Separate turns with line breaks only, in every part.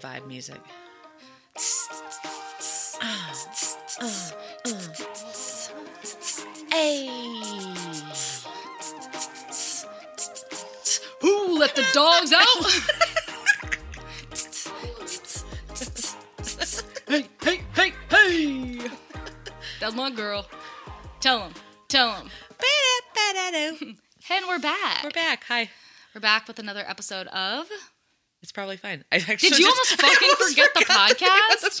vibe music. Hey. Ooh, let the dogs out. hey, hey, hey, hey. That's my girl. Tell him. Tell him.
Ba-da-ba-da-do.
And we're back.
We're back. Hi.
We're back with another episode of.
It's probably fine. I actually
Did you almost
I
fucking forget the
forgot to
podcast?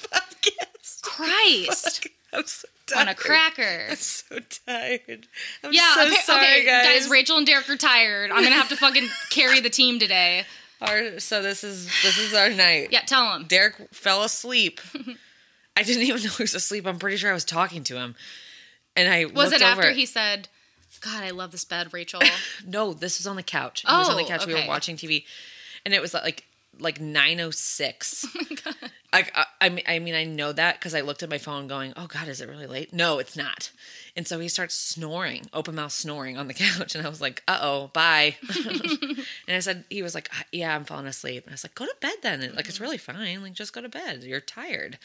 forget the podcast.
Christ.
Fuck, I'm so tired.
On a cracker.
I'm so tired. I'm
Yeah,
so
appa-
sorry,
okay,
guys.
Rachel and Derek are tired. I'm gonna have to fucking carry the team today.
Our- so this is this is our night.
Yeah, tell him.
Derek fell asleep. I didn't even know he was asleep. I'm pretty sure I was talking to him, and I
Was it
looked
after
over-
he said, "God, I love this bed, Rachel"?
No, this was on the couch. He was on the
Oh,
couch. We were
okay.
watching TV, and it was like like nine oh six. Like I, I mean, I mean, I know that because I looked at my phone, going, "Oh God, is it really late?" No, it's not. And so he starts snoring, open mouth snoring on the couch, and I was like, "Uh oh, bye." and I said, "He was like, "Ah, yeah, I'm falling asleep." And I was like, "Go to bed then. Like
Mm-hmm.
it's really fine. Like just go to bed. You're tired."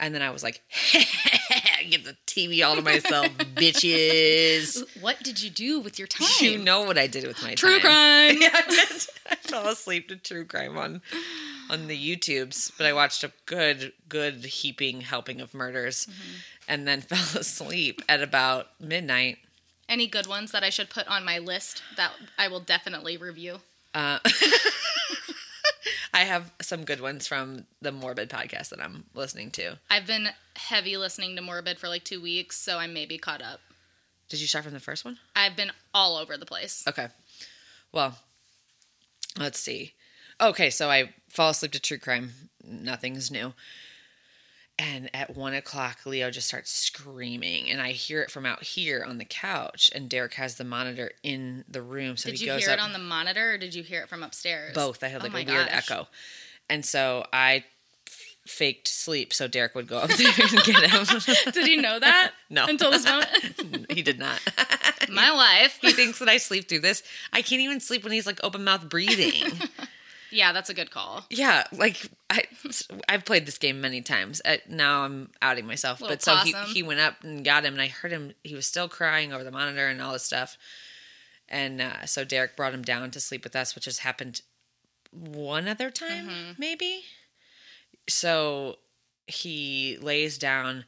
And then I was like, "Get the TV all to myself, bitches."
what did you do with your time?
You know what I did with my time.
True crime.
Yeah, I did. I fell asleep to true crime on on the YouTubes, but I watched a good, good heaping helping of murders,
Mm-hmm.
and then fell asleep at about midnight.
Any good ones that I should put on my list that I will definitely review?
Uh, I have some good ones from the Morbid podcast that I'm listening to.
I've been heavy listening to Morbid for like two weeks, so I'm maybe caught up.
Did you start from the first one?
I've been all over the place.
Okay. Well, let's see. Okay, so I fall asleep to true crime. Nothing's new. And at one o'clock, Leo just starts screaming, and I hear it from out here on the couch. And Derek has the monitor in the room, so
Did
he
you
goes
hear
up
it on the monitor or did you hear it from upstairs?
both. I had
Oh
like
my
a weird
gosh.
echo, and so I f- faked sleep so Derek would go up there and get him.
Did you know that?
No.
Until this moment?
he did not.
my wife.
he thinks that I sleep through this. I can't even sleep when he's like open mouth breathing.
Yeah, that's a good call.
Yeah, like I, I've played this game many times. Uh now I'm outing myself,
Little
but so he,
possum.
he went up and got him, and I heard him. He was still crying over the monitor and all this stuff, and uh, so Derek brought him down to sleep with us, which has happened one other time, maybe. So he lays down.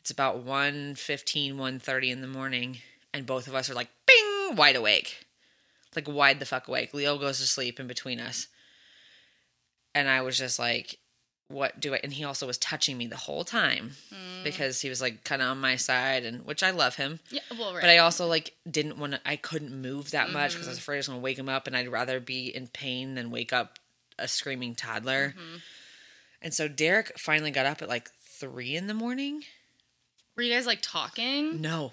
It's about 1.15, 1.30 in the morning, and both of us are like, bing, wide awake, like wide the fuck awake. Leo goes to sleep in between us and I was just like, what do I? And he also was touching me the whole time because he was like kind of on my side, and which I love him.
Yeah, well, right.
But I also like didn't want to. I couldn't move that much because I was afraid I was going to wake him up, and I'd rather be in pain than wake up a screaming toddler. And so Derek finally got up at like three in the morning.
Were you guys like talking?
No,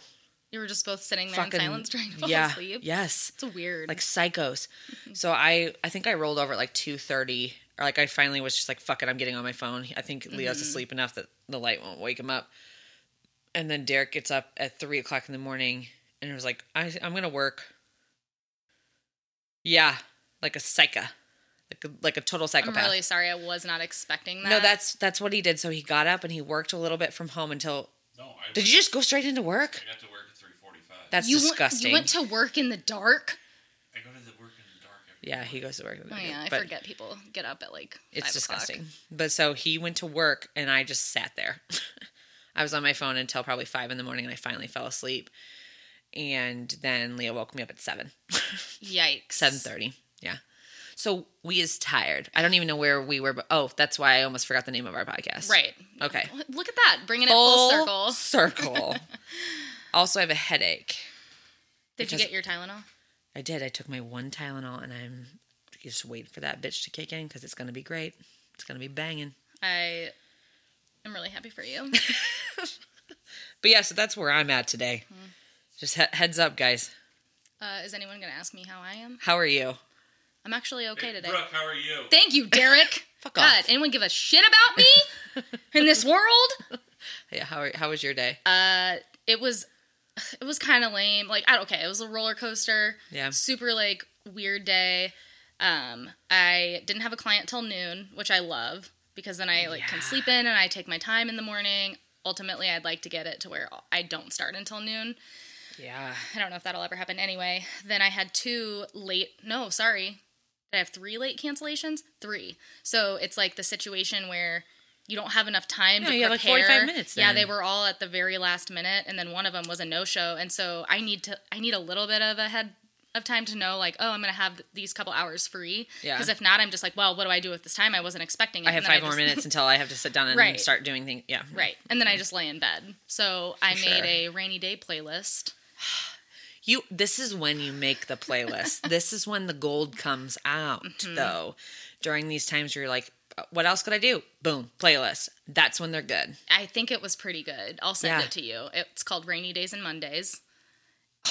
You were just both sitting there in silence trying to fall
yeah,
asleep?
Yes,
It's weird.
like psychos.
Mm-hmm.
So I I think I rolled over at like two thirty, or like I finally was just like, "Fuck it, I'm getting on my phone." I think
Mm-hmm.
Leo's asleep enough that the light won't wake him up. And then Derek gets up at three o'clock in the morning, and it was like, I, "I'm gonna work." Yeah, like a psycho, like a, like a total
I'm
psychopath.
really sorry. I was not expecting that.
No, that's that's what he did. So he got up and he worked a little bit from home until.
No, I
Did you just go straight into work?
I got to work at 3:45.
That's
you went-
disgusting.
you went to work in the dark.
I go to the work in the dark every
yeah, he goes to work.
Oh yeah, I
But-
forget people get up at like.
It's
five
disgusting.
O'clock.
But so he went to work and I just sat there. I was on my phone until probably five in the morning and I finally fell asleep. And then Leah woke me up at seven.
Yikes.
Seven thirty. Yeah. So we is tired. I don't even know where we were, but oh, that's why I almost forgot the name of our podcast.
Right.
Okay.
Look at that, bringing it full, circle.
circle. also I have a headache.
Did you
because-
get your Tylenol?
I did. I took my one Tylenol and I'm just waiting for that bitch to kick in because it's gonna be great. It's gonna be banging.
I am really happy for you.
But yeah, so that's where I'm at today.
Mm-hmm.
Just he- heads up, guys.
Uh, is anyone going to ask me how I am?
How are you?
I'm actually okay
Hey,
today.
Brooke, how are you?
Thank you, Derek.
Fuck
God,
off.
anyone give a shit about me in this world?
Yeah, how are, how was your day?
uh it was it was kind of lame like i don't okay it was a roller coaster
Yeah.
super like weird day Um, I didn't have a client till noon, which I love because then I like can
Yeah.
sleep in and I take my time in the morning. Ultimately, I'd like to get it to where I don't start until noon.
Yeah.
I don't know if that'll ever happen anyway. Then I had two late, no, sorry. Did I have three late cancellations? Three. So it's like the situation where you don't have enough time
No,
to
you have, like,
prepare.
45 minutes
Yeah,
then.
they were all at the very last minute and then one of them was a no-show and so I need to I need a little bit of a head of time to know like, oh, I'm going to have these couple hours free.
Yeah.
Cuz if not, I'm just like, well, what do I do with this time? I wasn't expecting it.
I have
And then
five more
just-
minutes until I have to sit down and
Right.
start doing things. Yeah.
Right. And then I just lay in bed. So I
For
made
sure.
a rainy day playlist.
You this is when you make the playlist. this is when the gold comes out
Mm-hmm.
though. During these times where you're like, "Uh, what else could I do? Boom, playlist. That's when they're good.
I think it was pretty good. I'll send
Yeah.
it to you. It's called Rainy Days and Mondays.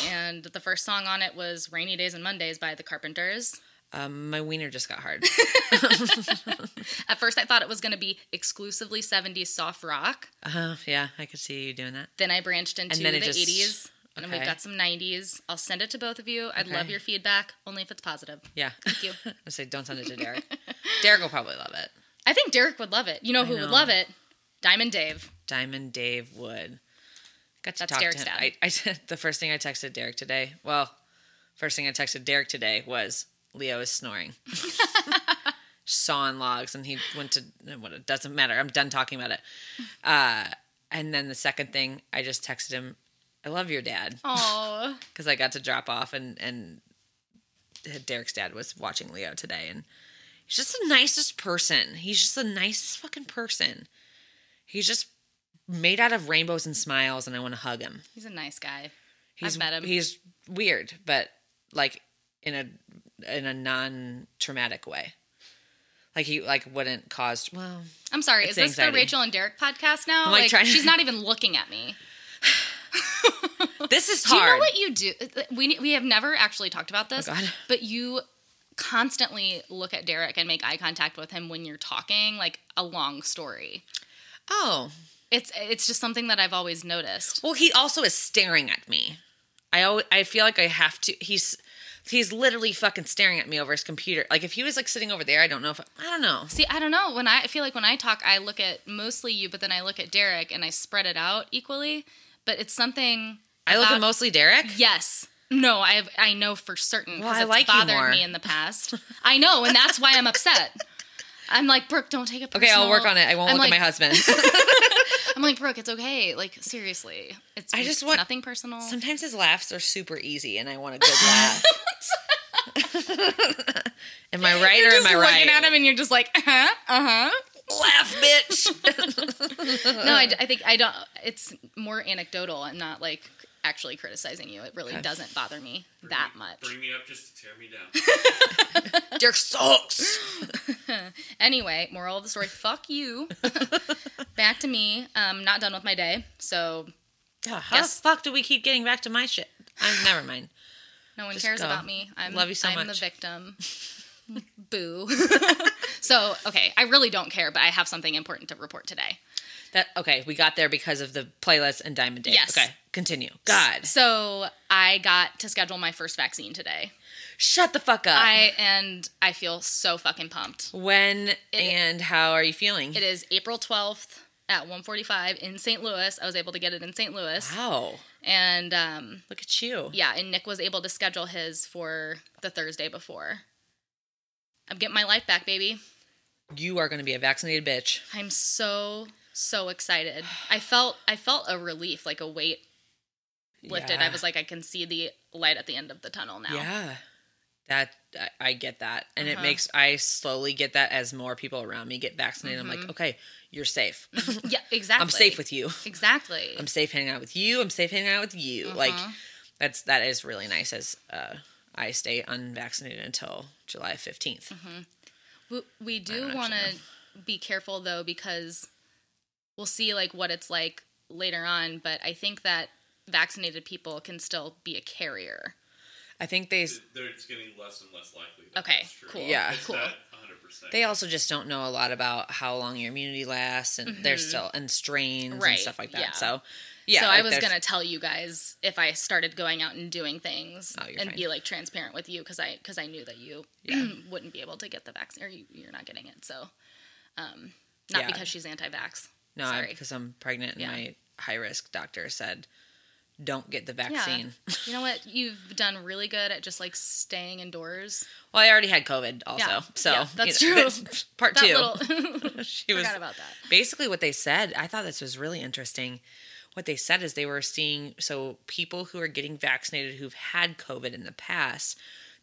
And the first song on it was Rainy Days and Mondays by the Carpenters.
Um, my wiener just got hard.
At first, I thought it was going to be exclusively 70s soft rock.
uh, yeah, I could see you doing that.
Then I branched into
then
the
it just-
80s. And then we've
okay.
got some 90s. I'll send it to both of you. I'd love
Okay.
your feedback, only if it's positive.
Yeah.
Thank you.
I say don't send it to Derek. Derek will probably love it.
I think Derek would love it. You know who
know.
would love it? Diamond Dave.
Diamond Dave Wood. Got to
That's
talk
Derek's
to him.
dad.
I, I the first thing I texted Derek today. Well, first thing I texted Derek today was Leo is snoring. Sawing logs, and he went to what it doesn't matter. I'm done talking about it. Uh, and then the second thing I just texted him, I love your dad
Oh,
because I got to drop off and and Derek's dad was watching Leo today, and he's just the nicest person. He's just the nicest fucking person. He's just made out of rainbows and smiles, and I want to hug him.
he's a nice guy.
He's
met him.
He's weird, but like in a in a non traumatic way. Like he like wouldn't cause well
I'm sorry.
It's
is this
anxiety.
the Rachel and Derek podcast now?
I'm, like, trying to-
she's not even looking at me.
this is
Do
hard. Oh,
you know what you do? Uh, We we have never actually talked about this,
God.
but you constantly look at Derek and make eye contact with him when you're talking, like a long story.
oh
It's it's just something that I've always noticed.
Well, he also is staring at me. I always, I feel like I have to. He's he's literally fucking staring at me over his computer. Like if he was like sitting over there, I don't know if I don't know.
See, I don't know. When I, I feel like when I talk, I look at mostly you, but then I look at Derek and I spread it out equally. But it's something
I look
about-
at mostly Derek.
Yes. No, I have, I know for certain
Well,
because
I
it's
like you
bothered
more.
me in the past. I know, and that's why I'm upset. I'm like Brooke, don't take it.
Okay,
personal.
I'll work on it. I won't
I'm
look
like,
at my husband.
I'm like Brooke, it's okay. Like seriously, it's
I just
it's
want-
nothing personal.
Sometimes his laughs are super easy, and I want a good laugh. am I right
you're
or
just
am I right?
looking at him and you're just like, uh huh, uh
Laugh, bitch.
huh. No, I, d- I think I don't. It's more anecdotal. I'm not like actually criticizing you. It really doesn't bother me that much.
Bring me up just to tear me down.
Derek sucks.
Anyway, moral of the story: fuck you. Back to me. Um, not done with my day, so
Yeah, how the
Guess-
fuck do we keep getting back to my shit? I'm never mind.
No one
Just
cares
go.
about me. I'm,
Love you so
I'm
much.
the victim. Boo. so, okay, I really don't care, but I have something important to report today.
That okay, we got there because of the playlist and Diamond Dave.
Yes.
Okay, continue. God,
So, I got to schedule my first vaccine today.
shut the fuck up.
I and I feel so fucking pumped.
when and how are you feeling?
It is April 12th at 1:45 in St. Louis. I was able to get it in St. Louis
Wow,
and um
look at you.
yeah, and Nick was able to schedule his for the Thursday before. I'm getting my life back, baby.
You are going to be a vaccinated bitch.
I'm so so excited. I felt I felt a relief, like a weight lifted. I was like, I can see the light at the end of the tunnel now.
yeah, that I- I get that, and it
Uh-huh.
makes I slowly get that as more people around me get vaccinated. I'm like, okay, you're safe.
Yeah, Mm-hmm. exactly.
I'm safe with you.
exactly.
I'm safe hanging out with you. I'm safe hanging out with you. Like
Uh-huh.
that's that is really nice. As uh, I stay unvaccinated until July 15th.
Mm-hmm. we, we do
don't
want
actually
to be careful though because we'll see like what it's like later on. But I think that vaccinated people can still be a carrier.
I think they
It- they're- It's getting less and less likely. That
Okay,
that's true.
cool.
Yeah.
It's
cool.
not 100%.
they also just don't know a lot about how long your immunity lasts, and they're
Mhm.
still and strains
Right,
and stuff like that.
yeah.
So yeah,
so I
like
was
there's-
gonna tell you guys if I started going out and doing things
Oh, you're
and
fine.
be like transparent with you because I because I knew that you
Yeah.
wouldn't be able to get the vaccine or you, you're not getting it. So, um, not
Yeah.
because she's anti-vax.
no I-
sorry.
because I'm pregnant and
Yeah.
my high risk doctor said don't get the vaccine.
You know what? You've done really good at just like staying indoors.
Well, I already had COVID also,
Yeah,
so
yeah, that's
you
true.
it's part
That
two.
little
she was
forgot about that.
basically what they said i thought this was really interesting what they said is they were seeing so people who are getting vaccinated who've had covid in the past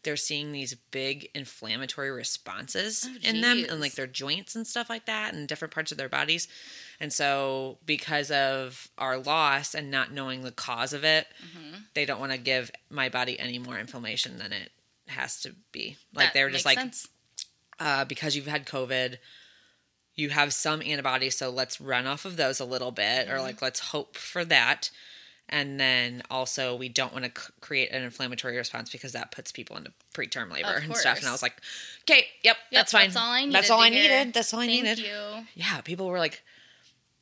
they're seeing these big inflammatory responses
Oh,
in them
geez.
and like their joints and stuff like that and different parts of their bodies and so because of our loss and not knowing the cause of it
Mm-hmm.
they don't want to give my body any more inflammation than it has to be like
That
they were just
makes
like
sense.
uh, because you've had COVID, you have some antibodies, so let's run off of those a little bit,
Mm-hmm.
or like let's hope for that. And then also, we don't want to c- create an inflammatory response because that puts people into preterm labor and stuff. And I was
course.
like, okay, yep, that's fine.
That's all I needed.
That's all
to
I
hear.
needed. That's all I
Thank
needed.
you.
Yeah, people were like,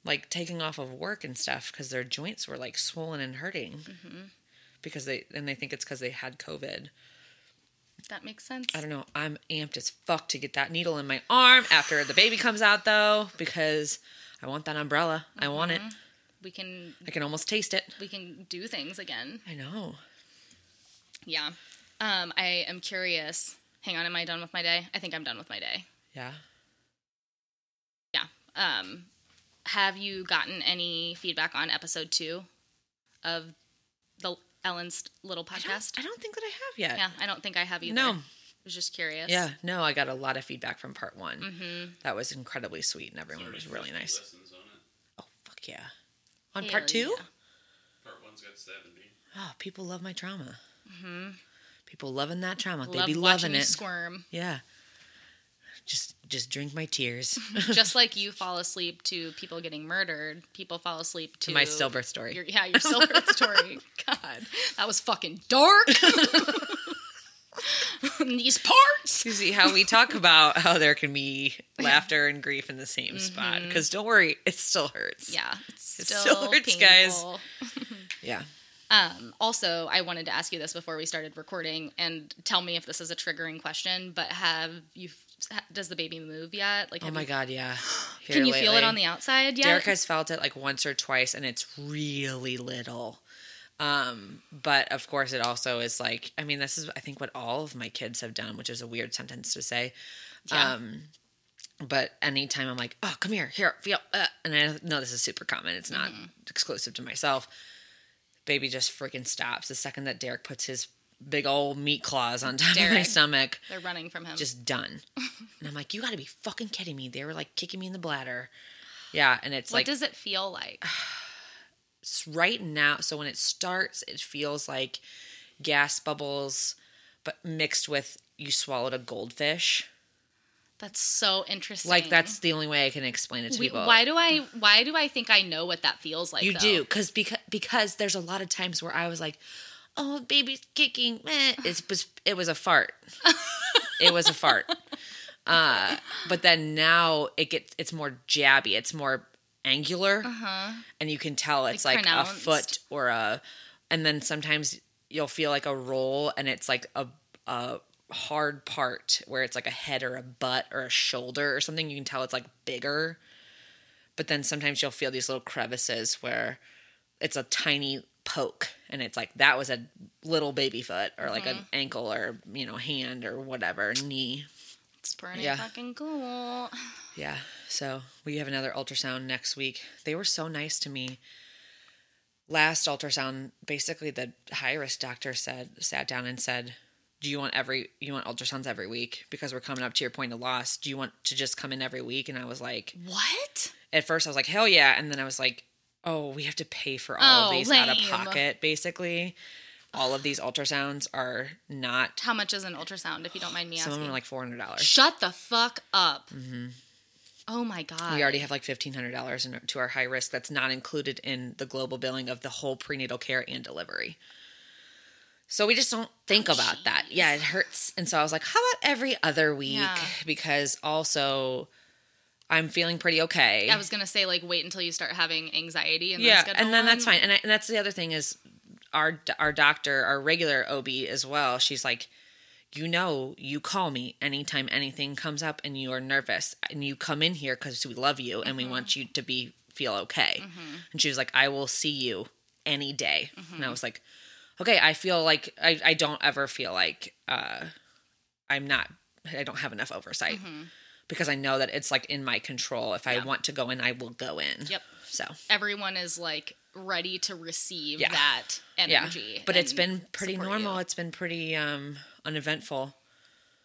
like taking off of work and stuff because their joints were like swollen and hurting
Mm-hmm.
because they and they think it's because they had COVID.
That makes sense.
I don't know. I'm amped as fuck to get that needle in my arm after the baby comes out, though, because I want that umbrella. I want it.
Mm-hmm. We can
I can almost taste it.
we can do things again.
I know.
Yeah. Um, I am curious. Hang on, am I done with my day? I think I'm done with my day.
Yeah.
Yeah. Um, have you gotten any feedback on episode two of the Ellen's little
I don't,
podcast?
I don't think that I have yet.
yeah, I don't think I have either.
no.
I was just curious.
Yeah. No, I got a lot of feedback from part one.
Mm-hmm.
That was incredibly sweet, and
There's
everyone
already
was really
50
nice.
Lessons on it.
Oh, fuck yeah. On part two?
Part one's got 70.
Oh, people love my trauma.
Mm-hmm.
People loving that trauma.
Love
they be
watching
loving
you
it.
squirm,
yeah. Just, just drink my tears
just like you fall asleep to people getting murdered. People fall asleep to,
to my stillbirth story.
Your, yeah, your stillbirth story. God, that was fucking dark. These parts.
You see how we talk about how there can be laughter and grief in the same spot. Because don't worry, it still hurts.
Mm-hmm. Yeah, it's
It
still,
still hurts, guys.
painful.
Yeah.
Um, also, I wanted to ask you this before we started recording, and tell me if this is a triggering question. But have you? Does the baby move yet? Like,
Oh
have
my
you,
God. Yeah.
can you feel it
lately.
on the outside yet?
Derek has felt it like once or twice, and it's really little. Um, but of course, it also is like I mean, this is I think what all of my kids have done, which is a weird sentence to say.
Yeah.
Um, but anytime I'm like, oh, come here, here, feel, uh, and I know this is super common. It's not
Mm-hmm.
exclusive to myself. Baby just freaking stops the second that Derek puts his big old meat claws on top of my
Derek.
stomach
They're running from him.
just done. and I'm like, you got to be fucking kidding me. They were like kicking me in the bladder. Yeah, and it's
what
like
does it feel like?
s- right now. So when it starts, it feels like gas bubbles, but mixed with you swallowed a goldfish.
That's so interesting.
Like that's the only way I can explain it to
We-
people.
why do I? Why do I think I know what that feels like?
you
though?
do because because because there's a lot of times where I was like, "Oh, baby's kicking." Meh. It was it was a fart. it was a fart. Uh, but then now it gets it's more jabby. It's more angular, and you can tell it's
Uh-huh. Like
like, a
pronounced.
foot or a. And then sometimes you'll feel like a roll, and it's like a a hard part where it's like a head or a butt or a shoulder or something. You can tell it's like bigger but then sometimes you'll feel these little crevices where it's a tiny poke and it's like that was a little baby foot or like
Uh-huh.
an ankle or you know hand or whatever knee
It's pretty
Yeah.
fucking cool.
yeah so we have another ultrasound next week they were so nice to me last ultrasound basically the high risk doctor said sat down and said do you want every you want ultrasounds every week because we're coming up to your point of loss do you want to just come in every week and i was like
What?
at first I was like, hell yeah. And then I was like, oh, we have to pay for all of
Oh,
these out of
lame.
pocket, basically. All of these ultrasounds are not,
How much is an ultrasound? If you don't mind me
some of
asking.
them are like $400.
Shut the fuck up. Oh my god.
We already have like $1,500 in, to our high risk. That's not included in the global billing of the whole prenatal care and delivery. So we just don't think about that.
Oh, Jeez.
Yeah, it hurts. And so I was like, how about every other week?
Yeah.
Because also I'm feeling pretty okay.
I was gonna say like wait until you start having anxiety and
yeah,
then schedule
and then that's
one.
fine. And, I, and that's the other thing is our our doctor, our regular OB as well. She's like, you know, you call me anytime anything comes up and you are nervous, and you come in here because we love you and we
Mm-hmm.
want you to be feel okay. And she was like, I will see you any day.
Mm-hmm.
And I was like, okay, I feel like I I don't ever feel like uh I'm not I don't have enough oversight.
Mm-hmm.
Because I know that it's like in my control. If I want to go in, I will go in.
Yep.
So
Everyone is like ready to receive
Yeah.
that energy.
Yeah. But it's
and
been pretty
support
normal.
you.
It's been pretty um uneventful.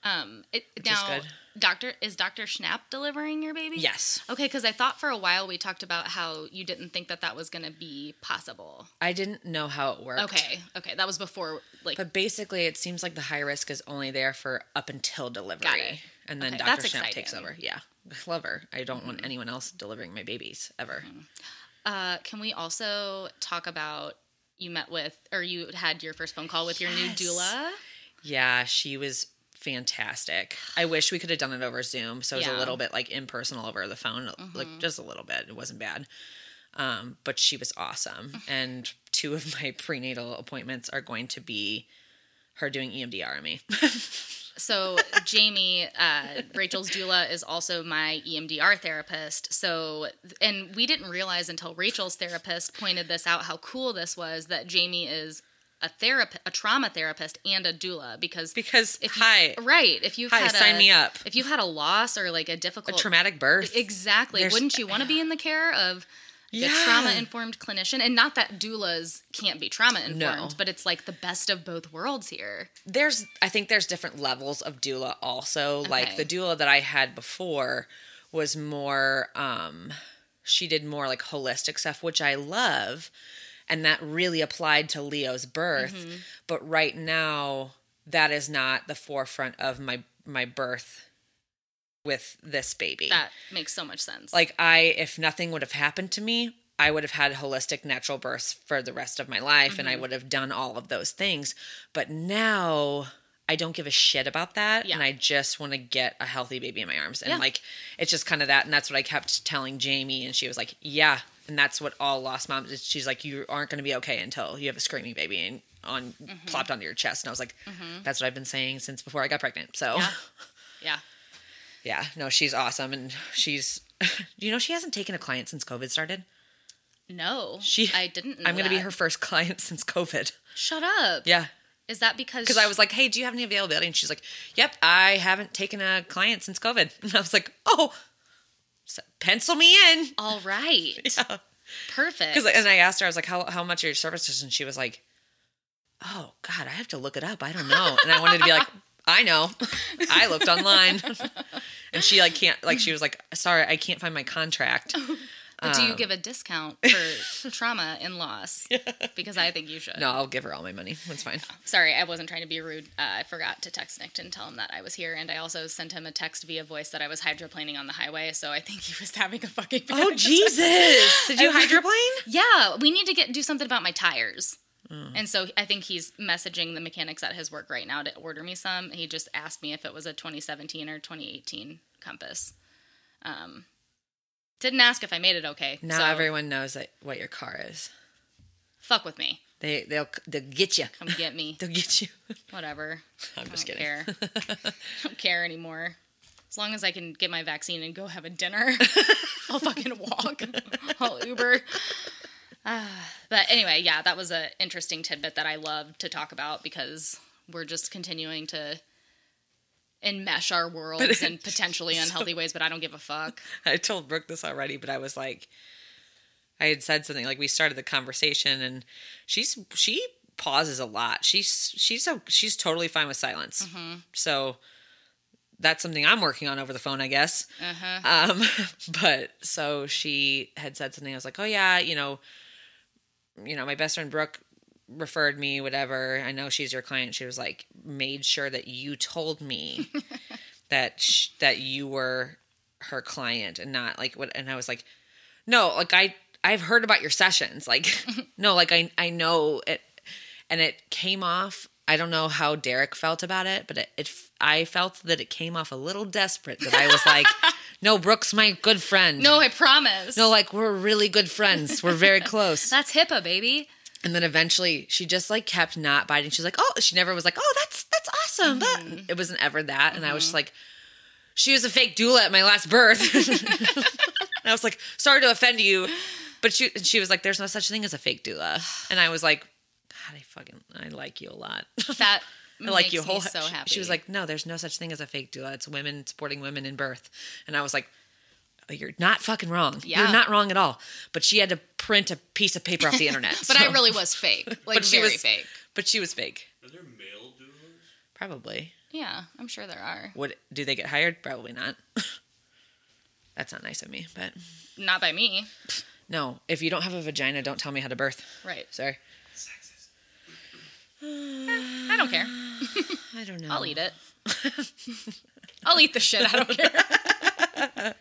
Um, it,
is
now,
good.
doctor is Doctor Schnapp delivering your baby?
Yes.
Okay, because I thought for a while we talked about how you didn't think that that was going to be possible.
I didn't know how it worked.
Okay, okay, that was before like
But basically it seems like the high risk is only there for up until delivery.
Got it.
And then
Okay,
Dr.
that's
Schnapp takes
exciting. Mm-hmm.
over. Yeah. Love her. I don't want anyone else delivering my babies ever.
Uh, can we also talk about you met with or you had your first phone call with your new
Yes.
doula?
Yeah, she was fantastic. I wish we could have done it over Zoom. So it was
Yeah. Mm-hmm.
a little bit like impersonal over the phone, like just a little bit. It wasn't bad. Um, but she was awesome.
Mm-hmm.
And two of my prenatal appointments are going to be her doing E EMDR on me.
So Jamie, uh, Rachel's doula is also my E EMDR therapist. So, and we didn't realize until Rachel's therapist pointed this out how cool this was that Jamie is a therapist, a trauma therapist, and a doula because
because,
if you-
hi,
right if you've
Hi,
had
sign
a,
me up.
if you've had a loss or like a
a
difficult
traumatic birth.
exactly
There's-
wouldn't you want to be in the care of a
Yeah.
trauma informed clinician and not that doulas can't be trauma informed
No.
but it's like the best of both worlds here
there's I think there's different levels of doula also. Like
Okay.
the doula that I had before was more um she did more like holistic stuff, which I love. And that really applied to Leo's birth.
Mm-hmm.
But right now that is not the forefront of my my birth with this baby.
that makes so much sense
Like I, if nothing would have happened to me, I would have had holistic natural births for the rest of my life and I
Mm-hmm.
would have done all of those things. But now I don't give a shit about that.
Yeah.
And I just want to get a healthy baby in my arms. And
Yeah.
like, it's just kind of that. And that's what I kept telling Jamie. And she was like, yeah. And that's what all lost moms, is she's like, you aren't going to be okay until you have a screaming baby and on
Mm-hmm.
plopped onto your chest. And I was like, that's what I've been saying since before I got pregnant. So
Yeah. yeah
yeah, no, she's awesome, and she's. You know, she hasn't taken a client since COVID started.
no
She,
i didn't know
I'm gonna be
that.
her first client since COVID.
shut up
Yeah,
is that because
because I was like, "Hey, do you have any availability?" And she's like, "Yep, I haven't taken a client since COVID." And I was like, "Oh, so pencil me in."
all right
Yeah.
perfect
'Cause- and I asked her, I was like, "How how much are your services?" And she was like, "Oh God, I have to look it up. I don't know." And I wanted to be like, "I know, I looked online." and she like can't like she was like, "Sorry, I can't find my contract."
but do you
um,
give a discount for trauma and loss because i think you should
No, I'll give her all my money. That's fine.
Sorry, I wasn't trying to be rude. Uh, I forgot to text Nick and tell him that I was here, and I also sent him a text via voice that I was hydroplaning on the highway. So I think he was having a fucking.
Oh,
panic attack.
Jesus! Did you
I-
hydroplane?
Yeah, we need to get do something about my tires. And so I think he's messaging the mechanics at his work right now to order me some. He just asked me if it was a 2017 or 2018 compass. Um, didn't ask if I made it okay.
Now
so
everyone knows that what your car is.
fuck with me.
They they'll they'll get you.
Come get me.
They'll get you.
Whatever.
I'm
I
just
don't
kidding.
care. don't care anymore. As long as I can get my vaccine and go have a dinner, I'll fucking walk. I'll Uber. Ah, but anyway, yeah, that was an interesting tidbit that I love to talk about because we're just continuing to enmesh our worlds in potentially unhealthy ways, but I don't give a fuck.
I told Brooke this already, but I was like, I had said something like we started the conversation, and she's she pauses a lot. She's she's so she's totally fine with silence.
Mm-hmm.
So that's something I'm working on over the phone, I guess.
Uh-huh.
Um, but so she had said something. I was like, oh yeah, you know, you know, my best friend Brooke referred me, whatever. I know she's your client. She was like, made sure that you told me that sh- that you were her client and not like what. And I was like, no, like I I've heard about your sessions. Like, no, like I I know it. and it came off. I don't know how Derek felt about it, but it, it I felt that it came off a little desperate. That I was like, "No, Brooks, my good friend.
No, I promise.
no, like we're really good friends. We're very close."
that's HIPAA, baby.
And then eventually she just like kept not biting. She's like, oh, she never was like, oh, that's that's awesome. That-
Mm-hmm.
It wasn't ever that. And I was just like, she was a fake doula at my last birth. and I was like, sorry to offend you, but she and she was like, there's no such thing as a fake doula. And I was like, God, I fucking I like you a lot.
That
I like
makes
you a whole.
me so
she-
happy.
She was like, no, there's no such thing as a fake doula. It's women supporting women in birth. And I was like. "Oh, You're not fucking wrong.
Yeah.
You're not wrong at all. But she had to print a piece of paper off the internet.
but I
so-
really was fake. Like
But she
very
was-
fake.
but she was fake.
Are there male doulas?
Probably.
Yeah, I'm sure there are.
Would do they get hired? Probably not. That's not nice of me, but
Not by me.
no. If you don't have a vagina, don't tell me how to birth.
Right.
Sorry.
Sexist.
I don't care.
I don't know.
I'll eat it. I'll eat the shit. I don't care.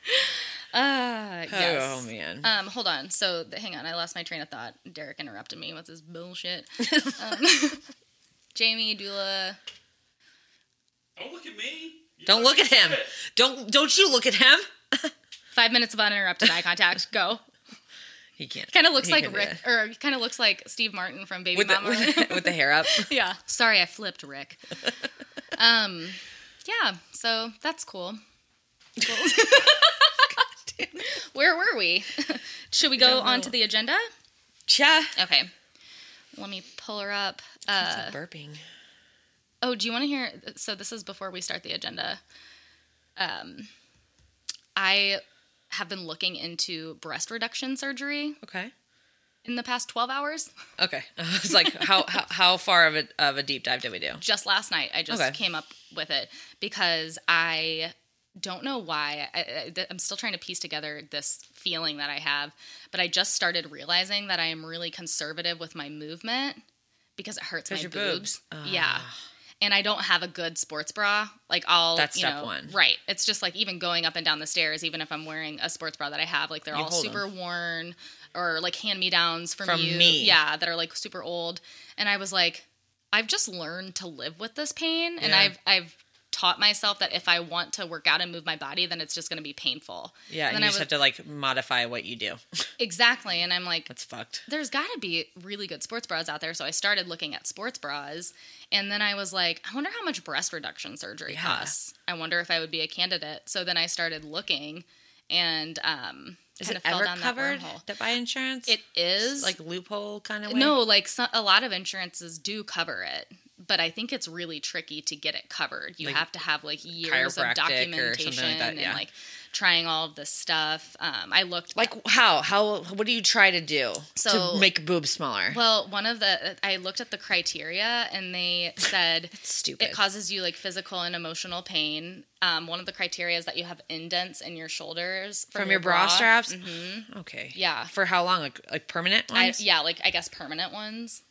uh,
Oh
yes.
man.
Um, hold on. So th- hang on, I lost my train of thought. Derek interrupted me with his bullshit. um, Jamie, Dula.
Don't look at me. You
don't look at him.
fucking shit.
Don't don't you look at him.
Five minutes of uninterrupted eye contact. Go.
He can't.
Kind of looks
he
like
can do
Rick,
that.
or kind of looks like Steve Martin from Baby
with the,
Mama.
with, the, with the hair up.
yeah. Sorry, I flipped Rick. Um, yeah. So that's cool. Well- Where were we? Should we go
Don't know.
on to the agenda?
Yeah.
Okay. Let me pull her up.
That's
Uh,
a burping.
Oh, do you want to hear? So this is before we start the agenda. Um, I have been looking into breast reduction surgery
Okay.
in the past 12 hours.
Okay. I was like, how, how how far of a of a deep dive did we do?
Just last night, I just
Okay.
came up with it because I don't know why. I, I, th- I'm still trying to piece together this feeling that I have, but I just started realizing that I am really conservative with my movement because it hurts my
'Cause your
boobs.
boobs.
Yeah.
Ah.
and I don't have a good sports bra, like I'll
That's
you
step
know,
one.
Right. It's just like even going up and down the stairs, even if I'm wearing a sports bra that I have, like they're
You
all
hold 'em.
super worn or like hand me downs from,
From
you.
me.
Yeah, that are like super old. And I was like, I've just learned to live with this pain. And
Yeah.
I've I've taught myself that if I want to work out and move my body, then it's just gonna be painful.
Yeah. And
And then
you
I
just
was
have to like modify what you do.
exactly. And I'm like,
That's fucked.
there's got to be really good sports bras out there. So I started looking at sports bras. And then I was like, I wonder how much breast reduction surgery
Yeah.
costs. I wonder if I would be a candidate. So then I started looking and um,
Is it
kind of fell
ever
down
covered
that wormhole.
that by insurance?
It is.
like loophole kind of way.
no, like so, a lot of insurances do cover it. But I think it's really tricky to get it covered. You
Like
have to have like years of
chiropractic or something like
documentation
that, yeah.
and like trying all of this stuff. Um, I looked
like how how what do you try to do
So-
to make boobs smaller?
Well, one of the I looked at the criteria and they said
Stupid.
it causes you like physical and emotional pain. Um, one of the criteria is that you have indents in your shoulders
from, your, bra, straps. Okay.
Yeah.
For how long? Like, like permanent
I-
ones?
yeah, like I guess permanent ones.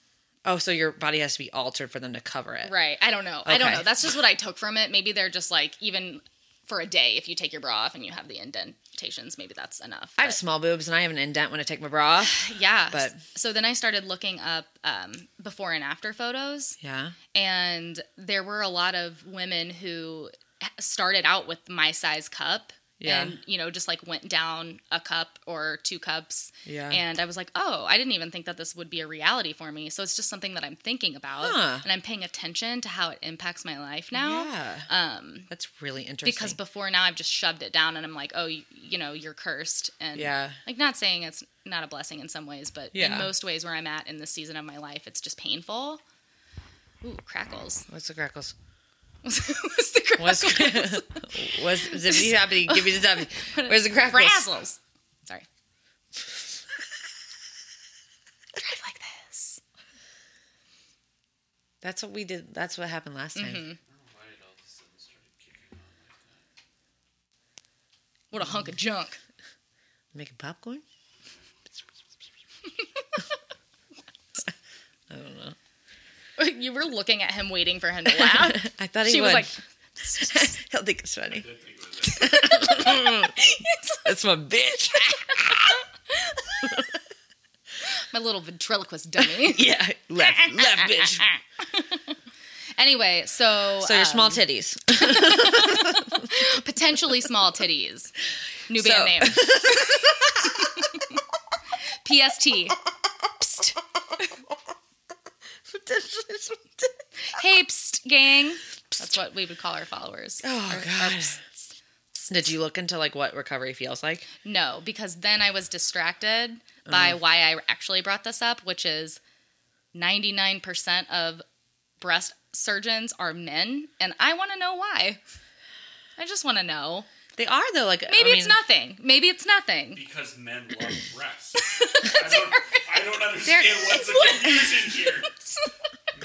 Oh, so your body has to be altered for them to cover it.
Right. I don't know. I don't
Okay.
know. That's just what I took from it. Maybe they're just like even for a day if you take your bra off and you have the indentations, maybe that's enough.
I have
But-
small boobs and I have an indent when I take my bra off.
yeah.
but-
so then I started looking up um, before and after photos.
Yeah.
and there were a lot of women who started out with my size cup
Yeah.
and you know just like went down a cup or two cups
Yeah.
and i was like oh i didn't even think that this would be a reality for me so it's just something that i'm thinking about
Huh.
and i'm paying attention to how it impacts my life now
Yeah.
um
That's really interesting.
because before now i've just shoved it down and i'm like oh you, you know you're cursed and
Yeah.
like not saying it's not a blessing in some ways but in
Yeah.
most ways where i'm at in this season of my life it's just painful ooh crackles
What's the crackles?
What's the crackle?
What's what's zippy happy? Give me the happy. Where's the crackles?
Frazzles. Sorry. Drive like this.
That's what we did. That's what happened last time.
I don't know why it all of a sudden started kicking on like that.
What a hunk of junk.
Making popcorn. I don't know.
You were looking at him, waiting for him to laugh.
I thought he
she
would.
was like,
He'll think it's funny.
I did think it was that.
That's my bitch.
My little ventriloquist dummy.
Yeah, left, left, bitch.
anyway, so
So your
um,
small titties.
potentially small titties. New
So-
band name. PST. Psst.
Potentially small titties.
Hey, psst, gang. That's what we would call our followers.
Oh,
Our- our
God.
psts.
Did you look into like what recovery feels like?
No, because then I was distracted
Uh-huh.
by why I actually brought this up, which is 99% of breast surgeons are men, and I want to know why. I just want to know.
They are though. Like
Maybe
I
it's
mean,
nothing. Maybe it's nothing.
Because men love breasts. I, don't, I don't understand
They're-
what's the confusion here.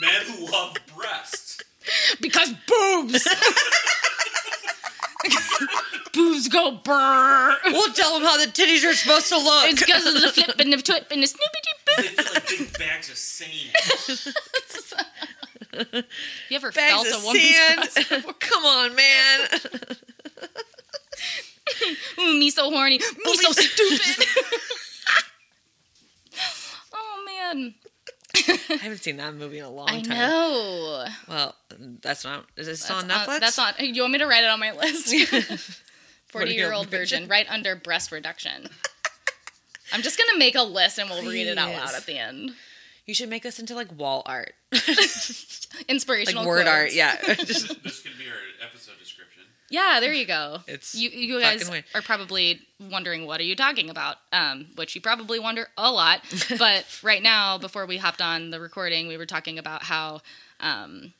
Men love breasts.
Because boobs. boobs go brrr.
We'll tell them how the titties are supposed to look.
It's because of the flip and the twip and the snoopy
They
boop.
feel like big bags of sand.
You ever
Bags
felt
of
a woman's breast?
sand. Come on, man.
Ooh, me so horny. Me so stupid. oh man,
I haven't seen that movie in a long
I
time.
know.
Well, that's not. Is it still
That's
on Netflix?
that's on. You want me to write it on my list? Forty-year-old virgin, right under breast reduction. I'm just gonna make a list and we'll read it out loud
Please.
at the end.
You should make this into like wall art, like
Inspirational
word
quotes.
art. Yeah.
This,
Just-
this could be our episode description.
Yeah, there you go.
It's
you. You
fucking
guys
weird.
are probably wondering what are you talking about, um, which you probably wonder a lot. but right now, before we hopped on the recording, we were talking about how um,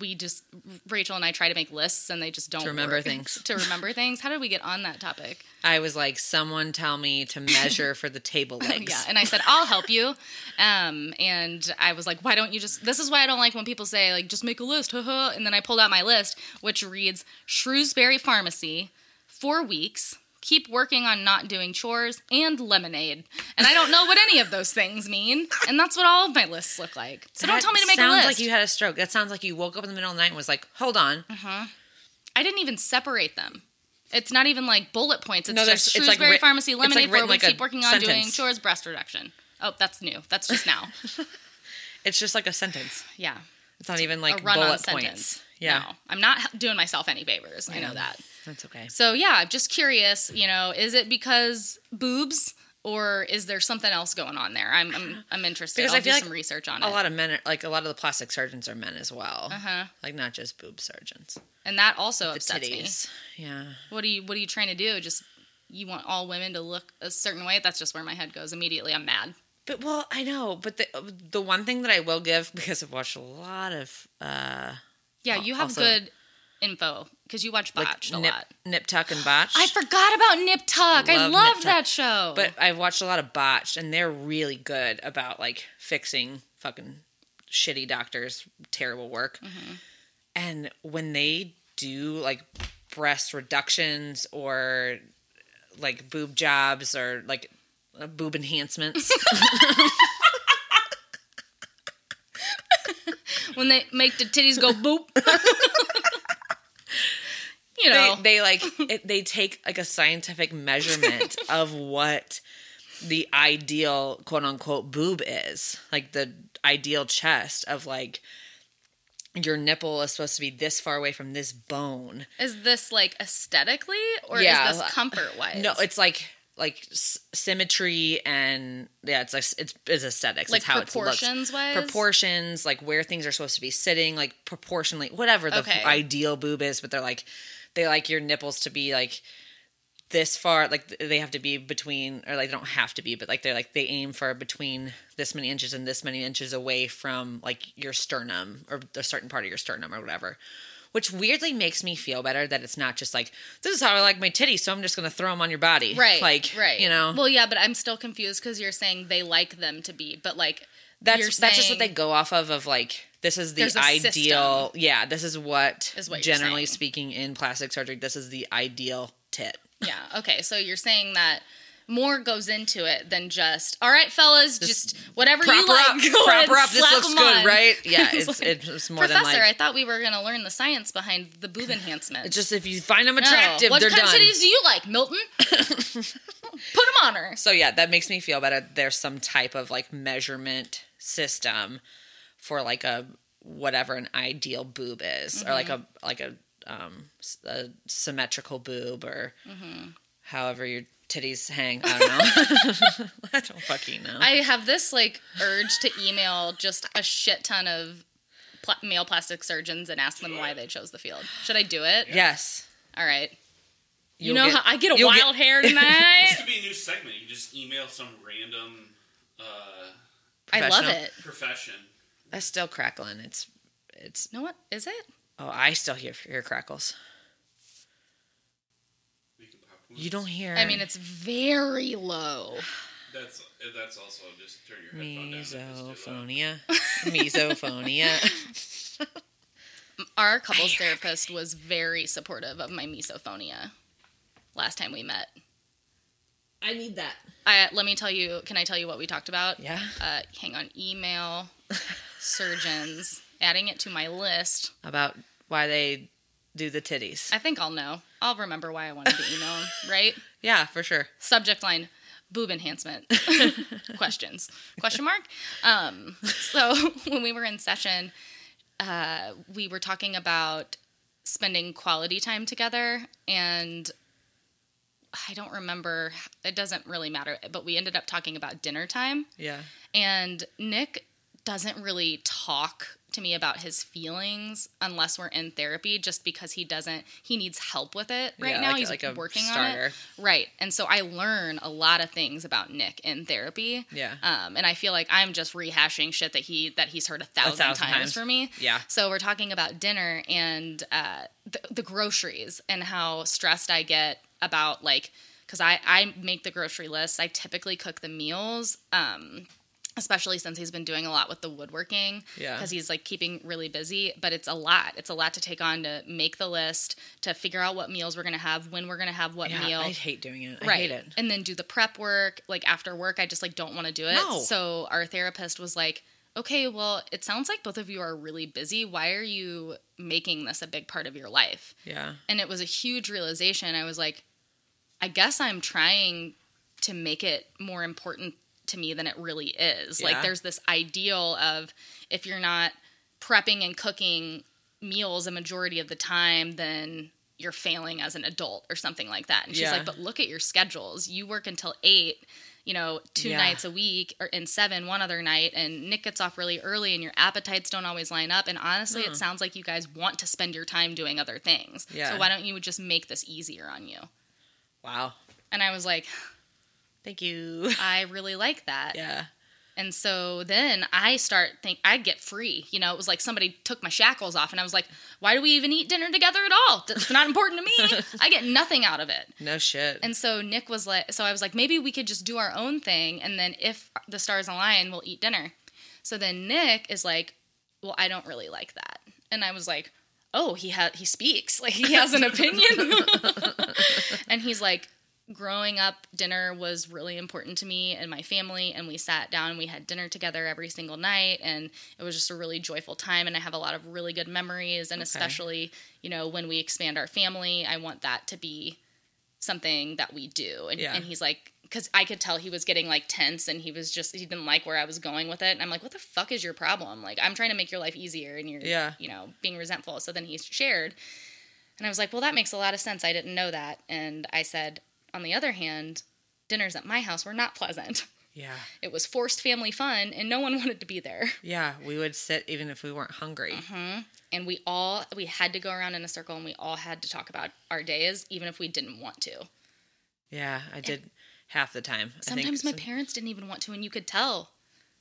we just Rachel and I try to make lists and they just don't
remember
work.
things.
to remember things. How did we get on that topic?
I was like, someone tell me to measure for the table legs.
Yeah, and I said I'll help you, um, and I was like, why don't you just? This is why I don't like when people say like just make a list, haha. And then I pulled out my list, which reads Shrewsbury Pharmacy, four weeks. Keep working on not doing chores and lemonade. And I don't know what any of those things mean. And that's what all of my lists look like. So don't
That
tell me to make a
sounds
list.
like you had a stroke. That sounds like you woke up in the middle of the night and was like, "Hold on,
I didn't even separate them. It's not even like bullet points. It's
No, there's-
just
it's like
Shrewsbury
writ-
Pharmacy
it's like
lemonade. where
written
we
like a
keep working on doing
sentence.
chores, breast reduction. Oh, that's new. That's just now.
it's just like a sentence.
yeah,
It's not even
a
like
run on
bullet
sentence.
points." Yeah,
no, I'm not h- doing myself any favors. I know that.
that's okay.
So yeah, I'm just curious. You know, is it because boobs? Or is there something else going on there? I'm I'm, I'm interested.
Because
I'll
I feel
do
like
some research on
A
it.
lot of men, are, like a lot of the plastic surgeons, are men as well.
Uh-huh.
Like not just boob surgeons.
and that also
The
upsets me.
titties. Yeah.
What are you What are you trying to do? Just you want all women to look a certain way? That's just where my head goes immediately. I'm mad.
But well, I know. But the uh, the one thing that I will give because I've watched a lot of uh
Yeah,
Al-
you have
also-
good info because you watch
like
Botched
nip,
a lot.
nip tuck and botch.
I forgot about Nip Tuck. I
Love Nip
love
Tuck.
that show.
but I've watched a lot of botched, and they're really good about like fixing fucking shitty doctors' terrible work. And when they do like breast reductions or like boob jobs or like uh, boob enhancements,
when they make the titties go boop, you
they,
know,
they like it, they take like a scientific measurement of what the ideal quote unquote boob is like the ideal chest of like your nipple is supposed to be this far away from this bone
is this like aesthetically or
Yeah,
is
well,
this comfort wise?
no it's like like s- symmetry and yeah it's like s- it's, it's aesthetics
like
it's how it looks
proportions wise.
proportions, like where things are supposed to be sitting, like proportionally, whatever the
Okay.
ideal boob is. But they're like, they like your nipples to be like this far, like they have to be between, or like they don't have to be, but like they're like they aim for between this many inches and this many inches away from like your sternum or a certain part of your sternum or whatever. Which weirdly makes me feel better that it's not just like this is how I like my titties, so I'm just gonna throw them on your body,
Right,
Like,
right.
you know,
Well, yeah, but I'm still confused because you're saying they like them to be, but like
that's
you're
that's just what they
saying-
go off of of like this is the
There's a
ideal yeah this is what,
Is what you're
generally
saying.
speaking in plastic surgery this is the ideal tit
Yeah. Okay. So you're saying that more goes into it than just all right, fellas, just, whatever
prop
you
her
like.
up
go
prop
ahead
her
and
up this
slap
looks
'em
good
on."
right yeah
It's
it's
like,
it's, more
Professor,
than like
I thought we were going to learn the science behind the boob enhancement.
just if you find them
No.
attractive
What
they're
kind
done
of cities do you like, Milton? Put him on her.
So yeah, that makes me feel better. There's some type of like measurement system for like a whatever an ideal boob is, or like
Mm-hmm.
a like a um s- a symmetrical boob, or
Mm-hmm.
however your titties hang. I don't know. I don't fucking know.
I have this like urge to email just a shit ton of pl- male plastic surgeons and ask them why they chose the field. Should I do it?
yes,
All right. You
You'll
know how I get a
you'll
wild hair tonight.
This could be a new segment. You just email some random uh,
I love
professional.
it.
profession.
That's still crackling. It's it's
You know what? Is it?
oh I still hear hear crackles.
We can pop one.
You don't hear.
I mean, it's very low.
That's that's also just turn your headphone down. and just do
misophonia, misophonia.
Our couples therapist was very supportive of my misophonia last time we met.
I need that.
I, let me tell you, can I tell you what we talked about?
Yeah.
Uh, hang on, email surgeons, adding it to my list.
about why they do the titties.
I think I'll know. I'll remember why I wanted to email him, right?
Yeah, for sure.
Subject line: boob enhancement. Questions? Question mark? Um, so when we were in session, uh, we were talking about spending quality time together, and I don't remember. It doesn't really matter, but we ended up talking about dinner time.
Yeah.
And Nick doesn't really talk to me about his feelings unless we're in therapy, just because he doesn't, he needs help with it right
Yeah,
now.
like-
He's
like a
working on it.
starter.
Right. And so I learn a lot of things about Nick in therapy.
Yeah.
Um, and I feel like I'm just rehashing shit that he, that he's heard a thousand,
thousand
times,
times.
from me.
Yeah.
So we're talking about dinner and, uh, the, the groceries and how stressed I get about like, cause I, I make the grocery list. I typically cook the meals. Um, especially since he's been doing a lot with the woodworking
Yeah.
because he's like keeping really busy but it's a lot it's a lot to take on to make the list to figure out what meals we're going to have when we're going to have what
Yeah,
meal
I hate doing it. I hate it.
and then do the prep work like after work i just like don't want to do it
No.
so our therapist was like okay well it sounds like both of you are really busy why are you making this a big part of your life
Yeah.
and it was a huge realization. I was like, I guess I'm trying to make it more important to me than it really is. Like
Yeah.
there's this ideal of if you're not prepping and cooking meals a majority of the time, then you're failing as an adult or something like that. And she's
Yeah.
like, but look at your schedules. You work until eight, you know, two
Yeah.
nights a week or and seven one other night and Nick gets off really early and your appetites don't always line up. And honestly,
Hmm.
it sounds like you guys want to spend your time doing other things.
Yeah.
So why don't you just make this easier on you?
Wow.
And I was like,
Thank you.
I really like that.
Yeah.
And so then I start think I get free. You know, it was like somebody took my shackles off and I was like, why do we even eat dinner together at all? It's not important to me. I get nothing out of it.
No shit.
And so Nick was like, so I was like, maybe we could just do our own thing. And then if the stars align, we'll eat dinner. So then Nick is like, well, I don't really like that. And I was like, oh, he ha- he speaks like he has an opinion. and he's like, growing up, dinner was really important to me and my family. And we sat down, we had dinner together every single night. And it was just a really joyful time. And I have a lot of really good memories. And especially, you know, when we expand our family, I want that to be something that we do. And,
Yeah.
and he's like, because I could tell he was getting like tense and he was just, he didn't like where I was going with it. And I'm like, what the fuck is your problem? Like, I'm trying to make your life easier and you're,
Yeah.
you know, being resentful. So then he shared. And I was like, well, that makes a lot of sense. I didn't know that. And I said, on the other hand, dinners at my house were not pleasant.
yeah.
It was forced family fun and no one wanted to be there.
Yeah. We would sit even if we weren't hungry.
Uh-huh. And we all, we had to go around in a circle and we all had to talk about our days, even if we didn't want to.
Yeah. I did half the time.
Sometimes
I
my
think.
parents didn't even want to, and you could tell.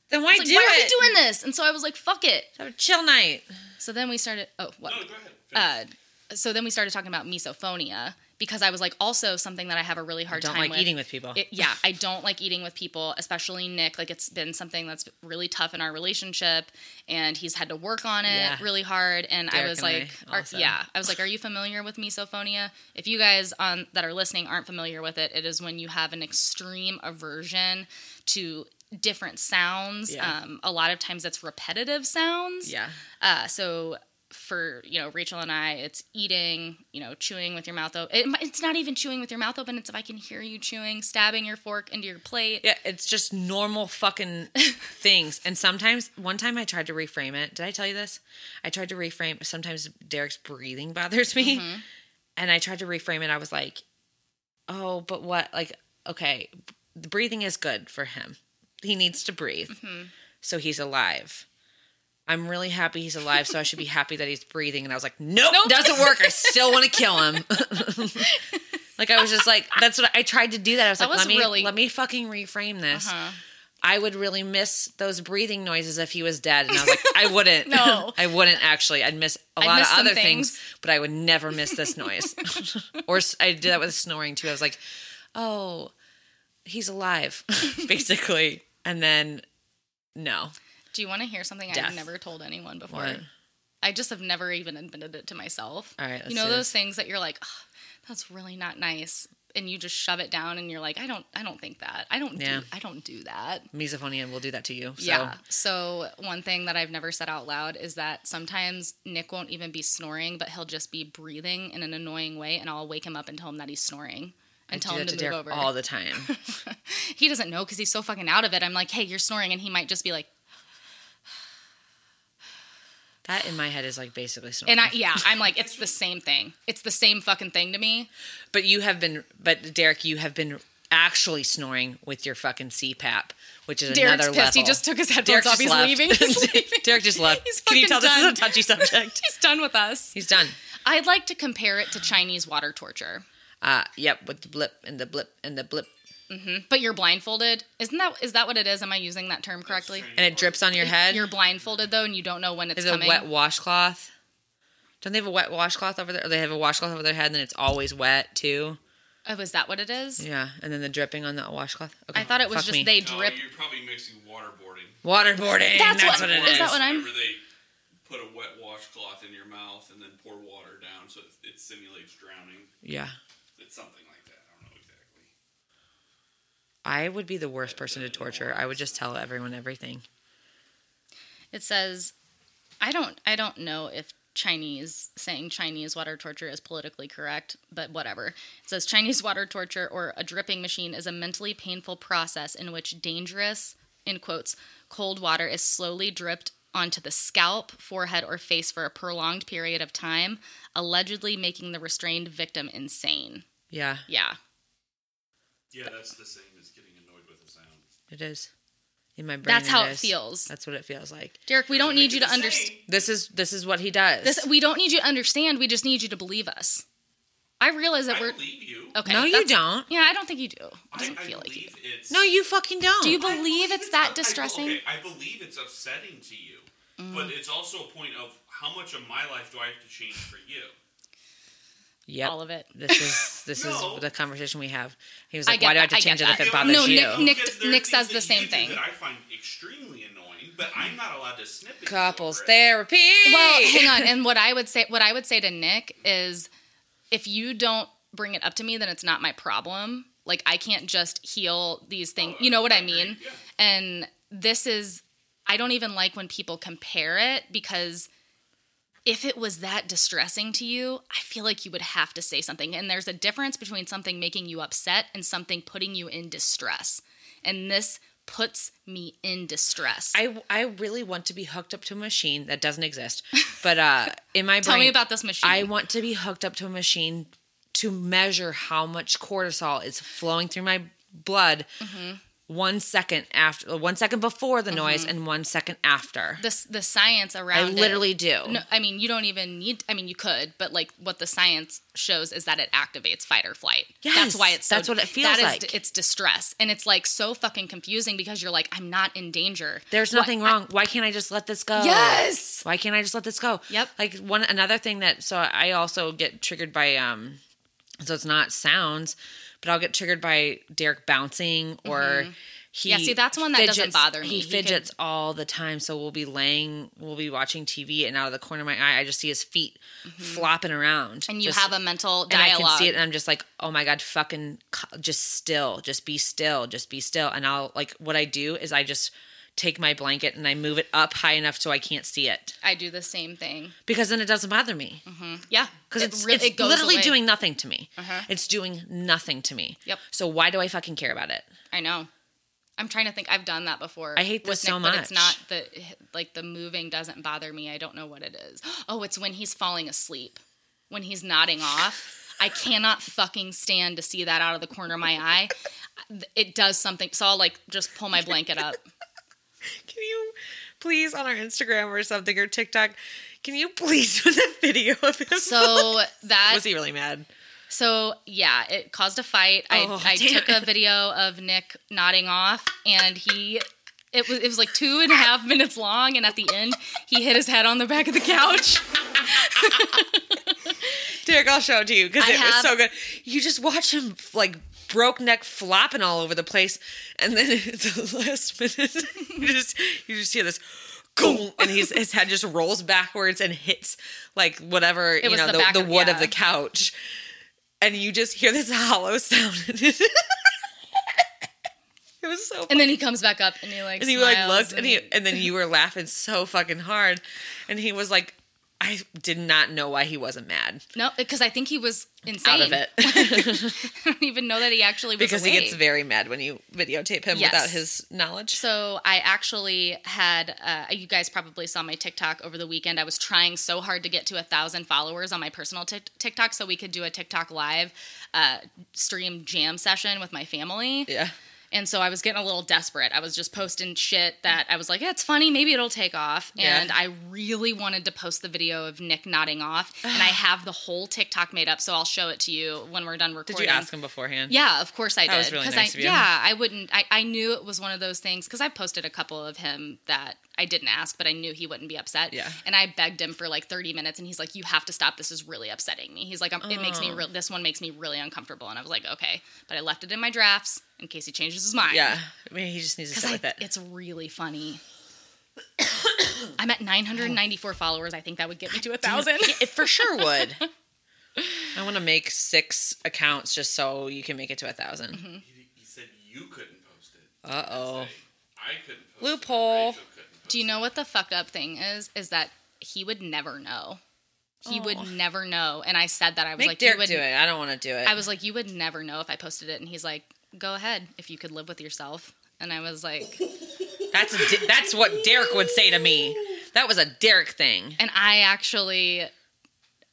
Then why
It's like,
do
why
it?
are we doing this? And so I was like, fuck it.
Have a chill night.
So then we started, oh, what?
No, go ahead.
Uh, so then we started talking about misophonia because I was like, also something that I have a really hard
Don't
time
like
with.
eating with people.
It- yeah, I don't like eating with people, especially Nick. Like it's been something that's really tough in our relationship, and he's had to work on it
Yeah.
really hard. And I
Derek
was
and I
like, are-
also.
yeah, I was like, are you familiar with misophonia? If you guys on that are listening aren't familiar with it, it is when you have an extreme aversion to different sounds.
Yeah.
Um, a lot of times it's repetitive sounds.
yeah.
Uh, so for you know Rachel and I, it's eating, you know, chewing with your mouth open. It, mi- it's not even chewing with your mouth open. It's if I can hear you chewing, stabbing your fork into your plate.
Yeah, it's just normal fucking things. And sometimes, one time I tried to reframe it. Did I tell you this? I tried to reframe. Sometimes Derek's breathing bothers me. And I tried to reframe it. I was like, oh, but what? Like, okay, the breathing is good for him. He needs to breathe. So he's alive. I'm really happy he's alive. So I should be happy that he's breathing. And I was like, nope,
Nope.
doesn't work. I still want to kill him. like, I was just like, that's what I, I tried to do that. I was
That
like,
was
let me,
really-
let me fucking reframe this.
Uh-huh.
I would really miss those breathing noises if he was dead. And I was like, I wouldn't.
No.
I wouldn't actually. I'd miss a
I'd
lot
miss
of
some
other things. but I would never miss this noise. or s- I did that with snoring too. I was like, oh, he's alive, basically. And then, no.
Do you want to hear something
Death.
I've never told anyone before?
What?
I just have never even admitted it to myself.
All right, let's
you know
do
those things that you're like, "Ugh, that's really not nice, and you just shove it down, and you're like, I don't, I don't think that. I don't
Yeah.
do, I don't do that.
Misophonia will do that to you. So.
Yeah. So one thing that I've never said out loud is that sometimes Nick won't even be snoring, but he'll just be breathing in an annoying way, and I'll wake him up and tell him that he's snoring
I
and tell
do
him
that
to, move
Derek
over.
all the time.
he doesn't know because he's so fucking out of it. I'm like, hey, you're snoring, and he might just be like,
That in my head is like basically snoring.
and I, yeah, I'm like, it's the same thing. It's the same fucking thing to me.
But you have been, but Derek, you have been actually snoring with your fucking CPAP, which is
Derek's
another
pissed.
level.
He just took his headphones
Derek
off.
just
He's
left.
leaving. He's leaving.
Derek just left.
He's
Can you tell
fucking
this
done.
is a touchy subject?
He's done with us.
He's done.
I'd like to compare it to Chinese water torture,
Uh, yep, with the blip and the blip and the blip,
but you're blindfolded. Isn't that is that what it is? Am I using that term correctly?
and it drips on your head.
You're blindfolded though, and you don't know when it's
There's
coming.
a wet washcloth. Don't they have a wet washcloth over there? Or they have a washcloth over their head, and then it's always wet too.
oh, is that what it is?
Yeah, and then the dripping on the washcloth. Okay,
I thought it was
fuck
just
me.
they
No,
drip.
you're probably mixing waterboarding.
waterboarding. That's,
That's
what,
what-
it
is that what I'm-
Whenever they put a wet washcloth in your mouth and then pour water down so it, it simulates drowning.
Yeah,
It's something like that. I don't know exactly.
I would be the worst person to torture. I would just tell everyone everything.
It says, I don't I don't know if Chinese saying Chinese water torture is politically correct, but whatever. It says Chinese water torture or a dripping machine is a mentally painful process in which dangerous in quotes cold water is slowly dripped onto the scalp, forehead or face for a prolonged period of time, allegedly making the restrained victim insane.
Yeah,
Yeah.
Yeah, that's the same as getting annoyed with a sound.
it is. In my brain,
That's how it
is.
feels.
That's what it feels like.
Derek, we don't
Doesn't
need
make
you
it
to
the
understand
same.
This is this is what he does.
This we don't need you to understand. We just need you to believe us. I realize that
I
we're
believe you.
okay.
no, you
that's-
don't.
Yeah, I don't think you do. It
I,
doesn't
I
feel like you
believe
do.
it's.
No, you fucking don't.
Do you
I
believe it's that
up- I-
distressing?
okay, I believe it's upsetting to you, but it's also a point of how much of my life do I have to change for you?
Yep.
All of it.
This is this
No.
is the conversation we have. He was
I
like,
get
"Why do I have
that,
to
I get
change it if
that.
it bothers
No,
you?"
Nick-
Because
Nick-
there are
Nick
things
says the
that you
same
do
thing.
That I find extremely annoying, but I'm not allowed to snip at you
Couples
over it.
therapy.
Well, hang on. And what I would say, what I would say to Nick is, if you don't bring it up to me, then it's not my problem. Like I can't just heal these things. You know what I mean?
Yeah.
And this is, I don't even like when people compare it because if it was that distressing to you, I feel like you would have to say something. And there's a difference between something making you upset and something putting you in distress. And this puts me in distress.
I I really want to be hooked up to a machine that doesn't exist, but uh, in my
Tell
brain,
me about this machine.
I want to be hooked up to a machine to measure how much cortisol is flowing through my blood.
Mm-hmm.
One second after, one second before the noise, and one second after.
the the science
I
around Mm-hmm. it-
literally do.
No, I mean you don't even need. I mean you could, but like what the science shows is that it activates fight or flight.
Yes,
that's why it's so,
that's what it feels
that is-
like.
It's distress, and it's like so fucking confusing because you're like, I'm not in danger.
There's
What-
nothing wrong. Why can't I just let this go?
Yes!
Why can't I just let this go?
Yep.
Like one another thing that so I also get triggered by um so it's not sounds, but I'll get triggered by Derek bouncing or he
Mm-hmm. Yeah, see, that's one that doesn't bother me.
He
He could-
fidgets all the time. So we'll be laying we'll be watching TV and out of the corner of my eye I just see his feet flopping around.
Mm-hmm. and you
Just-
have a mental
and I
dialogue.
can see it, and I'm just like, oh my god, fucking, c- just still, just be still, just be still. And I'll like, what I do is I just take my blanket and I move it up high enough so I can't see it
I do the same thing.
because then it doesn't bother me
Yeah,
because
it
it's,
re-
it's
it goes
literally
away.
doing nothing to me.
Uh-huh.
It's doing nothing to me.
Yep.
So why do I fucking care about it?
I know. I'm trying to think. I've done that before.
I hate this
with Nick,
so
But it's not
much.
the like the moving doesn't bother me. I don't know what it is. Oh, it's when he's falling asleep, when he's nodding off. I cannot fucking stand to see that out of the corner of my eye. It does something. So I'll like just pull my blanket up.
Can you please on our Instagram or something or TikTok? Can you please do that video of him?
So that
was he really mad?
So yeah, it caused a fight.
Oh,
I, I
damn
took a video of Nick nodding off, and he it was it was like two and a half minutes long, and at the end he hit his head on the back of the couch.
Derek, I'll show it to you because it
I
was
have-
so good. You just watch him like broke neck flopping all over the place, and then at the last minute, you just you just hear this. Boom, and he's, his head just rolls backwards and hits like whatever you
was
know
the
the,
back
the
of-
wood of
yeah.
the couch, and you just hear this hollow sound. it was so.
And then he comes back up, and he like
and he like
smiles
looked and he and then you were laughing so fucking hard and he was like i did not know why he wasn't mad
no, because I think he was insane.
out of it
I don't even know that he actually was
because he
awake.
gets very mad when you videotape him
Yes.
without his knowledge
So I actually had, uh, you guys probably saw my TikTok over the weekend. I was trying so hard to get to a thousand followers on my personal Tik TikTok so we could do a TikTok live uh, stream jam session with my family.
yeah
And so I was getting a little desperate. I was just posting shit that I was like, yeah, it's funny. Maybe it'll take off.
Yeah.
And I really wanted to post the video of Nick nodding off. and I have the whole TikTok made up. So I'll show it to you when we're done
did
recording.
you ask him beforehand
Yeah, of course I
That was
did.
really
Because
nice of
I,
you.
Yeah, I wouldn't. I, I knew it was one of those things because I posted a couple of him that I didn't ask, but I knew he wouldn't be upset.
Yeah.
And I begged him for like 30 minutes, and he's like, "You have to stop. This is really upsetting me." He's like, I'm, "It makes me.
Oh.
Re- this one makes me really uncomfortable." And I was like, "Okay," but I left it in my drafts in case he changes his mind.
yeah i mean he just needs to
Because
sit with it
it's really funny. I'm at 994 followers. I think that would get me to a thousand.
Yeah, it for sure would i want to make six accounts just so you can make it to a 1000
He, he said you couldn't post it.
uh-oh
Say, I couldn't
Uh,
post
oh. Loophole.
it. and Rachel couldn't post
Do you know what the fucked up thing is? Is that he would never know. He
Oh.
would never know. And I said that I was
make
like, you
derek
would,
do it i don't want to do it
I was like, you would never know if I posted it. And he's like, go ahead if you could live with yourself. And I was like,
That's a, Di- that's what Derek would say to me. That was a Derek thing.
and I actually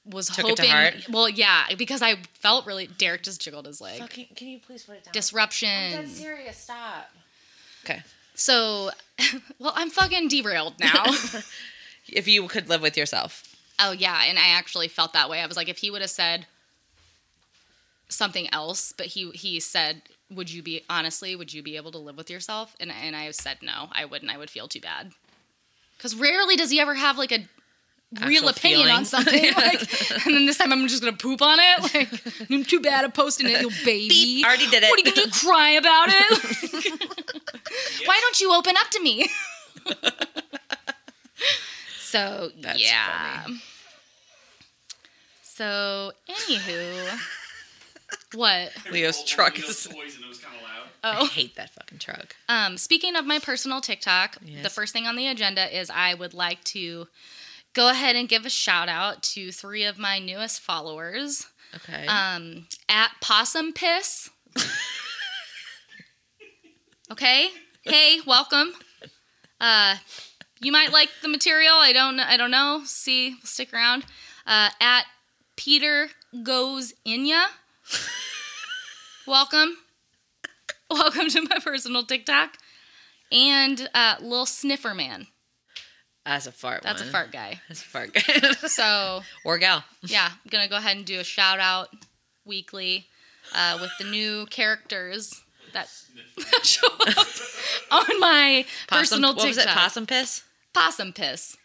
was
Took it to
hoping.
heart?
Well, yeah, because I felt really. Derek just jiggled his leg.
Oh, can, you please put it down? Oh,
Disruption.
serious. Stop. Okay.
So, well, I'm fucking derailed now.
If you could live with yourself,
Oh yeah, and I actually felt that way. I was like, if he would have said something else, but he he said, "Would you be honestly? Would you be able to live with yourself?" And and I said, "No, I wouldn't. I would feel too bad." Because rarely does he ever have like a
Actual
real opinion on
feeling.
something. Like, and then this time I'm just gonna poop on it. Like, I'm too bad at posting it, you baby.
Beep, already did it.
What are you gonna do? Cry about it? Why don't you open up to me? so
That's
yeah. So anywho, what?
it.
Leo's
Rolled
truck
one of
is-
Leo's toys and it was kind of loud.
I
Oh,
hate that fucking truck.
um, speaking of my personal TikTok, the
Yes.
first thing on the agenda is I would like to go ahead and give a shout out to three of my newest followers.
Okay.
um, at Possum Piss. okay. Hey, welcome. Uh, you might like the material. I don't. I don't know. See, stick around. Uh, at Peter goes Inya. welcome. Welcome to my personal TikTok. And uh, Lil Sniffer Man.
that's a fart.
That's
one.
a fart guy.
That's a fart.
So
or gal.
yeah, I'm gonna go ahead and do a shout out weekly uh, with the new characters that show up on my
Possum,
personal
what was
TikTok.
it? Possum piss.
Possum piss.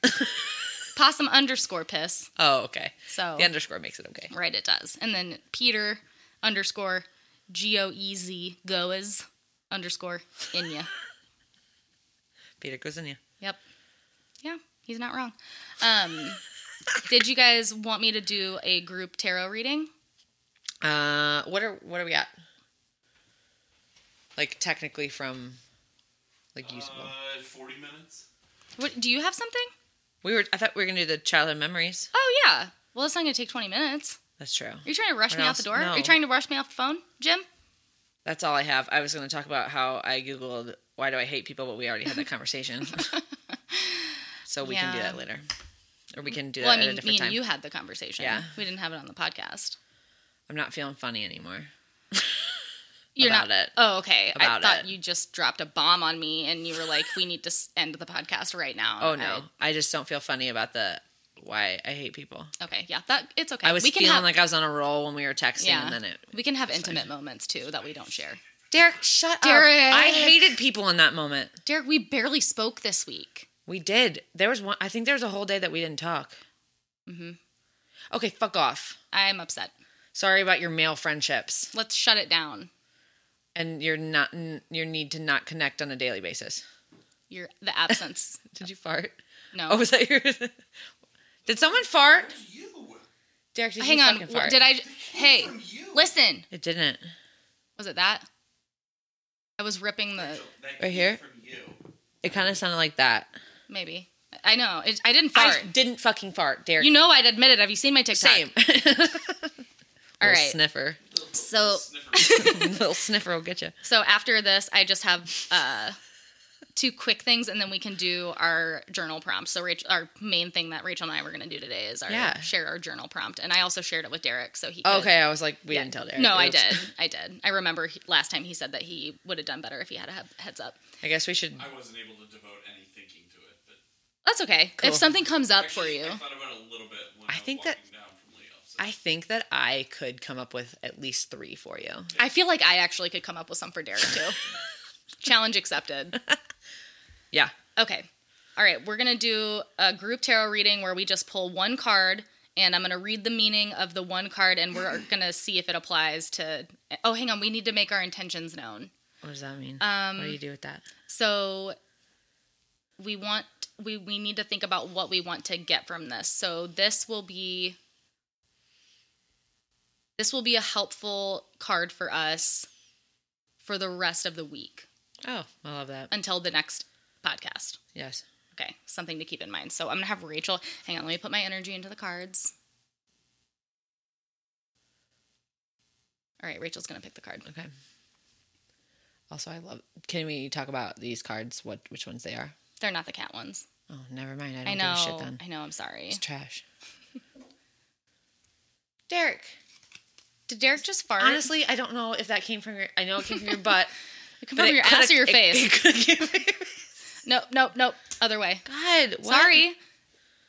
Possum underscore piss.
Oh, okay.
So
The underscore makes it okay.
right, it does. And then Peter underscore G O E Z goes underscore Inya.
Peter goes in you.
Yep. Yeah, he's not wrong. Um, did you guys want me to do a group tarot reading?
Uh, what are what are we at? Like technically from like usable?
Uh, 40 minutes?
What, do you have something?
We were. I thought we were gonna do the childhood memories.
Oh yeah. Well, it's not going to take 20 minutes.
That's true.
Are you trying to rush
What
me
else?
out the door? Are
No.
you trying to rush me off the phone, Jim?
That's all I have. I was gonna talk about how I googled why do I hate people, but we already had that conversation. so we can do
Yeah.
that later, or we can do that
Well, I
at a
mean, me
different
and
time.
you had the conversation.
Yeah.
We didn't have it on the podcast.
I'm not feeling funny anymore.
You're
About
not.
it.
Oh, okay.
About
I thought
it.
you just dropped a bomb on me, and you were like, "We need to s- end the podcast right now."
Oh no, I just don't feel funny about the why I hate people.
I- okay. Yeah. That it's okay.
I was
we can
feeling
have,
like I was on a roll when we were texting,
yeah.
and then it.
we can have intimate moments too that we don't share.
Derek, shut
Derek.
up! I hated people in that moment.
Derek, we barely spoke this week.
We did. There was one. I think there was a whole day that we didn't talk.
Mhm.
Okay, fuck off.
I'm upset.
Sorry about your male friendships
Let's shut it down.
and your not n- your need to not connect on a daily basis.
Your the absence.
Did you fart?
No.
Oh, was that your? did someone fart?
You.
Derek, did
Hang
you
on.
fucking
w-
fart?
Did I? j- Hey,
From you.
listen.
It didn't.
Was it that? I was ripping the
That
Right
came
here?
From you.
It kind of sounded like that.
maybe. I know. It, I didn't fart.
I didn't fucking fart, Derek.
you know I'd admit it. Have you seen my TikTok?
Same.
All
Little
right.
sniffer.
So
Sniffer.
Little sniffer will get you.
so after this, I just have uh, two quick things, and then we can do our journal prompt. So Rachel, our main thing that Rachel and I were going to do today is our
Yeah.
share our journal prompt, and I also shared it with Derek, so he. Could,
Okay, I was like, we
Yeah.
didn't tell Derek.
No, I
Oops.
did. I did. I remember he, last time he said that he would have done better if he had a he- heads up.
I guess we should.
I wasn't able to devote any thinking to it, but
That's okay.
Cool.
If something comes up
actually,
for you,
I thought about it a little bit when
I
I,
think
was
that-
walking down from Leo's.
I think that I could come up with at least three for you.
I feel like I actually could come up with some for Derek too. Challenge accepted.
Yeah.
Okay. All right. We're going to do a group tarot reading where we just pull one card and I'm going to read the meaning of the one card and we're going to see if it applies to. Oh, hang on. We need to make our intentions known.
What does that mean?
Um,
what do you do with that?
So we want. We, we need to think about what we want to get from this. So this will be this will be a helpful card for us for the rest of the week
Oh, I love that.
until the next podcast.
Yes.
Okay, something to keep in mind. So I'm gonna have Rachel. Hang on, let me put my energy into the cards. All right, Rachel's gonna pick the card.
Okay. Also, I love. Can we talk about these cards? What which ones they are?
They're not the cat ones.
Oh, never mind. I don't
I,
give
know.
a shit then.
I know. I'm sorry.
It's trash.
Derek. Did Derek just fart?
Honestly, I don't know if that came from your. I know it came from your butt.
it come
but
from
it
your
coulda-
ass or your
it-
face?
it coulda came from your-
nope, nope, nope. Other way.
God, what?
Sorry.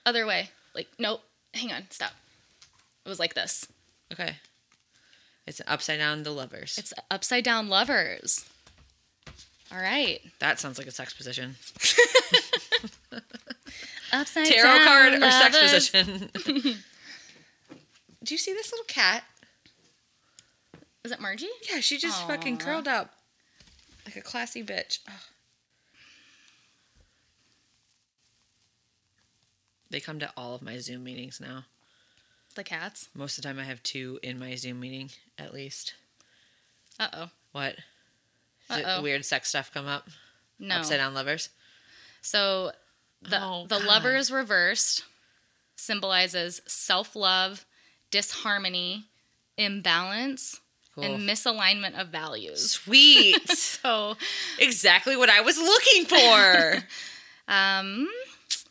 Other way. Like nope. Hang on. Stop. It was like this.
Okay. It's upside down. The lovers.
It's upside down lovers. All right.
that sounds like a sex position.
Upside
Tarot card or sex
lovers.
position. Do you see this little cat?
Is it Margie?
Yeah, she just fucking
Aw.
curled up like a classy bitch. Ugh. They come to all of my Zoom meetings now.
The cats.
Most of the time, I have two in my Zoom meeting at least.
Uh oh.
What? Did
Uh-oh.
weird sex stuff come up?
No.
Upside down lovers.
So the
Oh,
the
God.
lovers reversed symbolizes self love, disharmony, imbalance,
Cool.
and misalignment of values.
Sweet.
So
exactly what I was looking for.
um,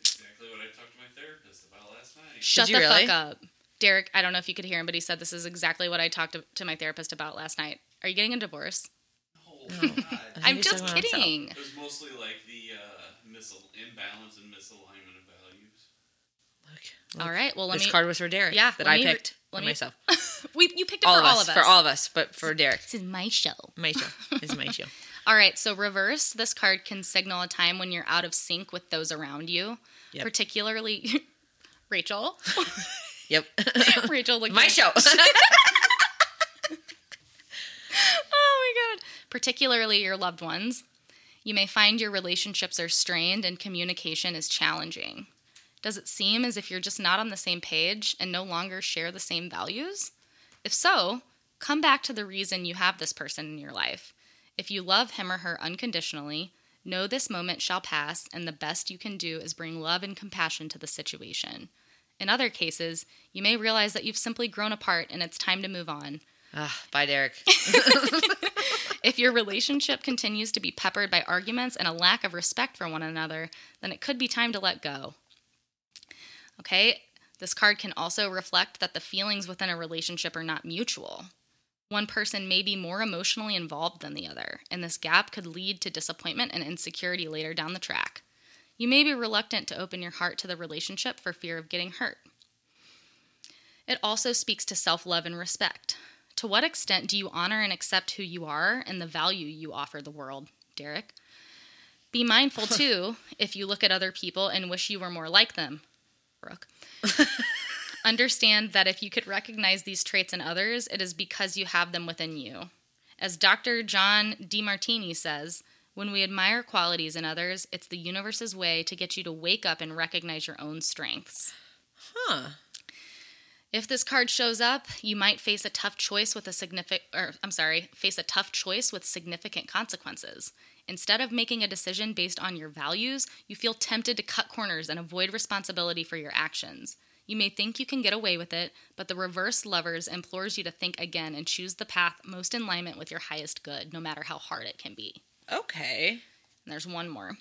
exactly what I talked to my therapist about last night.
shut
you
the
really?
fuck up, Derek. I don't know if you could hear him, but he said this is exactly what I talked to, to my therapist about last night. Are you getting a divorce?
Oh, God.
think
I'm
he's
just
talking about himself.
kidding.
It was mostly like the uh, misal- imbalance and misalignment of values.
Look,
All right. Well, let
this
me.
card was for Derek.
Yeah,
that
let
I
me re-
picked
let
for
me-
myself.
we you picked it
All
for
of
all
us,
of us.
for all of us, but for Derek,
This is my show.
my show. It's my show.
All right, so reversed, this card can signal a time when you're out of sync with those around you,
Yep.
particularly Rachel.
Yep,
Rachel looked
my
like-
show.
Oh my god. Particularly your loved ones. You may find your relationships are strained and communication is challenging. Does it seem as if you're just not on the same page and no longer share the same values? If so, come back to the reason you have this person in your life. If you love him or her unconditionally, Know this moment shall pass, and the best you can do is bring love and compassion to the situation. In other cases, you may realize that you've simply grown apart and it's time to move on.
Ugh, bye, Derek.
If your relationship continues to be peppered by arguments and a lack of respect for one another, then it could be time to let go. Okay, this card can also reflect that the feelings within a relationship are not mutual. One person may be more emotionally involved than the other, and this gap could lead to disappointment and insecurity later down the track. You may be reluctant to open your heart to the relationship for fear of getting hurt. It also speaks to self love and respect. To what extent do you honor and accept who you are and the value you offer the world, Derek? Be mindful too if you look at other people and wish you were more like them, Brooke. Understand that if you could recognize these traits in others, it is because you have them within you. As Dr. John DeMartini says, when we admire qualities in others, it's the universe's way to get you to wake up and recognize your own strengths.
Huh.
If this card shows up, you might face a tough choice with a significant or I'm sorry, face a tough choice with significant consequences. Instead of making a decision based on your values, you feel tempted to cut corners and avoid responsibility for your actions. You may think you can get away with it, but the reverse lovers implores you to think again and choose the path most in alignment with your highest good, no matter how hard it can be.
Okay.
And there's one more.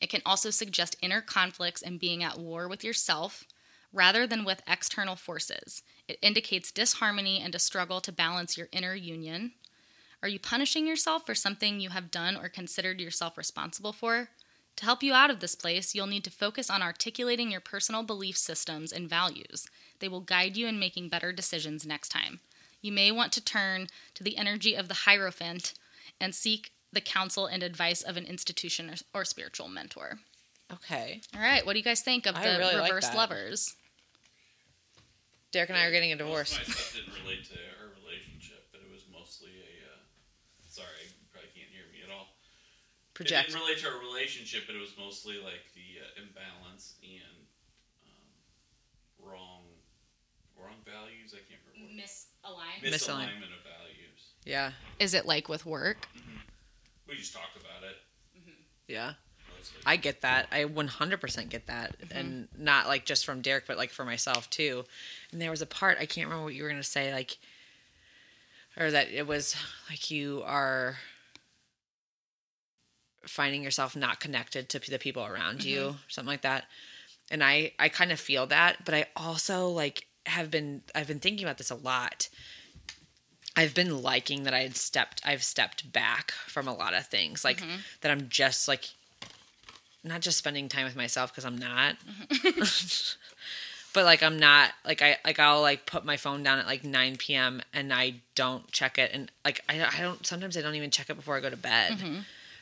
It can also suggest inner conflicts and being at war with yourself rather than with external forces. It indicates disharmony and a struggle to balance your inner union. Are you punishing yourself for something you have done or considered yourself responsible for? To help you out of this place, you'll need to focus on articulating your personal belief systems and values. They will guide you in making better decisions next time. You may want to turn to the energy of the Hierophant and seek the counsel and advice of an institution or, or spiritual mentor.
Okay.
All right, what do you guys think of
I
the
really like
reverse
that.
lovers?
Derek and I are getting a
Most
divorce.
of my stuff didn't relate to our relationship, but it was mostly a. Uh, sorry, you probably can't hear me at all. It
Project.
didn't relate to our relationship, but it was mostly like the uh, imbalance and um, wrong, wrong values. I can't remember.
Misaligned.
Misalign-
What, misalignment of values.
Yeah.
Is it like with work?
We just talked about it.
Yeah.
mostly.
I get that. I 100% get that. And not like just from Derek, but like for myself too. And there was a part, I can't remember what you were going to say, like, or that it was like you are finding yourself not connected to the people around you, something like that. And I, I kind of feel that, but I also like have been, I've been thinking about this a lot. I've been liking that I had stepped, I've stepped back from a lot of things, like that I'm just like not just spending time with myself because I'm not. but like I'm not like I like I'll like put my phone down at like 9 p.m. and I don't check it and like I I don't sometimes I don't even check it before I go to bed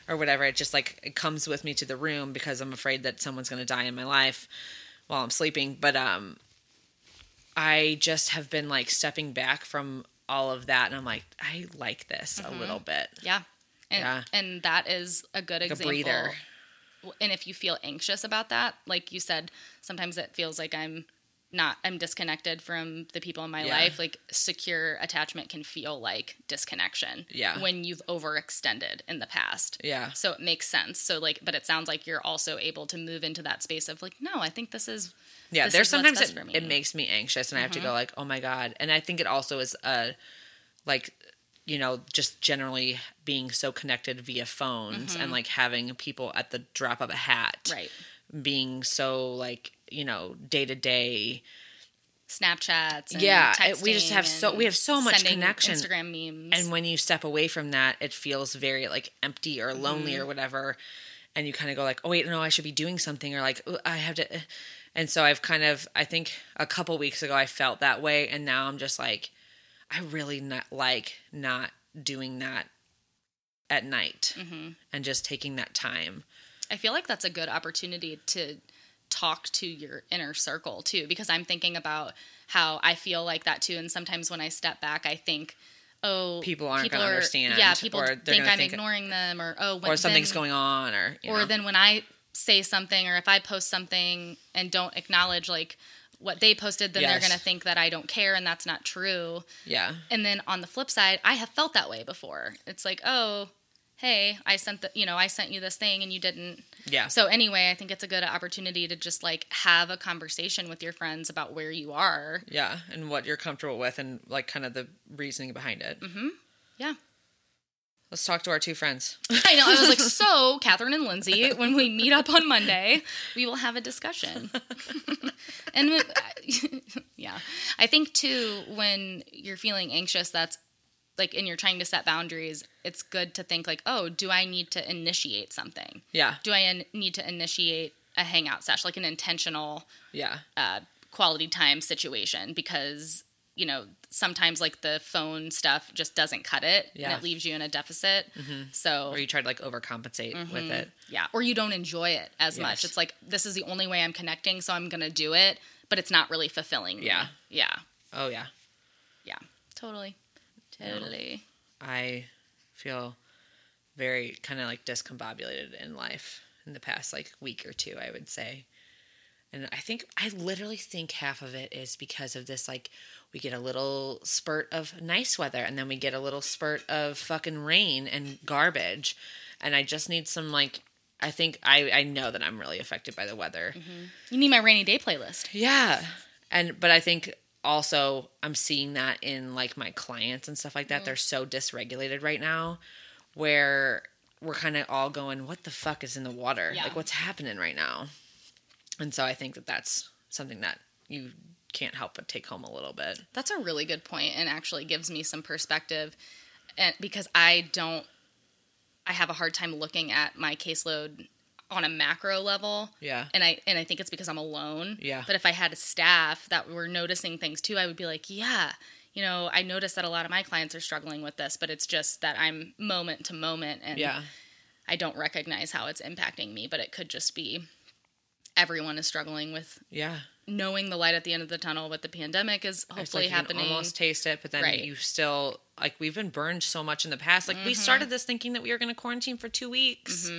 or whatever. It just like it comes with me to the room because I'm afraid that someone's gonna die in my life while I'm sleeping. But um I just have been like stepping back from all of that and I'm like I like this a little bit.
Yeah. And,
Yeah.
and that is a good
a
example.
breather.
And if you feel anxious about that, like you said, sometimes it feels like I'm not, I'm disconnected from the people in my
Yeah.
life. Like secure attachment can feel like disconnection
Yeah.
when you've overextended in the past.
Yeah.
So it makes sense. So like, but it sounds like you're also able to move into that space of like, no, I think this is
Yeah,
this
there's
is what's
sometimes
best
it,
for me. Mm-hmm.
it makes me anxious, and I have to go like, oh my god. And I think it also is uh, like, you know, just generally being so connected via phones and like having people at the drop of a hat,
Mm-hmm. right.
Being so like you know day to day,
Snapchats. And
Yeah, it- we just have
texting
so- we
and
have so much
sending
connection.
Instagram memes.
and when you step away from that, it feels very like empty or lonely
Mm-hmm.
or whatever. And you kind of go like, oh wait, no, I should be doing something, or like, "Ooh, I have to. eh. And so I've kind of, I think a couple weeks ago I felt that way, and now I'm just like, I really not like not doing that at night
Mm.
and just taking that time.
Mm-hmm. I feel like that's a good opportunity to talk to your inner circle too, because I'm thinking about how I feel like that too. And sometimes when I step back, I think, oh,
People aren't
people
gonna
are-
understand,
Yeah, people
or they're
think
gonna
I'm
think-
ignoring them, or oh, when,
or something's
then-
going on, or you
or
know.
then when I say something, or if I post something and don't acknowledge like what they posted, then they're
Yes.
going to think that I don't care, and that's not true.
yeah,
And then on the flip side, I have felt that way before. It's like, oh, hey, I sent the, you know, I sent you this thing and you didn't.
Yeah.
So anyway, I think it's a good opportunity to just like have a conversation with your friends about where you are.
yeah. And what you're comfortable with and like kind of the reasoning behind it.
Mhm. Yeah.
Let's talk to our two friends.
I know. I was like, so Catherine and Lindsay, when we meet up on Monday, we will have a discussion. and we- yeah, I think too, when you're feeling anxious, that's like, and you're trying to set boundaries, it's good to think like, oh, do I need to initiate something?
Yeah.
Do I in- need to initiate a hangout session, like an intentional
Yeah.
uh, quality time situation? Because you know sometimes like the phone stuff just doesn't cut it,
Yeah.
and it leaves you in a deficit. So
Or you try to like overcompensate
Mm-hmm.
with it.
yeah. Or you don't enjoy it as
Yes.
much. It's like, this is the only way I'm connecting, so I'm going to do it, but it's not really fulfilling me.
Yeah.
Yeah.
Oh yeah.
Yeah. Totally. Totally.
I feel very kind of like discombobulated in life in the past like week or two, I would say. And I think I literally think half of it is because of this like we get a little spurt of nice weather and then we get a little spurt of fucking rain and garbage. And I just need some like I think I I know that I'm really affected by the weather.
You need my rainy day playlist.
Yeah. And but I think also I'm seeing that in like my clients and stuff like that. They're so dysregulated right now where we're kind of all going, what the fuck is in the water?
Yeah.
Like what's happening right now? And so I think that that's something that you can't help but take home a little bit.
That's a really good point and actually gives me some perspective and because I don't, I have a hard time looking at my caseload on a macro level.
Yeah.
and I and I think it's because I'm alone.
Yeah.
But if I had a staff that were noticing things too, I would be like, yeah, you know, I notice that a lot of my clients are struggling with this, but it's just that I'm moment to moment and
Yeah.
I don't recognize how it's impacting me, but it could just be everyone is struggling with
Yeah.
knowing the light at the end of the tunnel, but the pandemic is
It's like
hopefully
you can
happening.
almost taste it, but then
Right.
you still like we've been burned so much in the past. Like we
Mm-hmm.
started this thinking that we were going to quarantine for two weeks.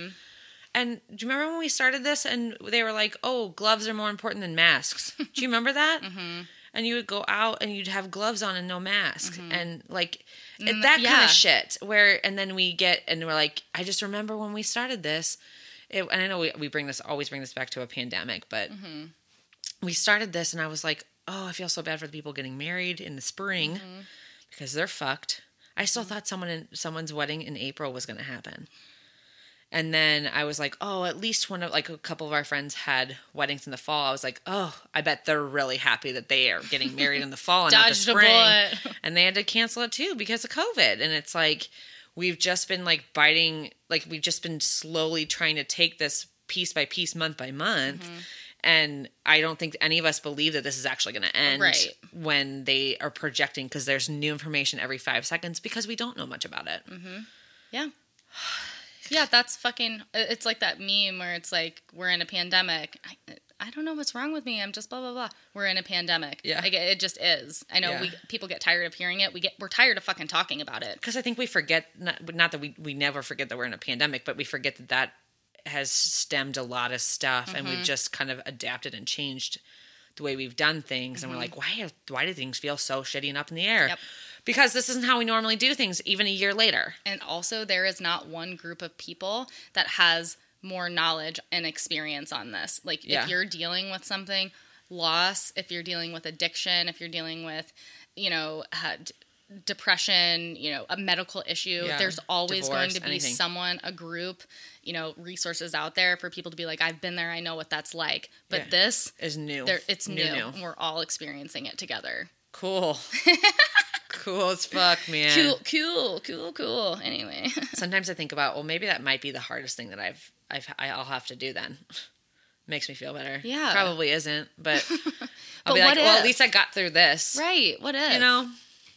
And do you remember when we started this and they were like, "Oh, gloves are more important than masks." do you remember that?
Mm-hmm.
And you would go out and you'd have gloves on and no mask and like it, that kind
yeah.
of shit. Where and then we get and we're like, I just remember when we started this. It, and I know we, we bring this always bring this back to a pandemic, but we started this and I was like, oh, I feel so bad for the people getting married in the spring because they're fucked. I
Mm-hmm.
still thought someone in, someone's wedding in April was going to happen. And then I was like, oh, at least one of like a couple of our friends had weddings in the fall. I was like, oh, I bet they're really happy that they are getting married in the fall and not the
Dodged a
spring.
bullet.
and they had to cancel it too because of COVID. And it's like we've just been like biting, like we've just been slowly trying to take this piece by piece, month by month. And I don't think any of us believe that this is actually going to end
Right.
when they are projecting because there's new information every five seconds because we don't know much about it.
Yeah. Yeah, that's fucking. It's like that meme where it's like, we're in a pandemic. I, I don't know what's wrong with me. I'm just blah blah blah. We're in a pandemic.
Yeah.
like it just is. I know
Yeah.
we people get tired of hearing it. We get we're tired of fucking talking about it.
Because I think we forget, not, not that we, we never forget that we're in a pandemic, but we forget that that has stemmed a lot of stuff and
Mm-hmm.
we've just kind of adapted and changed the way we've done things. And we're like, why, are, why do things feel so shitty and up in the air?
Mm-hmm. Yep.
Because this isn't how we normally do things, even a year later.
And also, there is not one group of people that has more knowledge and experience on this. Like,
Yeah.
if you're dealing with something, loss, if you're dealing with addiction, if you're dealing with, you know, uh, d- depression, you know, a medical issue,
Yeah.
there's always going
Divorce,
to be
anything.
someone, a group, you know, resources out there for people to be like, I've been there, I know what that's like. But
Yeah.
this,
Is new.
there, it's new, and we're all experiencing it together.
Cool. cool as fuck, man.
Cool, cool, cool, cool. Anyway.
Sometimes I think about, well, maybe that might be the hardest thing that I've, I've, I'll have to do then. Makes me feel better.
Yeah.
Probably isn't, but I'll
But
be like,
what
well, at
if?
least I got through this.
right. What if?
You know?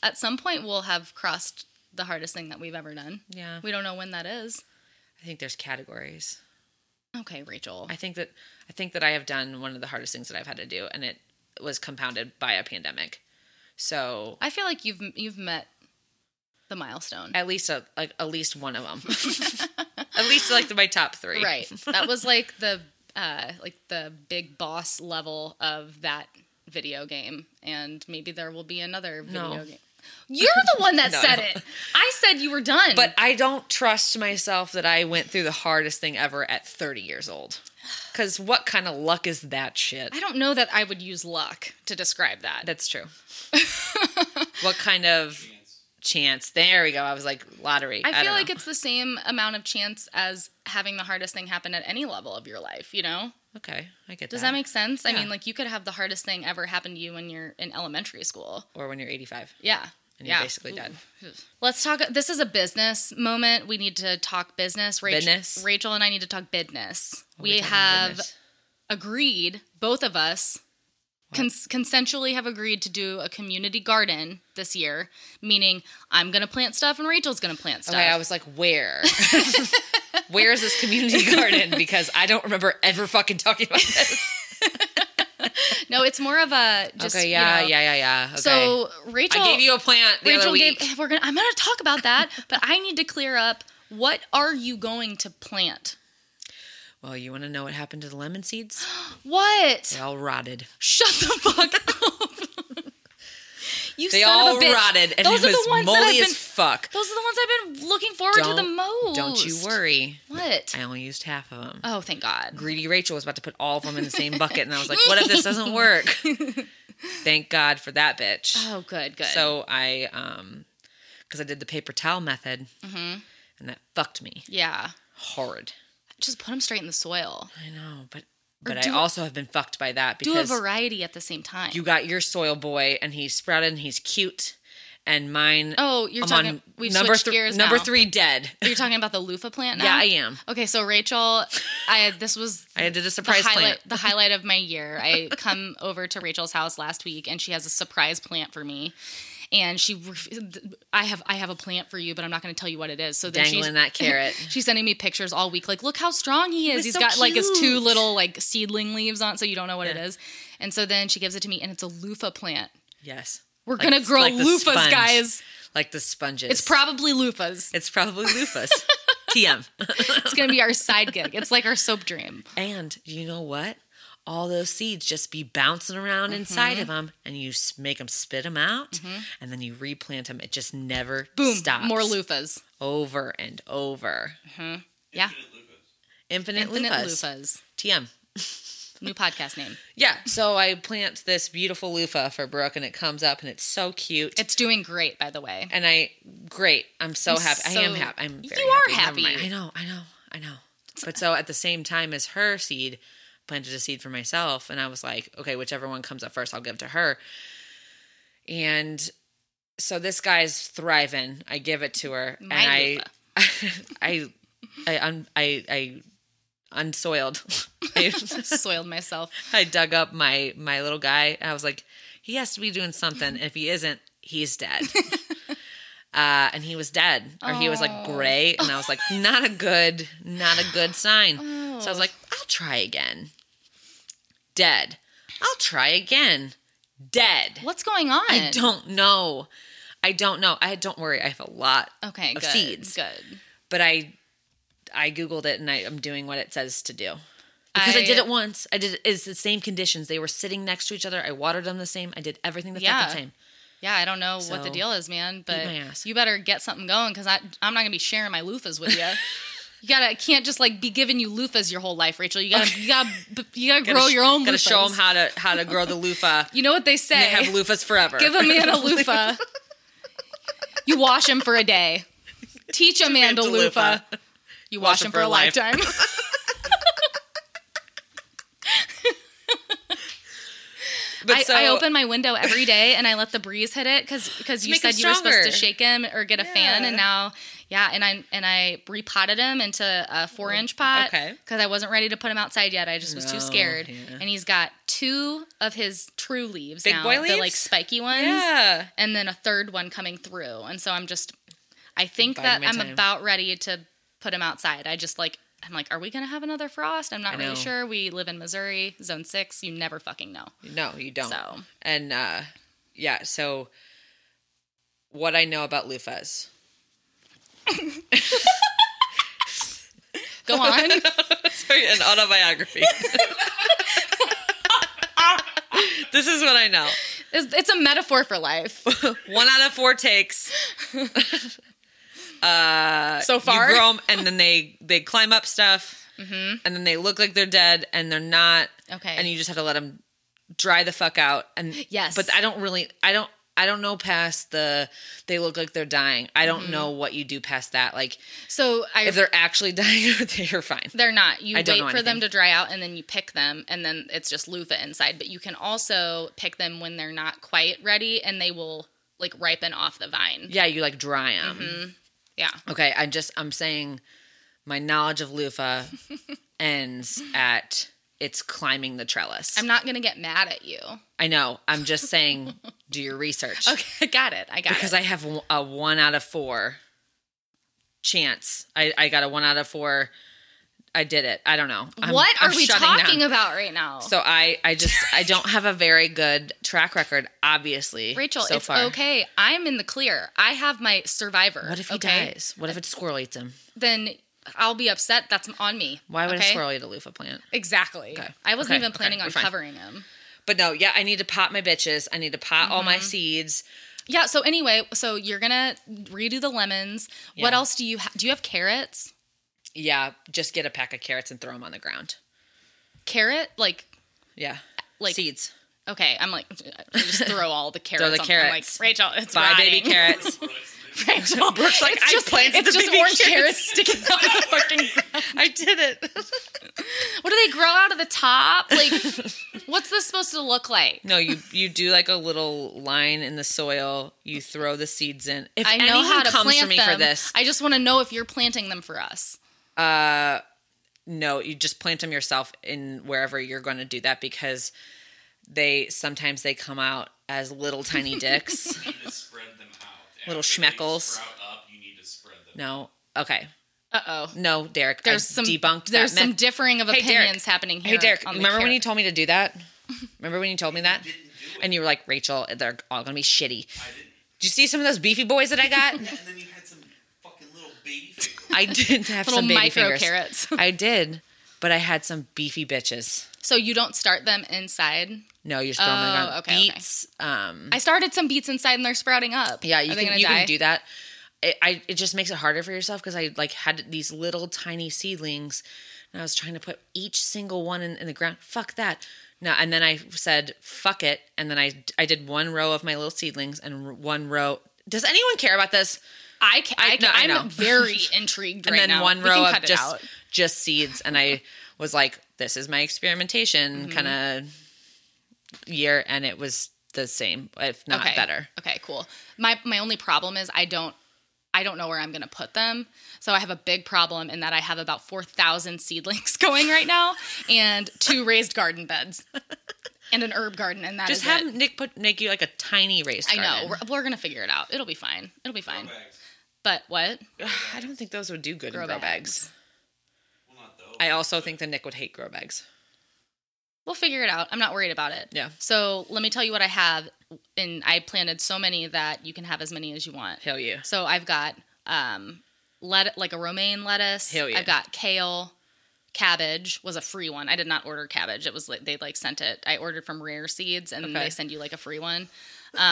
at some point we'll have crossed the hardest thing that we've ever done.
Yeah.
We don't know when that is.
I think there's categories.
Okay, Rachel.
I think that, I think that I have done one of the hardest things that I've had to do, and it was compounded by a pandemic. So
I feel like you've you've met the milestone.
at least a, like at least one of them, at least like my top three.
Right. That was like the uh like the big boss level of that video game and maybe there will be another video
No.
game. You're the one that
No,
said
no.
it. I said you were done.
But I don't trust myself that I went through the hardest thing ever at 30 years old. Because what kind of luck is that shit?
I don't know that I would use luck to describe that.
That's true. what kind of
Chance.
chance? There we go. I was like, lottery.
I feel
don't
like
know.
it's the same amount of chance as having the hardest thing happen at any level of your life, you know?
Okay, I get
Does
that.
that make sense? I
Yeah.
mean, like you could have the hardest thing ever happen to you when you're in elementary school.
or when you're 85
Yeah.
and you're
yeah.
basically dead.
Let's talk. This is a business moment. We need to talk business. Rachel,
Business?
Rachel and I need to talk business.
Oh,
we
my
have
goodness.
agreed, both of us cons- consensually have agreed to do a community garden this year, meaning I'm going to plant stuff and Rachel's going to plant stuff.
Okay, I was like, where? where is this community garden? Because I don't remember ever fucking talking about this.
no, it's more of a just.
okay,
you
yeah,
know-
yeah, yeah, yeah. Okay.
So Rachel.
I gave you a plant the other
Rachel
week.
gave. We're gonna. I'm gonna talk about that, but I need to clear up. What are you going to plant?
well, you want to know what happened to the lemon seeds?
What?
They all rotted.
Shut the fuck up. you
They
son
all
of a bitch.
rotted, and
Those
it
are
was
the ones
moldy
that I've been.
as fuck.
those are the ones I've been looking forward to the most.
Don't you worry.
What?
I only used half of them.
Oh, thank God.
Greedy Rachel was about to put all of them in the same bucket, and I was like, "What if this doesn't work?" Thank God for that bitch.
Oh, good, good.
So I, um, because I did the paper towel method,
Mm-hmm.
and that fucked me
yeah,
hard.
just put them straight in the soil.
I know, but but I
do-
also have been fucked by that
Do a
because
variety at the same time.
you got your soil boy, and he sprouted, and he's cute, and mine.
oh, you're
I'm
talking.
on
we've
number
switched
three.
gears.
number
now.
three dead.
You're talking about the loofah plant now.
Yeah, I am.
Okay, so Rachel, I this was
I did a
the
surprise plant.
highlight, the highlight of my year. I come over to Rachel's house last week, and she has a surprise plant for me. And she, ref- I have, I have a plant for you, but I'm not going to tell you what it is. So then she's,
Dangling that carrot.
she's sending me pictures all week, like, look how strong he is.
was
He's
so
got like his two
cute.
little like seedling leaves on, it, so you don't know what it
Yeah.
is. And so then she gives it to me, and it's a loofah plant.
Yes.
We're
Like-
gonna grow
like the
loofahs,
sponge.
guys.
Like the sponges.
It's probably loofahs.
It's probably loofahs. TM.
It's gonna be our side gig. It's like our soap dream.
and you know what? All those seeds just be bouncing around
Mm-hmm.
inside of them, and you s- make them spit them out, and then you replant them. It just never
Boom.
stops.
More loofahs.
over and over.
Yeah.
Infinite,
Infinite Lucas.
Infinite
loofahs.
loofahs.
TM.
New podcast name.
Yeah. So I plant this beautiful loofah for Brooke, and it comes up, and it's so cute.
It's doing great, by the way.
and I, great. I'm so
I'm
happy. I am
so-
happy. I'm. Very
You are
happy. Never
happy.
mind. I know. I know. I know. But so at the same time as her seed, planted a seed for myself, and I was like, okay, whichever one comes up first, I'll give to her. And so this guy's thriving. I give it to her,
My
and I, I, I, un, I, I unsoiled. I,
Soiled myself.
I dug up my my little guy. And I was like, he has to be doing something. If he isn't, he's dead. uh, and he was dead, or he was like
Aw.
gray. And I was like, not a good, not a good sign. So I
Oh.
was like, I'll try again. Dead. I'll try again. Dead.
What's going on?
I don't know. I don't know. I don't worry. I have a lot
Okay,
of
good.
seeds.
Good.
but I I googled it and I, I'm doing what it says to do because I, did it once. I did it. It's the same conditions. They were sitting next to each other. I watered them the same. I did everything the
Yeah.
fucking same.
Yeah, I don't know what the
So,
deal is, man, but
my ass.
you better get something going because I'm not going to be sharing my loofahs with you. You gotta I can't just like be giving you loofahs your whole life, Rachel. You gotta you gotta you gotta, grow
Gotta sh-
your own.
Gotta
loofahs.
show them how to how to grow the loofah.
You know what they say?
They have loofahs forever.
Give a man a loofah. you wash him for a day. Teach a man to
to
loofah.
loofah.
You wash, him for a
life.
lifetime.
But
I,
so-
I open my window every day and I let the breeze hit it because because you
make 'em
said you were supposed to
stronger.
shake him or get a fan and
Yeah.
now yeah and I and I repotted him into a four inch pot
Oh, okay.
because I wasn't ready to put him outside yet I just was too
No,
scared
yeah.
and he's got two of his true leaves
Big
now
boy
the
leaves?
like spiky ones
Yeah.
and then a third one coming through and so I'm just I think
Biding
that
my
I'm
time.
about ready to put him outside I just like. I'm like, are we gonna have another frost? I'm
I
not really
know.
sure. We live in Missouri, Zone Six. You never fucking know.
No, you don't.
So.
And uh yeah, so what I know about loofahs.
Go on.
Sorry, an autobiography. this is what I know.
It's, it's a metaphor for life. uh,
One out of four takes. uh,
So
you
far?
grow 'em, and then they they climb up stuff,
Mm-hmm.
and then they look like they're dead, and they're not.
Okay.
and you just have to let them dry the fuck out. And
Yes.
but I don't really, I don't. I don't know past the they look like they're dying. I
Mm-hmm.
don't know what you do past that. Like
so I
if they're actually dying or they are fine.
They're not. You
I
wait
don't know
for them
anything.
to dry out and then you pick them and then it's just loofah inside. But you can also pick them when they're not quite ready and they will like ripen off the vine.
Yeah, you like dry them.
Mm-hmm. Yeah.
Okay, I just I'm saying my knowledge of loofah ends at it's climbing the trellis.
I'm not going to get mad at you.
I know. I'm just saying do your research
Okay. Got it. I got
because
it.
I have a one out of four chance. I I got a one out of four. I did it. I don't know. I'm-
what are
I'm
we
shutting down.
talking about right now?
So I I just I don't have a very good track record. Obviously,
Rachel,
so
it's
far.
okay. I'm in the clear. I have my survivor.
What if he
okay?
dies? What if a squirrel eats him?
Then I'll be upset. That's on me.
Why would
okay?
a squirrel eat a loofah plant?
Exactly. I wasn't
Okay,
even
okay,
planning
we're
on
fine.
covering him.
But no, yeah, I need to pot my bitches. I need to pot all
Mm-hmm.
my seeds.
Yeah. So anyway, so you're gonna redo the lemons. What
Yeah.
else do you ha- do? You have carrots.
Yeah, just get a pack of carrots and throw them on the ground.
Carrot, like
Yeah,
Like-
seeds.
okay. I'm like, I just throw all the carrots.
Throw the
on- I'm like,
carrots.
Rachel, it's
Buy
rotting.
baby carrots.
Rachel, Brooke's
like,
it's
I
just,
planted
it's
the
just
baby
orange
carrots.
carrots sticking out of the fucking. ground.
I did it.
What do they grow out of the top? Like, what's this supposed to look like?
no, you you do like a little line in the soil. You throw the seeds in. If
I know
anyone
how to
comes
plant
to me
them.
for this,
I just want to know if you're planting them for us.
uh, no, you just plant them yourself in wherever you're going to do that because they sometimes they come out as little tiny dicks.
You need to spread them out.
Little
After
schmeckles.
They sprout up, you need to spread them.
no, okay,
Uh oh.
no, Derek.
There's
I
some
debunked.
There's
that myth.
some differing of
Hey, Derek.
opinions happening here.
Hey Derek,
on the
remember when you
carrot.
told me to do that? Remember when you told me that?
Didn't do it.
And you were like, Rachel, they're all gonna be shitty.
I didn't.
Did you see some of those beefy boys that I got?
Yeah, and then you had some fucking little baby fingers.
I did have
little
some baby
micro
fingers.
carrots?
I did, but I had some beefy bitches.
So you don't start them inside.
No, you're throwing them
Oh,
on
okay, okay.
beets. Um,
I started some beets inside and they're sprouting up.
yeah,
Are
you
they
can
gonna
you
die?
can do that. It, I it just makes it harder for yourself because I like had these little tiny seedlings, and I was trying to put each single one in, in the ground. Fuck that. No, and then I said fuck it, and then I I did one row of my little seedlings and r- one row. Does anyone care about this?
I, ca- I,
I- no,
ca-
I
I'm
know.
very intrigued
and
right
then
now.
one
We
row
can
of
cut it
just
out.
just seeds and i was like this is my
Mm-hmm.
experimentation kind of year and it was the same if not
okay.
better
Okay, cool. My my only problem is I don't I don't know where I'm going to put them. So I have a big problem in that I have about 4,000 seedlings going right now and two raised garden beds and an herb garden and that is
just have
it.
nick put make you like a tiny raised
I know.
garden.
We're, we're going to figure it out. It'll be fine. It'll be fine.
Bags.
But what?
i don't think those would do good
Grow
in grow
bags.
bags.
Well, not those.
i also think that nick would hate grow bags
We'll figure it out. I'm not worried about it.
Yeah.
So let me tell you what I have, and I planted so many that you can have as many as you want.
hell you
So I've got um, let like a romaine lettuce.
Hell yeah.
I've got kale. Cabbage was a free one. I did not order cabbage. It was like they like sent it. I ordered from Rare Seeds, and
Okay.
they send you like a free one.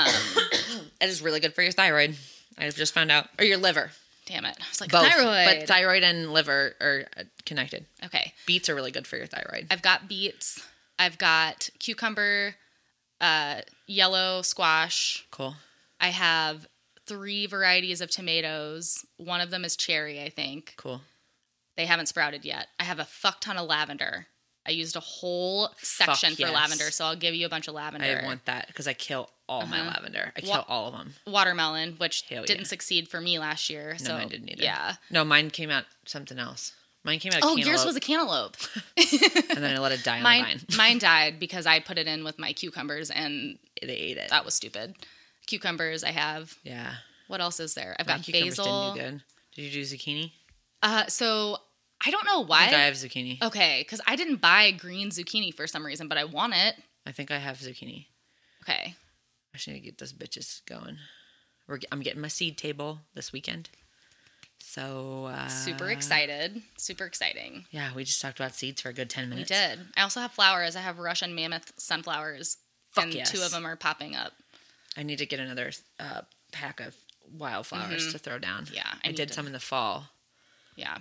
that is really good for your thyroid i've just found out or your liver
Damn it! I was like
both
thyroid.
but thyroid and liver are uh, connected
okay,
beets are really good for your thyroid
I've got beets. I've got cucumber, uh, yellow squash,
cool
I have three varieties of tomatoes. One of them is cherry, I think.
cool
They haven't sprouted yet. I have a fuck ton of lavender. I used a whole section for
yes.
lavender, so I'll give you a bunch of lavender.
I want that because I kill all my lavender. I kill
Uh-huh. Wha-
all of them.
Watermelon, which
Hell
didn't
yeah.
succeed for me last year.
No,
so
mine didn't either.
Yeah.
No, mine came out something else. Mine came out. Of
Oh,
cantaloupe,
yours was a cantaloupe.
and then I let it die on the
Mine,
vine.
mine died because I put it in with my cucumbers, and
They ate it.
that was stupid. Cucumbers, I have.
yeah,
What else is there? I've
My
got
cucumbers
basil.
Didn't do good. Did you do zucchini?
Uh, so I Oh. don't know
I
why.
think I have zucchini.
Okay, because I didn't buy green zucchini for some reason, but I want it.
I think I have zucchini.
Okay.
I should get those bitches going. We're, I'm getting my seed table this weekend. So uh,
Super excited. Super exciting.
Yeah, we just talked about seeds for a good ten
We
minutes.
did. I also have flowers. I have Russian mammoth sunflowers
Fuck
and
yes.
two of them are popping up.
I need to get another uh, pack of wildflowers to throw down.
Mm-hmm. Yeah, I
I,
need
did
to-
some in the fall.
Yeah.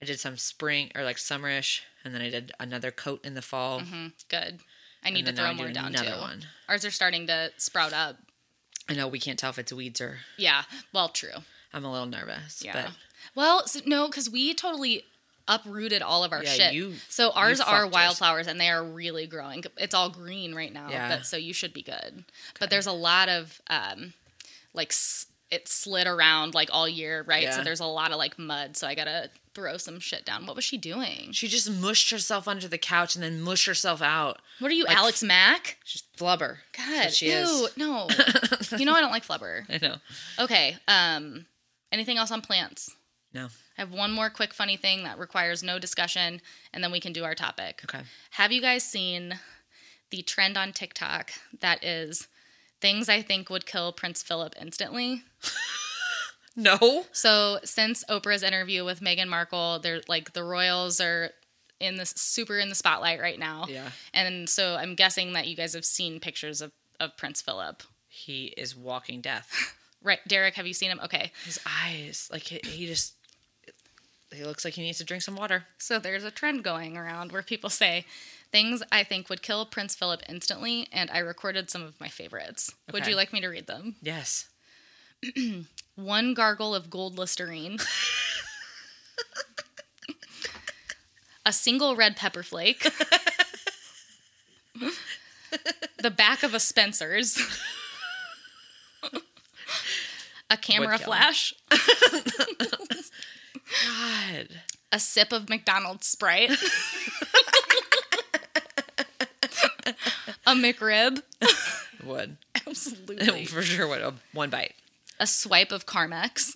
I did some spring or like summerish, and then I did another coat in the fall.
hmm Good. I need
and
to
then now
throw
I do
more down too.
another one.
Ours are starting to sprout up.
I know we can't tell if it's weeds or.
Yeah. Well, true.
I'm a little nervous.
Yeah.
But
Well, so, no, because we totally uprooted all of our
Yeah,
shit.
you-
so ours
you
are
fucked yours.
wildflowers, and they are really growing. It's all green right now,
Yeah.
but so you should be good. But there's a lot of um, like s- it slid around like all year, right? So
Yeah.
there's a lot of like mud. So I gotta throw some shit down. What was she doing?
she just mushed herself under the couch and then mushed herself out.
What are you,
Like-
Alex Mack?
She's flubber. That's what
God,
she
ew,
is.
no. you know I don't like flubber.
I know.
Okay. Um, anything else on plants?
No.
I have one more quick funny thing that requires no discussion, and then we can do our topic.
Okay.
Have you guys seen the trend on TikTok that is things I think would kill Prince Philip instantly?
No.
So since Oprah's interview with Meghan Markle, they're like the royals are in the super in the spotlight right now.
Yeah.
And so I'm guessing that you guys have seen pictures of, of Prince Philip.
He is walking death.
Right, Derek, have you seen him? Okay.
His eyes, like he, he just, he looks like he needs to drink some water.
So there's a trend going around where people say things I think would kill Prince Philip instantly, and I recorded some of my favorites. Would
Okay.
you like me to read them?
Yes.
One gargle of gold Listerine. a single red pepper flake. the back of a Spencer's. a camera
Would kill him.
flash.
God.
A sip of McDonald's Sprite. a McRib.
Would.
Absolutely.
For sure would. A- One bite.
a swipe of Carmex.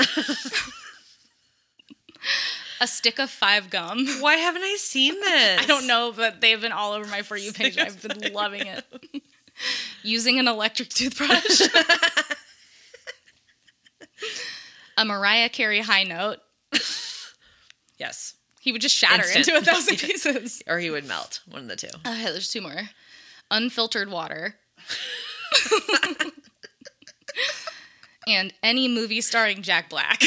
a stick of five gum.
Why haven't I seen this?
I don't know, but they've been all over my For You page. I've been loving it. Using an electric toothbrush. a Mariah Carey high note.
Yes.
He would just shatter
Instant.
into a thousand pieces.
Or he would melt. One of the two.
Uh, there's two more. Unfiltered water. and any movie starring Jack Black.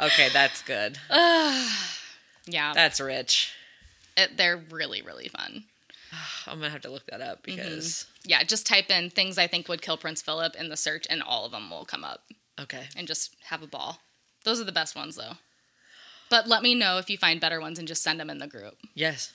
Okay, that's good.
yeah.
That's rich.
it- they're really, really fun.
I'm gonna have to look that up because.
Yeah, just type in things I think would kill Prince Philip in the search, and all of them will come up.
Okay.
and just have a ball. Those are the best ones, though. But let me know if you find better ones and just send them in the group.
Yes.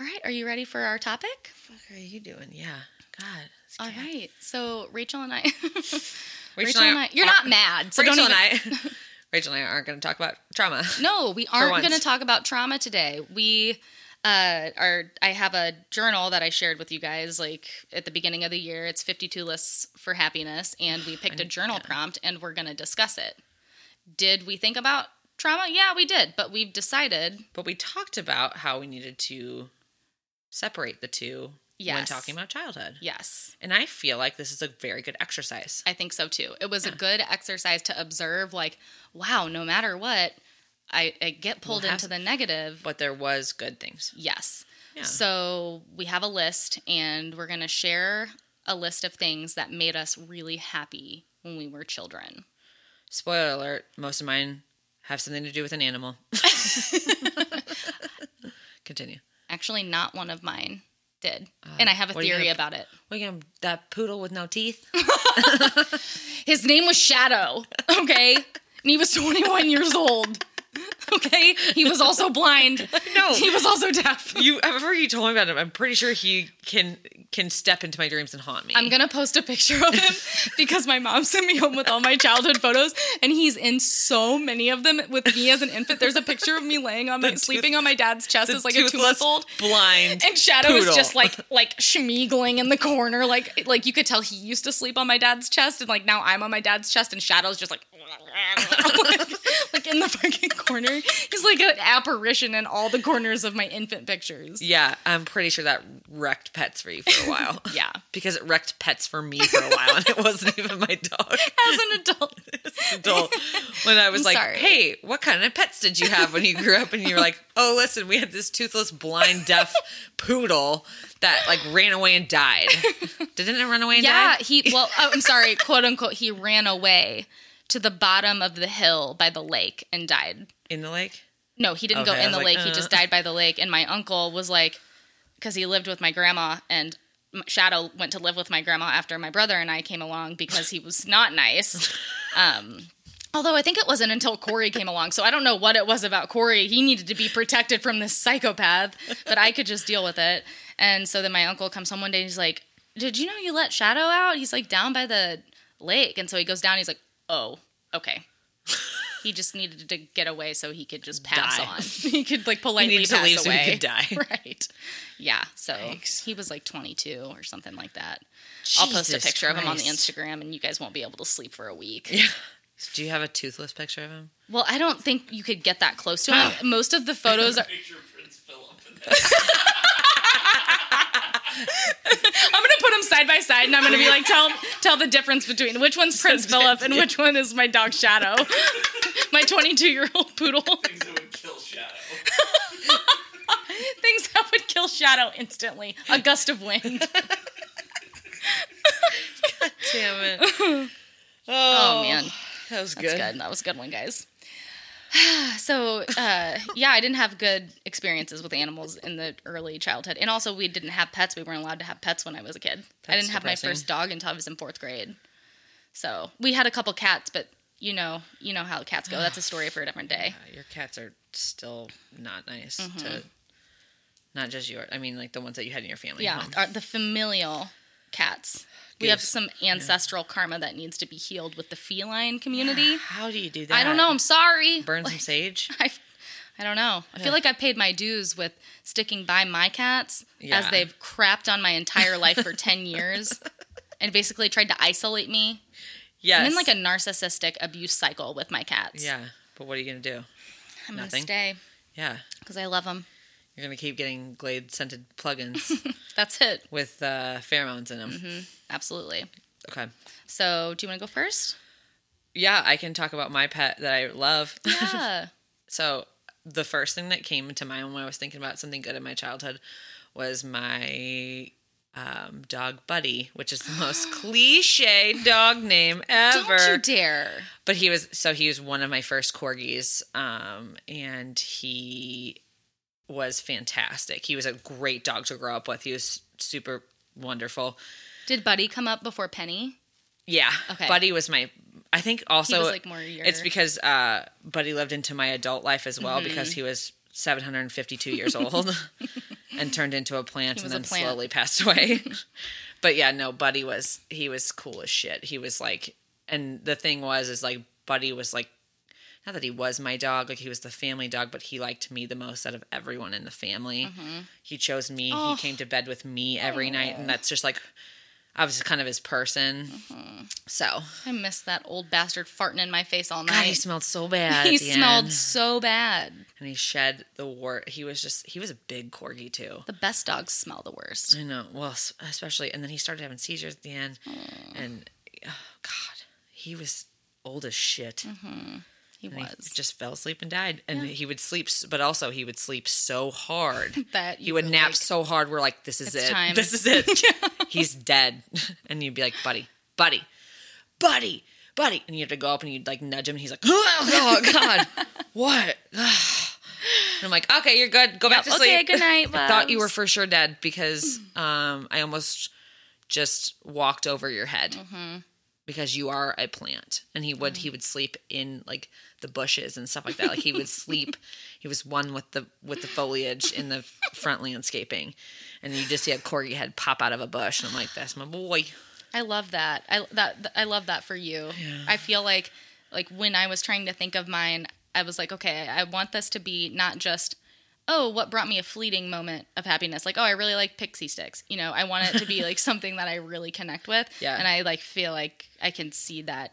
All right, are you ready for our topic?
What are you doing? Yeah. God.
All
Rachel,
right. So Rachel and I, Rachel and I, you're
aren't-
not mad, so
Rachel
don't even.
and I. Rachel and I aren't going to talk about trauma.
No, we aren't
once.
going to talk about trauma today. We uh, are. I have a journal that I shared with you guys, like at the beginning of the year. It's 52 lists for happiness, and we picked a journal prompt, and we're going to discuss it. Did we think about trauma? Yeah, we did, but we've decided
But we talked about how we needed to separate the two when
Yes.
talking about childhood.
yes.
And I feel like this is a very good exercise.
I think so too. It was a good exercise to observe, like, wow, no matter what, I, I get pulled
We'll have-
into the negative.
But there was good things.
Yes.
Yeah.
So we have a list, and we're going to share a list of things that made us really happy when we were children.
Spoiler alert, most of mine have something to do with an animal. Continue.
Actually, not one of mine did. and I have a
Uh, what are you
theory
gonna-
about it.
We got that poodle with no teeth.
His name was Shadow, okay? and he was 21 years old. Okay, he was also blind.
No.
he was also deaf.
you I remember you told me about him. I'm pretty sure he can can step into my dreams and haunt me.
I'm gonna post a picture of him because my mom sent me home with all my childhood photos, and he's in so many of them with me as an infant. There's a picture of me laying on my
tooth-
sleeping on my dad's chest as like a two month old.
blind.
And Shadow is
poodle.
just like like schmeagling in the corner, like like you could tell he used to sleep on my dad's chest, and like now I'm on my dad's chest, and Shadow's just like like, in the fucking corner. He's like an apparition in all the corners of my infant pictures.
Yeah, I'm pretty sure that wrecked pets for you for a while.
Yeah.
Because it wrecked pets for me for a while and it wasn't even my dog.
As an adult,
adult when I was
I'm
like,
sorry.
"Hey, what kind of pets did you have when you grew up?" And you were like, "Oh, listen, we had this toothless, blind, deaf poodle that like ran away and died. Didn't it run away and
yeah,
die?
he well, oh, I'm sorry, quote unquote, he ran away to the bottom of the hill by the lake and died.
in the lake?
No, he didn't
Okay,
go
I
in
was
the
like,
lake. He just
uh.
died by the lake. And my uncle was like, because he lived with my grandma, and M- Shadow went to live with my grandma after my brother and I came along because he was not nice. Um, although I think it wasn't until Corey came along. So I don't know what it was about Corey. He needed to be protected from this psychopath, but I could just deal with it. And so then my uncle comes home one day and he's like, Did you know you let Shadow out? He's like, Down by the lake. And so he goes down. he's like, Oh, okay. He just needed to get away so he could just pass
Die.
on. He could like
He
politely
needed
pass
to leave so
away.
he could die.
Right. Yeah. So
Yikes.
he was like 22 or something like that. I'll post a
Jesus
picture of him on the
Christ.
Instagram and you guys won't be able to sleep for a week.
Yeah. Do you have a toothless picture of him?
Well, I don't think you could get that close to him. Most of the photos are.
Picture Prince Philip. in that.
I'm gonna put them side by side, and I'm gonna be like, tell tell the difference between which one's Prince Philip and which one is my dog Shadow, my 22 year old poodle.
Things that would kill Shadow.
Things that would kill Shadow instantly. A gust of wind.
Damn it.
Oh, man,
That was good.
that's good. That was a good one, guys. So uh, yeah, I didn't have good experiences with animals in the early childhood, and also we didn't have pets. We weren't allowed to have pets when I was a kid. I
That's
didn't have my
depressing.
first dog until I was in fourth grade. So we had a couple cats, but you know, you know how cats go. That's a story for a different day.
Yeah, Uh, your cats are still not nice to
Mm-hmm.
not just your I mean like the ones that you had in your family.
Yeah,
home.
are the familial cats. We have
Goose.
some ancestral karma that needs to be healed with the feline community.
How do you do that?
I don't know. I'm sorry.
Burn some sage?
I, I don't know. I
Yeah.
feel like I paid my dues with sticking by my cats
Yeah.
as they've crapped on my entire life for 10 years and basically tried to isolate me.
Yes.
I'm in like a narcissistic abuse cycle with my cats.
Yeah. But what are you gonna do?
I'm going to
nothing.
stay
Yeah.
because I love them.
You're gonna keep getting Glade scented plugins
That's it.
with uh, pheromones in them.
Mm-hmm. Absolutely.
Okay.
So, do you want to go first?
Yeah, I can talk about my pet that I love.
Yeah.
So the first thing that came into mind when I was thinking about something good in my childhood was my um, dog Buddy, which is the most cliche dog name ever.
Don't you dare.
but he was so he was one of my first corgis, um, and he was fantastic. He was a great dog to grow up with. He was super wonderful.
Did Buddy come up before Penny?
Yeah,
Okay.
Buddy was my. I think also
He was like more your.
It's because uh, Buddy lived into my adult life as well
Mm-hmm.
because he was 752 years old and turned into a plant and
He was a
then
plant.
slowly passed away. but yeah, no, Buddy was he was cool as shit. He was like, and the thing was is like Buddy was like, not that he was my dog, like he was the family dog, but he liked me the most out of everyone in the family.
Mm-hmm.
He chose me.
Oh.
He came to bed with me every night, and that's just like. I was kind of his person.
Mm-hmm.
So,
I miss that old bastard farting in my face all
God, he
night.
smelled so bad.
he
at the
smelled
end.
so bad.
and he shed the wart. He was just he was a big corgi too.
The best dogs smell the worst.
I know. Well, s- especially and then he started having seizures at the end, and oh God, he was old as shit.
He
And he
was.
just fell asleep and died. And he would sleep, s- but also he would sleep so hard.
That
he
you
would
were
nap
like-
so hard. We're like, this is
It's
it.
time.
This is it. He's dead. And you'd be like, buddy, buddy, buddy, buddy. And you have to go up and you'd like nudge him. And he's like, oh, God, what? and I'm like, okay, you're good. Go back to sleep.
okay, good night.
I thought you were
Bubs.
for sure dead because um, I almost just walked over your head because you are a plant. And he would he would sleep in like the bushes and stuff like that. Like he would sleep. He was one with the with the foliage in the front landscaping, and you just see a corgi head pop out of a bush. And I'm like, that's my boy.
I love that. I that th- I love that for you. I feel like like when I was trying to think of mine, I was like, okay, I want this to be not just oh, what brought me a fleeting moment of happiness. Like, oh, I really like pixie sticks. You know, I want it to be like something that I really connect with.
Yeah.
And I like feel like I can see that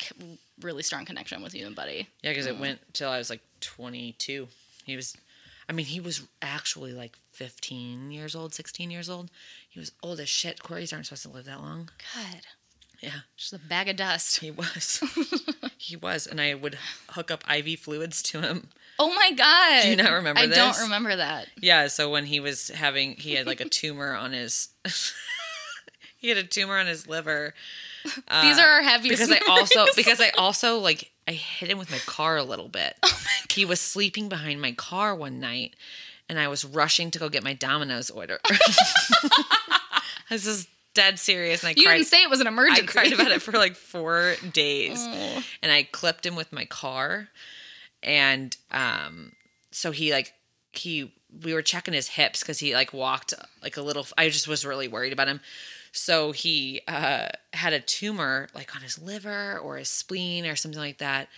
c- really strong connection with you and Buddy.
Yeah, because it went till I was like 22. He was, I mean, he was actually like 15 years old, 16 years old. He was old as shit. Corgis aren't supposed to live that long.
God.
Yeah,
Just a bag of dust.
he was. he was. And I would hook up IV fluids to him.
Oh my god!
Do you not remember
I
this?
don't remember that.
Yeah, so when he was having, he had like a tumor on his. he had a tumor on his liver.
These are our heaviest.
because I
memories.
also because I also like I hit him with my car a little bit. He was sleeping behind my car one night, and I was rushing to go get my Domino's order. this is dead serious, and I
you
cried.
didn't say it was an
I
emergency.
cried about it for like four days,
Oh.
and I clipped him with my car, and um, so he like he we were checking his hips because he like walked like a little. I just was really worried about him, so he uh had a tumor like on his liver or his spleen or something like that.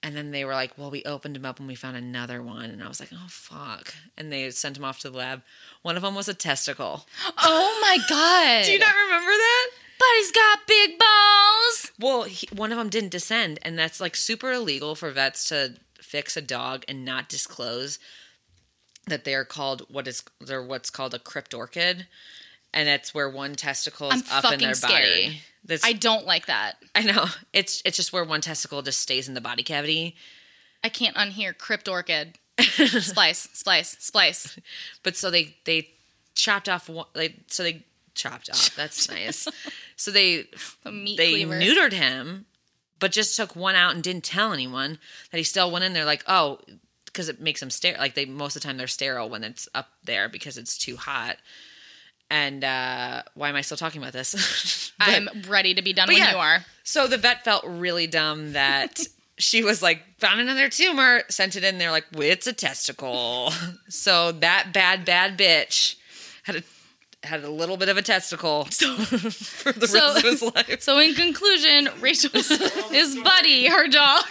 And then they were like, "Well, we opened him up and we found another one." And I was like, "Oh fuck!" And they sent him off to the lab. One of them was a testicle.
Oh my god!
Do you not remember that?
But he's got big balls.
Well, he, one of them didn't descend, and that's like super illegal for vets to fix a dog and not disclose that they are called what is they're what's called a crypt orchid, and that's where one testicle is
I'm
up in
fucking
their
scared.
body. That's,
I
I,
don't like that.
know it's it's just where one testicle just stays in the body cavity,
I can't unhear crypt orchid. splice, splice, splice.
but so they they chopped off one like so they chopped off. That's nice. So they
The meat
they
cleaver.
neutered him, but just took one out and didn't tell anyone that he still went in there. Like, oh, because it makes them sterile. Like they most of the time they're sterile when it's up there because it's too hot. And uh, why am I still talking about this? But-
I'm ready to be done
but
when
yeah.
you are.
So the vet felt really dumb that she was like found another tumor, sent it in. They're like, well, it's a testicle. so that bad bad bitch had a had a little bit of a testicle for the
So-
rest of his life.
So in conclusion, Rachel's is Buddy, her dog.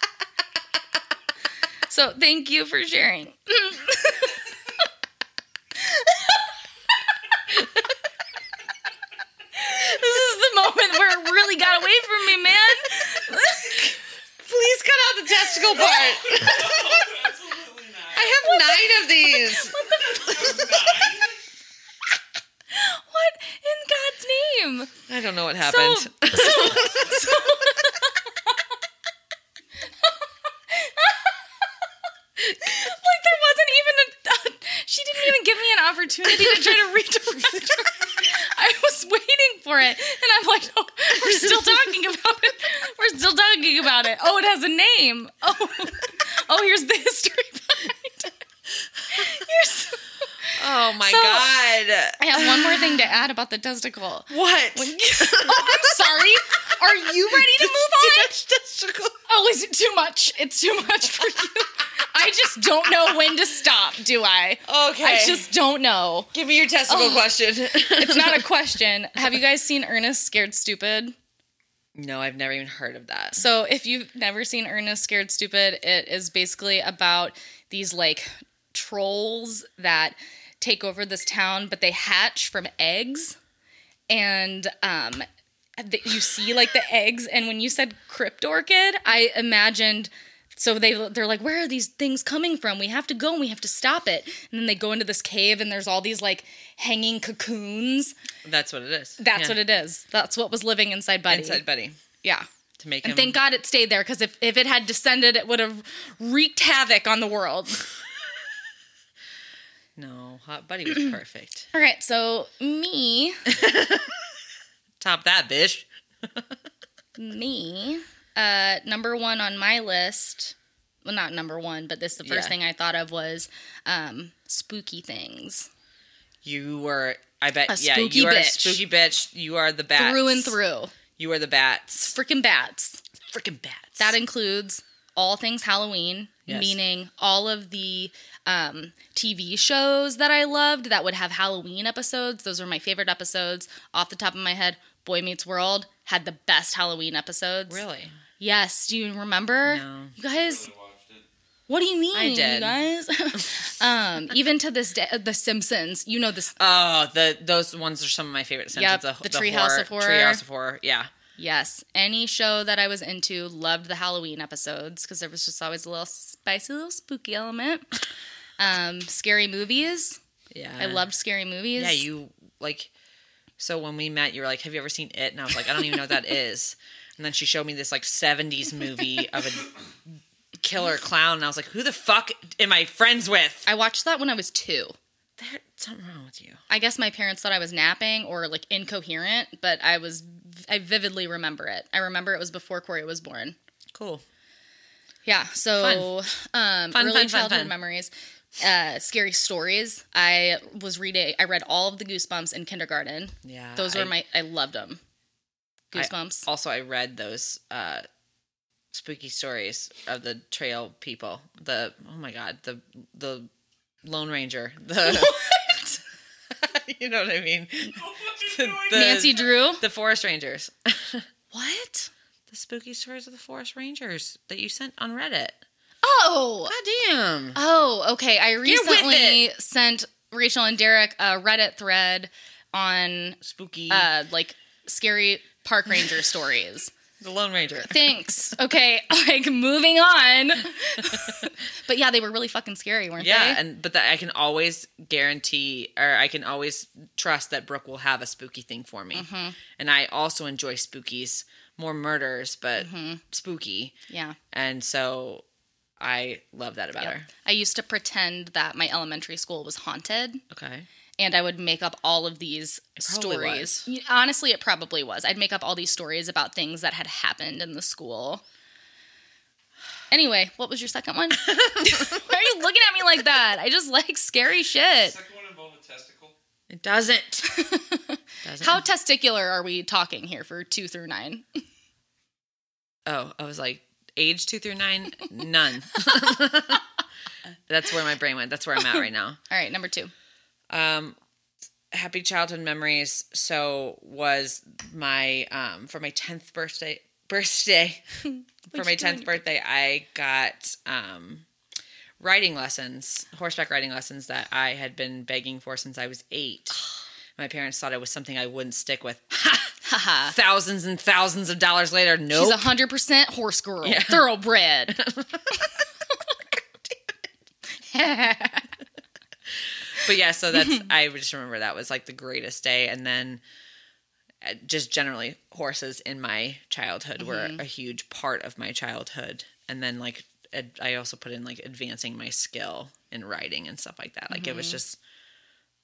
so thank you for sharing. this is the moment where it really got away from me, man.
Please cut out the testicle part.
Oh, absolutely not.
I have nine of these.
Nine?
What in God's name?
I don't know what happened.
Like there wasn't even a. she didn't even give me an opportunity to try to redirect her. I was waiting for it, and I'm like, oh, we're still talking about it. We're still talking about it. Oh, it has a name. Oh, oh, here's the history behind it. You're so-
oh my
So-
god.
I have one more thing to add about the testicle.
What?
Oh, I'm sorry. Are you ready to move on?
testicle.
Oh, is it too much? It's too much for you. I just don't know when to stop, do I?
Okay. Oh.
I just don't know.
give me your testicle question.
It's not a question. Have you guys seen Ernest Scared Stupid?
no, I've never even heard of that.
So, if you've never seen Ernest Scared Stupid, it is basically about these like trolls that take over this town, but they hatch from eggs. And um, that you see like the eggs and when you said crypt orchid i imagined so they they're like where are these things coming from we have to go and we have to stop it and then they go into this cave and there's all these like hanging cocoons
That's what it is.
that's
Yeah.
what it is that's what was living inside buddy
Inside Buddy
yeah
to make
and
him.
thank god it stayed there because if, if it had descended it would have wreaked havoc on the world
no, Hot Buddy was perfect.
all right so me
Top that, bitch.
me uh number one on my list well not number one but this the first
Yeah.
thing i thought of was um spooky things
You were. I bet.
A
yeah,
spooky
you are a
bitch.
spooky bitch. You are the bats.
through and through
You are the bats.
freaking bats
Freaking bats.
that includes all things halloween
Yes.
meaning all of the um, tv shows that i loved that would have halloween episodes those were my favorite episodes off the top of my head boy meets world had the best halloween episodes
really.
yes do you remember
No.
you guys
Really watched it.
What do you mean,
did.
you guys? um, even to this day, The Simpsons. You know this.
Oh, the those ones are some of my favorite
Yep,
sentences.
the Treehouse of Horror.
Treehouse of Horror. Yeah.
Yes, any show that I was into loved the Halloween episodes because there was just always a little spicy, little spooky element. Um, scary movies.
Yeah. Uh,
I loved scary movies.
Yeah, you like So when we met, you were like, "Have you ever seen It?" And I was like, "I don't even know what that is." And then she showed me this like '70s movie of a killer clown, and I was like, "Who the fuck am I friends with?"
I watched that when I was two.
There's something wrong with you.
I guess my parents thought I was napping or like incoherent, but I was I vividly remember it. I remember it was before Corey was born.
Cool.
Yeah, so
Fun, fun,
um early
fun,
childhood
fun.
memories, uh scary stories. I was reading I read all of the Goosebumps in kindergarten.
Yeah.
Those were
I-
my I loved them.
I-
Goosebumps.
Also, I read those uh, spooky stories of the trail people. The oh my god, the the Lone Ranger. The you know what I mean?
Oh,
The, the-
Nancy Drew?
the Forest Rangers.
What?
the spooky stories of the Forest Rangers that you sent on Reddit.
Oh.
God damn.
Oh, okay. I
with
recently sent Rachel and Derek a Reddit thread on
Spooky.
uh like scary park ranger stories.
the Lone Ranger.
Thanks. Okay, like moving on. but yeah, they were really fucking scary, weren't
Yeah,
they?
and but that I can always guarantee, or I can always trust that Brooke will have a spooky thing for me.
Mm-hmm.
And I also enjoy spookies, more murders, but
Mm-hmm.
spooky.
Yeah.
And so I love that about
Yep.
her.
I used to pretend that my elementary school was haunted
Okay.
and I would make up all of these
probably
stories. Y- Honestly, it probably was. I'd make up all these stories about things that had happened in the school. Anyway, what was your second one? Why are you looking at me like that? I just like scary shit.
Second one involved a testicle.
It doesn't. doesn't.
How testicular are we talking here for two through nine?
Oh, I was like, age two through nine, none. That's where my brain went. That's where I'm at right now.
All right, number two.
Um, happy childhood memories. So was my um for my tenth birthday birthday for
What'd
my
you do on
tenth birthday I got um riding lessons horseback riding lessons that I had been begging for since I was eight. My parents thought it was something I wouldn't stick with.
Haha.
Thousands and thousands of dollars later, nope.
She's a hundred percent horse girl, thoroughbred.
but yeah, so that's I just remember that was like the greatest day, and then uh, just generally horses in my childhood were a huge part of my childhood, and then like ad- I also put in like advancing my skill in riding and stuff like that. Like it was just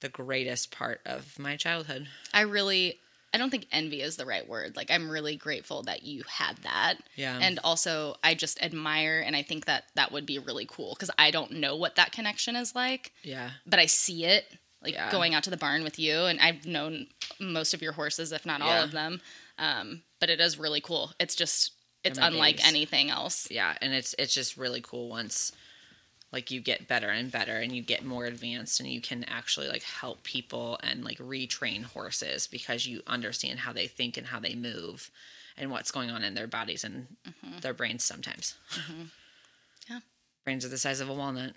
the greatest part of my childhood.
I really, I don't think envy is the right word. Like, I'm really grateful that you had that.
Yeah.
And also, I just admire, and I think that that would be really cool because I don't know what that connection is like,
Yeah,
but I see it. Like
Yeah.
going out to the barn with you, and I've known most of your horses, if not all
Yeah.
of them. Um, but it is really cool. It's just, it's
my
unlike
babies.
anything else.
yeah, and it's it's just really cool once like you get better and better and you get more advanced and you can actually like help people and like retrain horses because you understand how they think and how they move and what's going on in their bodies and their brains sometimes.
Mm-hmm. Yeah.
Brains are the size of a walnut.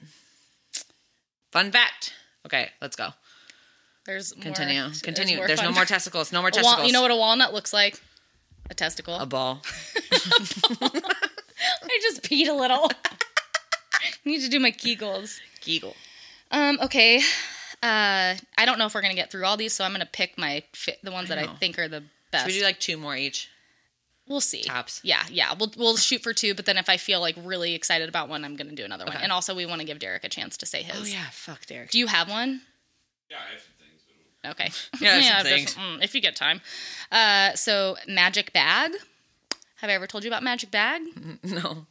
Fun fact. Okay, let's go.
There's
Continue.
More,
Continue. There's, no
fun-
more testicles. No more
A
testicles.
wal- you know what a walnut looks like? A testicle.
A ball.
I just peed a little. Need to do my kegels.
Eagle.
Um, okay. Uh, I don't know if we're gonna get through all these, so I'm gonna pick my fi- the ones that I
know.
think are the best.
Should we do like two more each?
will see.
tops?
Yeah, yeah. We'll we'll shoot for two, but then if I feel like really excited about one, I'm gonna do another one.
Okay. Oh,
And also, we want to give Derek a chance to say his.
Fuck Derek.
Do you have one?
Yeah, I have some things. But it'll-
Okay.
Yeah, some things.
just- mm, if you get time. Uh, so magic bag. Have I ever told you about magic bag?
No.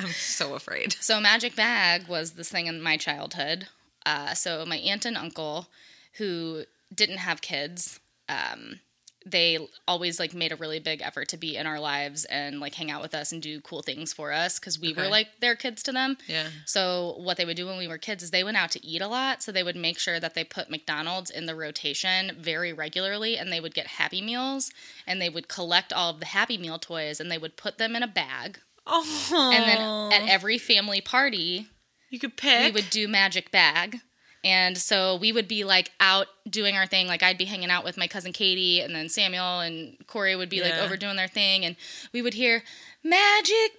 I'm so afraid.
So magic bag was this thing in my childhood. Uh, so my aunt and uncle, who didn't have kids, um, they always like made a really big effort to be in our lives and like hang out with us and do cool things for us because we were
Okay.
like their kids to them.
Yeah.
So what they would do when we were kids is they went out to eat a lot. So they would make sure that they put McDonald's in the rotation very regularly, and they would get Happy Meals, and they would collect all of the Happy Meal toys, and they would put them in a bag.
Oh.
And then at every family party,
you could pick.
we would do magic bag. And so we would be like out doing our thing. Like I'd be hanging out with my cousin Katie, and then Samuel and Corey would be like
Yeah.
over doing their thing, and we would hear magic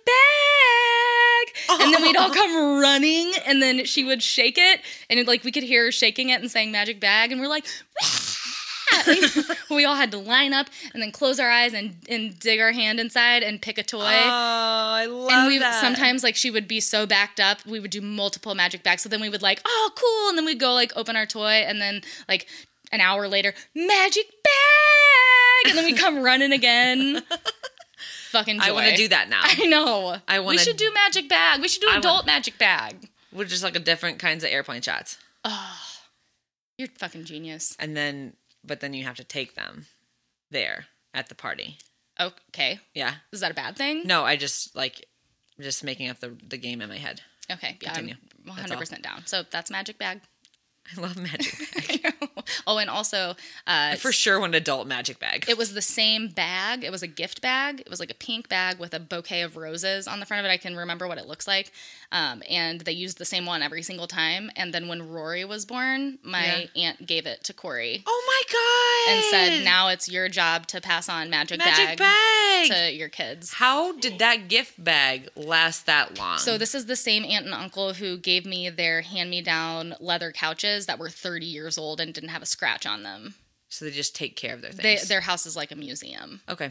bag, and then we'd all come running, and then she would shake it, and it, like we could hear her shaking it and saying magic bag, and we're like, "Ah!" that. we all had to line up and then close our eyes and, and dig our hand inside and pick a toy.
Oh, I love
and we
that.
sometimes like she would be so backed up we would do multiple magic bags so then we would like oh cool and then we'd go like open our toy and then like an hour later magic bag and then we come running again fucking joy.
I want to do that now.
i know
I
we
wanna-
should do magic bag we should do
I wanna-
adult magic bag
We're just like a different kinds of airplane shots,
you're fucking genius
and then but then you have to take them there at the party.
okay
Yeah.
is that a bad thing
No, I just like just making up the the game in my head.
okay yeah,
Continue.
i'm
all.
100% down so that's magic bag
I love magic. bag.
oh and also
I
uh
for sure want an adult magic bag.
It was the same bag. It was a gift bag. It was like a pink bag with a bouquet of roses on the front of it. I can remember what it looks like. Um, and they used the same one every single time. And then when Rory was born, my aunt gave it to Corey
oh my god!
and said, "Now it's your job to pass on magic,
magic bag.
to your kids."
How did that gift bag last that long?
So this is the same aunt and uncle who gave me their hand-me-down leather couches that were 30 years old and didn't have a scratch on them.
so they just take care of their
They,
things.
their house is like a museum.
okay.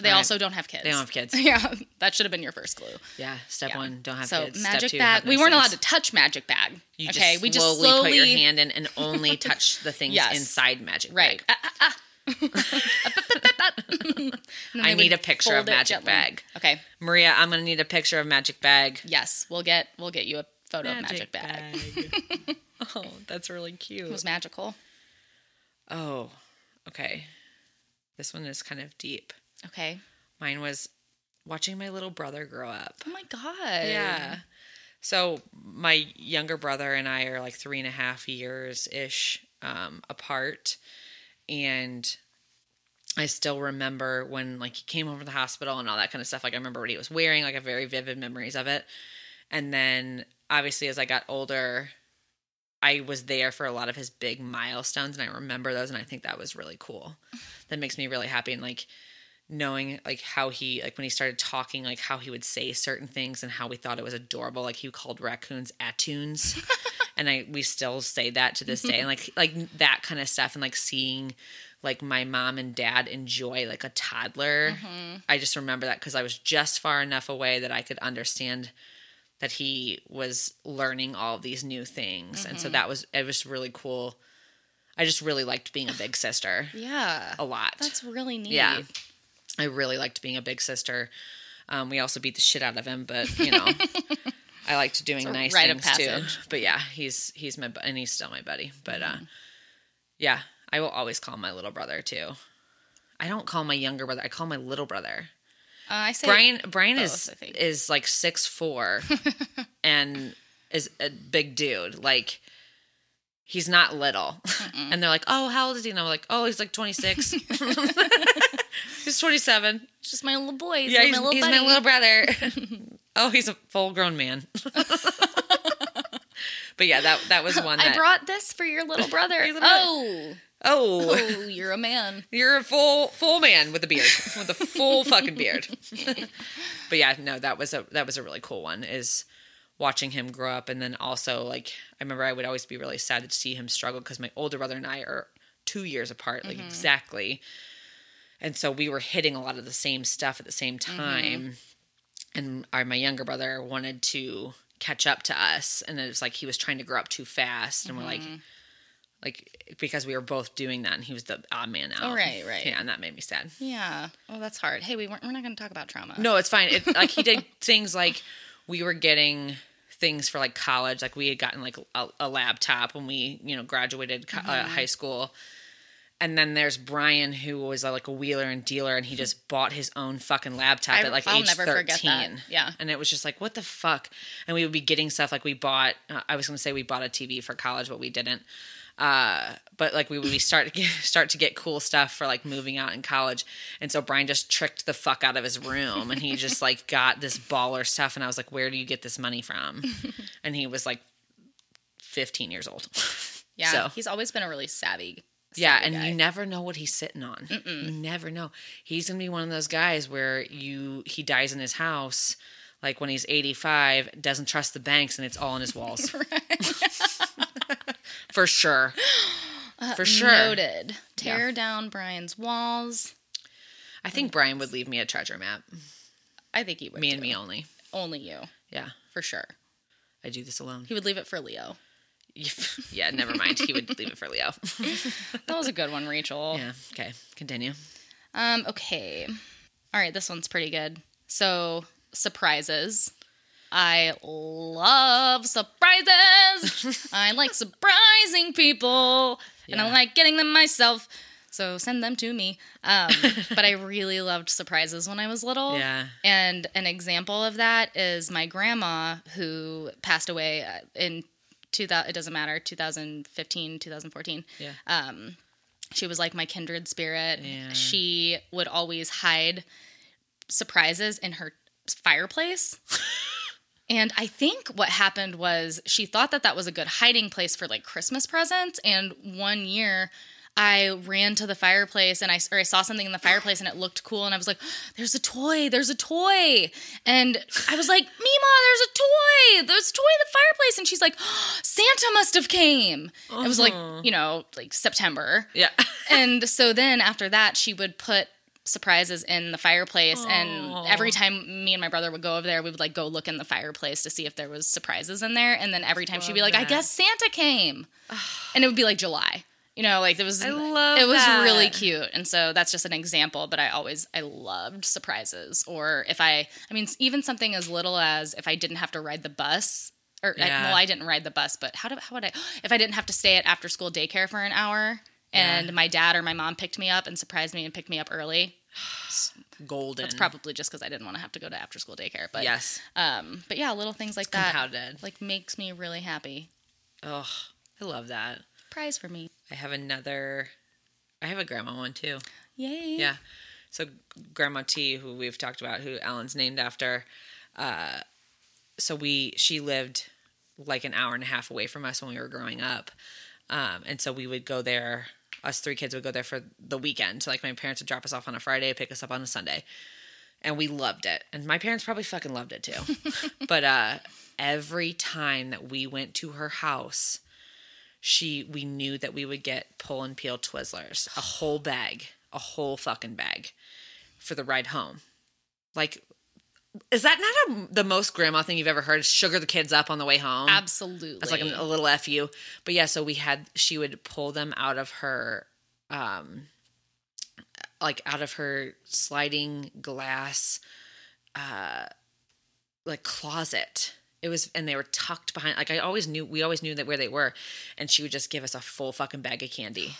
They
All right.
also don't have kids.
They don't have kids.
Yeah, that should have been your first clue.
Yeah. Step
Yeah.
one, don't have
so
kids. Step
magic
two,
bag.
have
We
nice
weren't allowed
things.
to touch magic bag.
You
okay,
just
we just
slowly,
slowly
put your hand in and only touch the things
Yes.
inside magic
right.
bag.
Ah, ah, ah. And then
I
they
need
would
a picture of
fold it
magic
gently.
bag.
Okay.
Maria, I'm gonna need a picture of magic bag.
Yes, we'll get we'll get you a photo of magic bag.
bag. oh, that's really cute.
It was magical.
oh, okay. This one is kind of deep.
Okay.
Mine was watching my little brother grow up.
Oh my god.
Yeah. So my younger brother and I are like three and a half years ish um, apart, and I still remember when like he came home from the hospital and all that kind of stuff. Like I remember what he was wearing. Like I have very vivid memories of it. And then obviously as I got older, I was there for a lot of his big milestones, and I remember those, and I think that was really cool. That makes me really happy, and like knowing like how he like when he started talking like how he would say certain things and how we thought it was adorable like he called raccoons attunes and i we still say that to this day and like like that kind of stuff and like seeing like my mom and dad enjoy like a toddler
Mm-hmm.
i just remember that because i was just far enough away that i could understand that he was learning all of these new things and
Mm-hmm.
so that was it was really cool i just really liked being a big sister
Yeah.
a lot
That's really neat.
Oh. yeah. I really liked being a big sister. Um, we also beat the shit out of him, but you know, I liked doing
It's a
nice
rite of
things
passage. Mm-hmm.
too. But yeah, he's he's my bu- and he's still my buddy. But uh, yeah, I will always call him my little brother too. I don't call my younger brother. I call him my little brother.
Uh, I say
Brian Brian
both,
is
I think.
is like six four and is a big dude. Like he's not little. And they're like, Oh, how old is he? And I'm like, Oh, he's like twenty six. he's twenty seven.
it's just my little boy. He's
Yeah,
like
he's,
my little
he's
buddy.
my little brother. oh, he's a full grown man. but yeah, that that was one
I
that
brought this for your little brother.
little brother.
oh.
Oh,
Oh, you're a man.
you're a full full man with a beard. With a full fucking beard. but yeah, no, that was a that was a really cool one is watching him grow up and then also like I remember I would always be really sad to see him struggle because my older brother and I are two years apart, like
Mm-hmm.
exactly. And so we were hitting a lot of the same stuff at the same
Mm-hmm.
time. and our, my younger brother wanted to catch up to us and it was like he was trying to grow up too fast and we're like
Mm-hmm.
like because we were both doing that and he was the odd man out
Oh, right, right.
yeah and that made me sad
Yeah. Oh, that's hard. Hey, we weren't. We're not going to talk about trauma.
no it's fine it, like he did things like we were getting things for like college like we had gotten like a, a laptop when we you know graduated co- uh, high school and then there's Brian, who was uh, like a wheeler and dealer, and he just bought his own fucking laptop
I-
at like
I'll
age
never
thirteen.
forget that. Yeah.
and it was just like, what the fuck? And we would be getting stuff like we bought. Uh, I was gonna say we bought a TV for college, but we didn't. Uh, but like we would be start to get, start to get cool stuff for like moving out in college, and so Brian just tricked the fuck out of his room, and he just like got this baller stuff, and I was like, where do you get this money from? and he was like, fifteen years old.
Yeah.
So.
He's always been a really savvy.
Yeah,
savvy
and
guy.
you never know what he's sitting on. You never know. He's gonna be one of those guys where you he dies in his house, like when he's eighty five, doesn't trust the banks, and it's all in his walls. For sure.
Uh,
For sure.
Noted. Tear down Brian's walls.
I think Brian would leave me a treasure map.
I think you would.
Me and
too.
me only.
Only you,
Yeah,
for sure.
I do this alone.
He would leave it for Leo.
yeah, never mind. He would leave it for Leo.
That was a good one, Rachel.
yeah. Okay. Continue.
Um, okay. All right, this one's pretty good. So, surprises. I love surprises. I like surprising people and I
Yeah.
like getting them myself. So, send them to me. Um, but I really loved surprises when I was little.
Yeah.
And an example of that is my grandma who passed away uh, in 2000 it doesn't matter 2015 2014
Yeah.
um, she was like my kindred spirit.
Yeah.
She would always hide surprises in her fireplace. and I think what happened was she thought that that was a good hiding place for like Christmas presents. And one year, I ran to the fireplace and I, or I saw something in the fireplace and it looked cool and I was like, "There's a toy! There's a toy!" And I was like, "Mima, there's a toy! There's a toy in the fireplace!" And she's like, "Santa must have came." It was like
Aw.
you know like September
Yeah.
and so then after that, she would put surprises in the fireplace.
Aw.
And every time me and my brother would go over there, we would like go look in the fireplace to see if there was surprises in there. And then every time she'd be
Love
like, "I
that.
guess Santa came," and it would be like July. You know, like it was.
I love
It was
that.
really cute, and so that's just an example. But I always I loved surprises, or if I, I mean, even something as little as if I didn't have to ride the bus. Or I-
Yeah.
well, I didn't ride the bus, but how do how would I if I didn't have to stay at after school daycare for an hour and
Yeah.
my dad or my mom picked me up and surprised me and picked me up early?
Golden.
That's probably just because I didn't want to have to go to after school daycare. But
yes.
um, but yeah, little things like that
Compounded.
like makes me really happy.
Oh, I love that.
Prize for me,
I have another. I have a grandma one too.
yay!
Yeah. So Grandma T, who we've talked about, who Ellen's named after, uh, so we she lived like an hour and a half away from us when we were growing up, um, and so we would go there. Us three kids would go there for the weekend. So like my parents would drop us off on a Friday, pick us up on a Sunday, and we loved it. And my parents probably fucking loved it too. but uh, every time that we went to her house, she we knew that we would get pull and peel Twizzlers, a whole bag, a whole fucking bag, for the ride home. Like, is that not a, the most grandma thing you've ever heard? Sugar the kids up on the way home.
absolutely.
That's like a, a little fu. But yeah, so we had she would pull them out of her, um, like out of her sliding glass, uh, like closet. It was, and they were tucked behind. Like I always knew, we always knew that where they were, and she would just give us a full fucking bag of candy.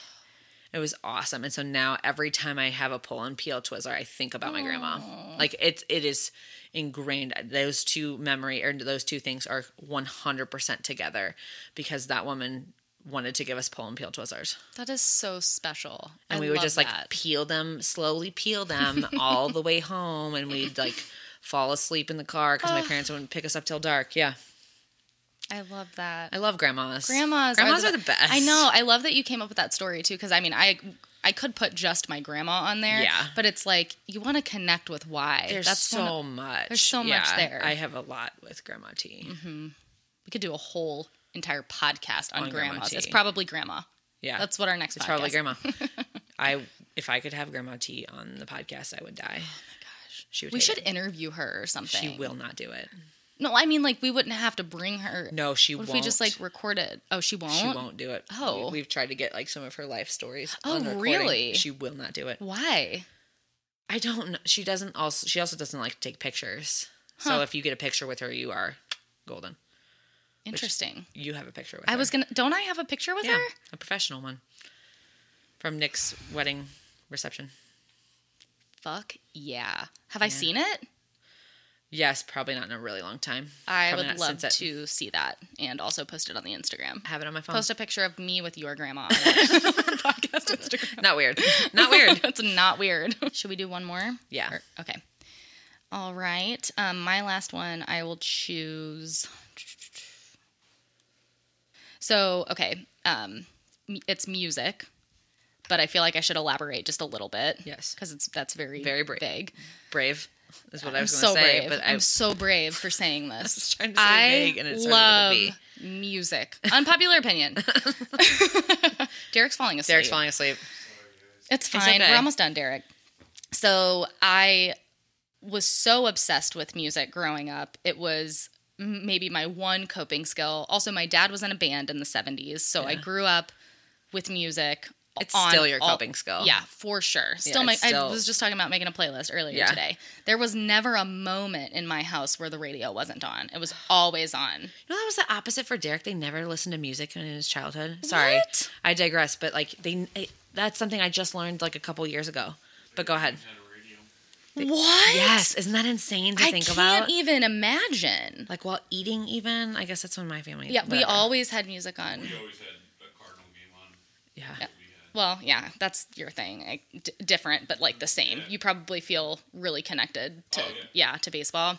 It was awesome, and so now every time I have a pull and peel Twizzler, I think about my grandma. Like it's it is ingrained. Those two memory or those two things are one hundred percent together because that woman wanted to give us pull and peel Twizzlers,
that is so special.
and
I
we would
love
just like
that.
peel them slowly, peel them all the way home, and we'd like fall asleep in the car because my parents wouldn't pick us up till dark. Yeah.
I love that.
I love grandmas.
Grandmas,
grandmas are the, best.
I know. I love that you came up with that story too, because I mean, I I could put just my grandma on there.
Yeah.
But it's like you want to connect with why.
There's
one
so
of-
much.
there's so much there. Mm-hmm.
I have a lot with Grandma T.
we could do a whole entire podcast on,
On grandma
grandmas.
tea.
it's probably grandma.
Yeah,
That's what our next.
it's
podcast.
probably Grandma. I if I could have Grandma T on the podcast, I would die. She would.
Oh We
hate
should
it.
interview her or something.
She will not do it.
No, I mean like we wouldn't have to bring her.
No, she
What
won't.
if we just like record it? Oh, she won't.
She won't do it.
Oh.
we, have tried to get like some of her life stories.
Oh,
on recording.
really?
She will not do it.
Why?
I don't. know. She doesn't. Also, she also doesn't like to take pictures.
Huh.
So if you get a picture with her, you are golden.
Interesting.
You have a picture with
I
her.
was gonna. Don't I have a picture with
yeah,
her?
a professional one from Nick's wedding reception.
Fuck yeah. Have I seen it?
Yes, probably not in a really long time.
I
Probably
would
not
love
since it-
to see that and also post it on the Instagram.
I have it on my phone.
Post a picture of me with your grandma on our podcast Instagram.
Not weird. Not weird.
That's not weird. Should we do one more?
Yeah.
Or- okay. All right. Um, my last one, I will choose. So, okay. Um, m- it's music, but I feel like I should elaborate just a little bit.
Yes.
Because it's that's very
Very brave.
vague.
Brave is what I
I'm
was
so
going to say.
brave.
But I,
I'm so brave for saying this. I
was trying to say vague and it started with a
love music. Unpopular opinion. Derek's falling asleep.
Derek's falling asleep.
It's fine.
okay.
We're almost done, Derek. So I was so obsessed with music growing up. It was m- maybe my one coping skill. Also, my dad was in a band in the 70s. So I grew up with music.
It's
on
still your
all-
coping skill.
Yeah, for sure. Still, my,
it's still-
I was just talking about making a playlist earlier
Yeah.
today. There was never a moment in my house where the radio wasn't on. It was always on.
You know, that was the opposite for Derek. They never listened to music in his childhood. Sorry,
What?
I digress. But like they, I, that's something I just learned like a couple years ago. But go ahead.
Had a radio.
What?
Yes, isn't that insane to
I
think
can't e-,
about?
even imagine.
like while eating, even I guess that's when my family.
Yeah, we
whatever.
always had music on.
We always had a Cardinal game on.
Yeah.
We had
Well, yeah, that's your thing. Like, d- different, but like the same. You probably feel really connected to
Oh,
yeah. to baseball.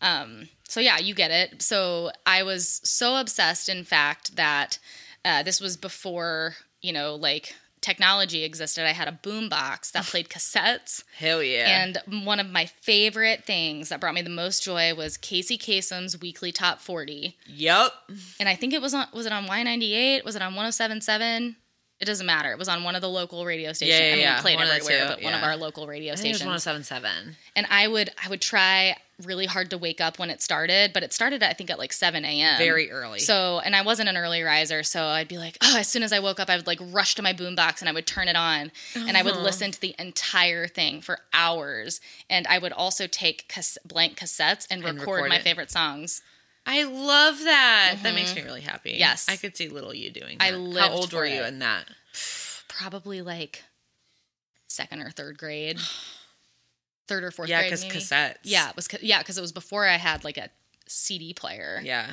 Um, so yeah, you get it. So I was so obsessed, in fact, that uh, this was before you know like technology existed. I had a boombox that played cassettes.
Hell yeah.
And one of my favorite things that brought me the most joy was Casey Kasem's weekly top 40
yep.
and I think it was on was it on Y ninety eight? Was it on one oh seven seven? It doesn't matter. It was on one of the local radio stations.
Yeah, yeah,
I mean,
yeah.
we played
One of the
everywhere,
two,
but one of
yeah.
our local radio
I think it was
stations.
1077.
and I would I would try really hard to wake up when it started, but it started I think at like seven a.m.
Very early.
Um, So, and I wasn't an early riser, so I'd be like, oh, as soon as I woke up, I would like rush to my boombox and I would turn it on and I would
Uh-huh.
listen to the entire thing for hours. And I would also take cas- blank cassettes and,
And
record,
record
my
it.
favorite songs.
I love that. That makes me really happy.
Mm-hmm. Yes.
I could see little you doing that.
I lived
How old
for
were you
it.
in that?
probably like second or third grade, third or fourth
yeah,
grade.
because
maybe.
cassettes.
Yeah, it was ca- yeah because it was before I had like a CD player.
Yeah.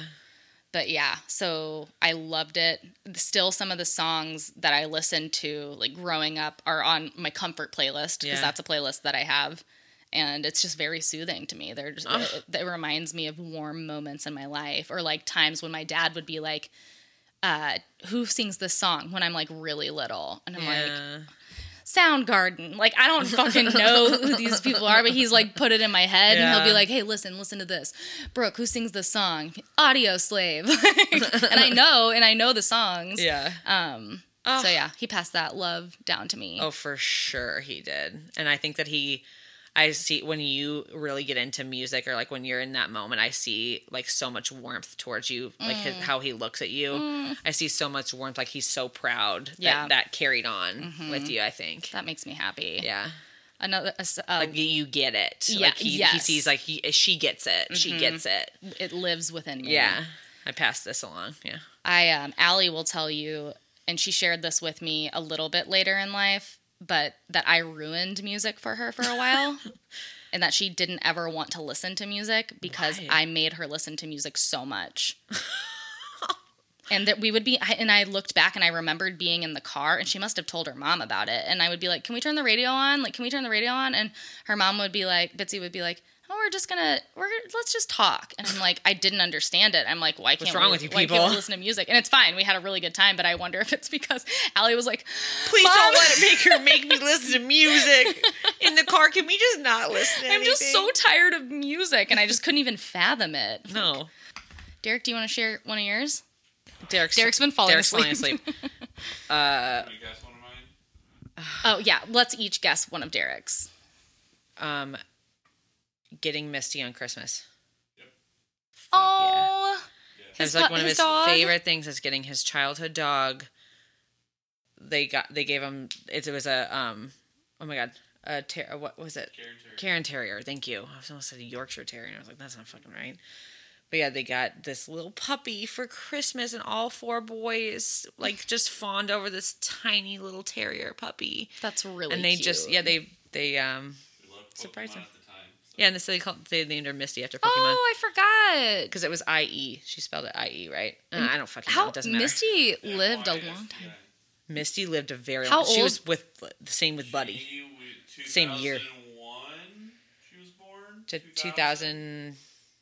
But yeah, so I loved it. Still, some of the songs that I listened to like growing up are on my comfort playlist because
Yeah.
that's a playlist that I have. And it's just very soothing to me. They're just,
Ugh.
it, it reminds me of warm moments in my life, or like times when my dad would be like, uh, "Who sings this song?" When I'm like really little, and I'm like,
yeah.
Soundgarden. Like I don't fucking know who these people are, but he's like put it in my head, and he'll
Yeah.
be like, "Hey, listen, listen to this, Brooke. Who sings this song? Audio Slave." and I know, and I know the songs.
yeah.
Um.
Oh.
So yeah, he passed that love down to me.
Oh, for sure he did. And I think that he I see when you really get into music or like when you're in that moment, I see like so much warmth towards you, like his,
Mm.
how he looks at you. I see so much warmth like he's so proud
Yeah. Mm-hmm.
that that carried on with you, I think.
That makes me happy.
Yeah.
Another. a s- Uh,
Like you get it.
Yeah,
like he, he
yes. Mm-hmm.
sees like he she gets it. She gets it.
it lives within me.
Yeah. I passed this along. Yeah.
I um Allie will tell you, and she shared this with me a little bit later in life, but that I ruined music for her for a while. And that she didn't ever want to listen to music because
Why?
I made her listen to music so much. and that we would be, I- and I looked back and I remembered being in the car, and she must have told her mom about it. And I would be like, Can we turn the radio on? Like, can we turn the radio on? And her mom would be like, Bitsy would be like, Oh, we're just gonna, we're, let's just talk. And I'm like, I didn't understand it. I'm like, Why can't
What's wrong
we-
with you
why can't
people?
we listen to music? And it's fine. We had a really good time, but I wonder if it's because Allie was like,
Please
Mom.
don't let it make her make me listen to music in the car. Can we just not listen to
I'm just so
anything?
tired of music. And I just couldn't even fathom it.
No.
Derek, do you want to share one of yours?
Derek's,
Derek's been falling
Derek's
asleep.
falling asleep. uh,
Can you guess one of mine?
Oh, yeah. Let's each guess one of Derek's.
um, getting misty on Christmas.
Oh, His
That's like
pu-
one of
his
his
dog?
favorite things is getting his childhood dog. They got they gave him it, was a um oh my god a ter- what was it
Karen Terry.
Karen Terrier. Thank you. I was almost said a Yorkshire Terrier. And I was like, that's not fucking right. But yeah, they got this little puppy for Christmas, and all four boys like just fawned over this tiny little terrier puppy.
that's really
and they
cute.
just yeah they they um
We loved Pokemon
Surprising.
at the time. So
yeah and so they called they named her Misty after Pokemon
Oh, I forgot.
because it was I E. She spelled it I E, right? Uh, I don't fucking know.
How
It doesn't matter. Misty,
Misty
Yeah,
lived a
Y-S-T-I.
long time.
lived a very
How
long. She
old-
was with the same with Buddy
She was-
Same year.
2001 She was born.
to
2000
2000.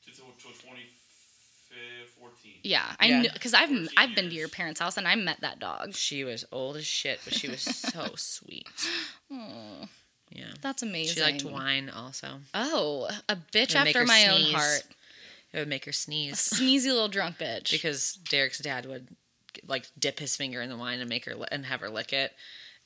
to, to 2014.
Yeah, I
Yeah.
know because I've
14
I've been to your
years.
parents' house and I met that dog.
She was old as shit, but she was so sweet.
Oh,
Yeah,
that's amazing.
she liked wine also.
Oh, a
It
bitch
would make
after
her
my own
sneeze.
heart.
It would make her
A
sneeze
sneezy little drunk bitch.
because Derek's dad would like dip his finger in the wine and make her li- and have her lick it,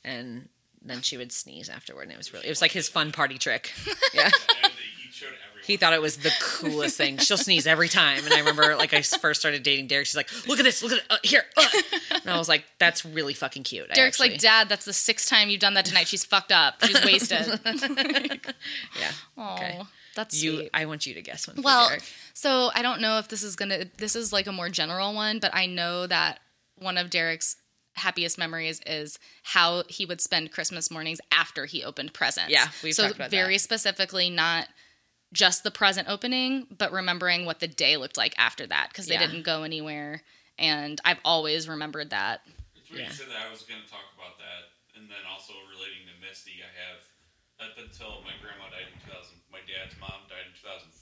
and then she would sneeze afterward. And it was really it was like his fun party trick. Yeah.
And they- he showed everyone.
He thought it was the coolest thing. She'll sneeze every time. And I remember, like, I first started dating Derek. She's like, "Look at this! Look at uh, here!" uh." And I was like, "That's really fucking cute." I
Derek's like,
actually-
Dad, that's the sixth time you've done that tonight. She's fucked up. She's wasted.
"Yeah,
Oh,
Okay.
that's
you.
sweet.
I want you to guess one." for
Well,
Derek.
so I don't know if this is gonna. This is like a more general one, but I know that one of Derek's happiest memories is how he would spend Christmas mornings after he opened presents.
Yeah, we've
so
talked about
very specifically not just the present opening, but remembering what the day looked like after that because they
Yeah.
didn't go anywhere. And I've always remembered that.
It's weird
Yeah.
you said that. I was going to talk about that, and then also relating to Misty, I have up until my grandma died in 2000. My dad's mom died in 2004,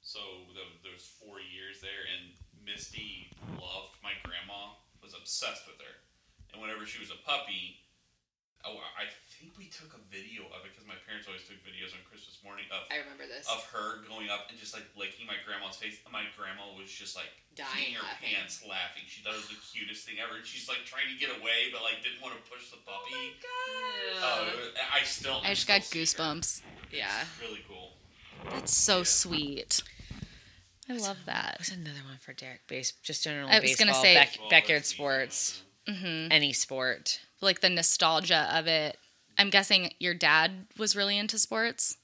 so tho- those four years there, and Misty loved my grandma, was obsessed with her, and whenever she was a puppy. Oh, I I think we took a video of it because my parents always took videos on Christmas morning of
I remember this.
of her going up and just like licking my grandma's face. And my grandma was just like
Dying
peeing her
laughing.
pants laughing. She thought it was the cutest thing ever. And she's like trying to get away, but like didn't want to push the puppy. Oh, I still.
I just
still
got
see her.
goosebumps.
yeah.
It's really cool.
That's so
Yeah.
sweet. I love that.
What's another one for Derek? Base, just general
I was
baseball,
gonna say-
back,
Well,
backyard
that's the-
sports,
hmm
Mm-hmm.
any sport.
Like the nostalgia of it. I'm guessing your dad was really into sports.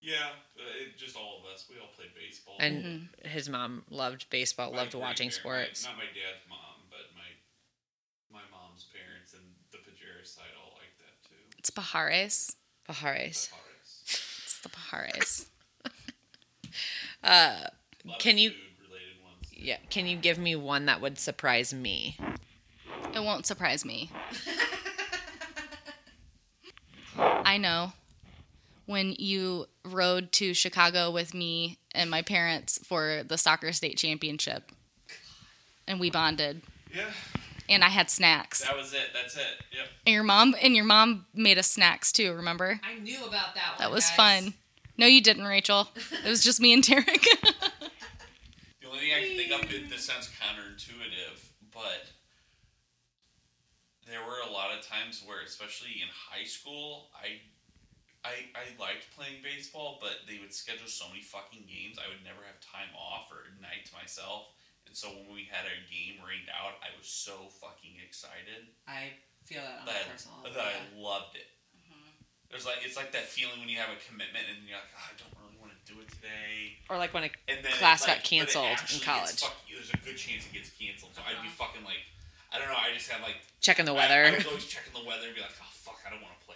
Yeah, uh, it, just all of us. We all played baseball.
And
Mm-hmm.
his mom loved baseball,
My
loved watching
grandparent-
sports.
My, not my dad's mom, but my my mom's parents and the Pajeris side all liked that too.
It's Pajares.
Pajares.
Pajares.
It's the Pajares.
Uh,
A lot of
Can you-
food-related ones.
yeah. Can you give me one that would surprise me?
it won't surprise me. I know. When you rode to Chicago with me and my parents for the soccer state championship, and we bonded,
Yeah,
and I had snacks.
that was it. That's it. Yep.
And your mom and your mom made us snacks too. Remember?
I knew about that one.
That was fun. No, you didn't, Rachel. It was just me and Derek.
The only thing I can think of that this sounds counterintuitive, but there were a lot of times where, especially in high school, I, I, I liked playing baseball, but they would schedule so many fucking games, I would never have time off or a night to myself. And so when we had our game rained out, I was so fucking excited
I feel that
Oh,
on
that,
a personal level.
that I
yeah.
loved it. There's like it's like that feeling when you have a commitment and you're like, "Ah, I don't really want to do it today.
Or like when a
and then
Class
it's
got
like- but it
canceled in
actually gets
college.
fuck- there's a good chance it gets canceled, so I'd be fucking like, I don't know. I just had like
checking the
I, I
weather.
was always checking the weather and be like, oh fuck, I don't want to play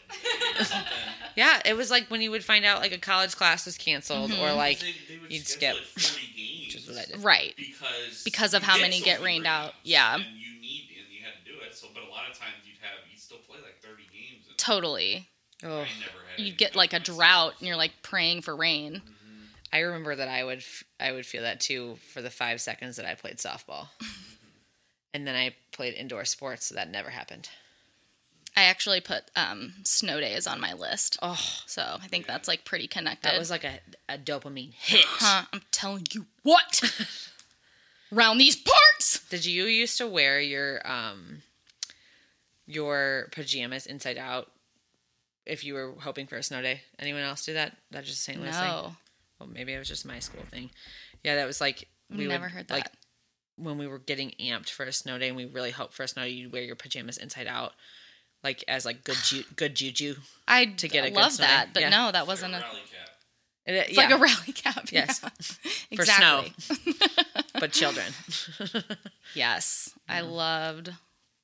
today or something.
Yeah, it was like when you would find out like a college class was canceled,
Mm-hmm.
or like
they, they would
you'd
schedule,
skip.
like, 40 games
which is what I did.
right.
because
Because of
you
how
did
many
so
get rained out.
games,
Yeah.
and you need and you had to do it. So, but a lot of times you'd have you'd still play like 30 games. And
Totally.
Oh,
I never had. any
You'd get like a
commitments.
drought and you're like praying for rain.
I remember that I would f- I would feel that too for the five seconds that I played softball, and then I played indoor sports, so that never happened.
I actually put um, snow days on my list.
Oh,
So I think that's like pretty connected.
that was like a, a dopamine hit.
huh, I'm telling you what? Round these parts!
Did you used to wear your um your pajamas inside out if you were hoping for a snow day? Anyone else do that? That just a St. Louis thing.
No.
Well, Oh, maybe it was just my school thing. Yeah, that was like we
Never
would,
heard
Like
that.
when we were getting amped for a snow day, and we really hoped for a snow day, you'd wear your pajamas inside out, like as like good ju- good juju. Uh,
I
to get a good
love
snow day.
that, but
Yeah.
no, that
Like a
wasn't a.
rally cap.
And it-
It's like a rally cap.
Yes.
yeah.
for
Exactly.
snow, but children.
Yes. I
Mm-hmm.
loved,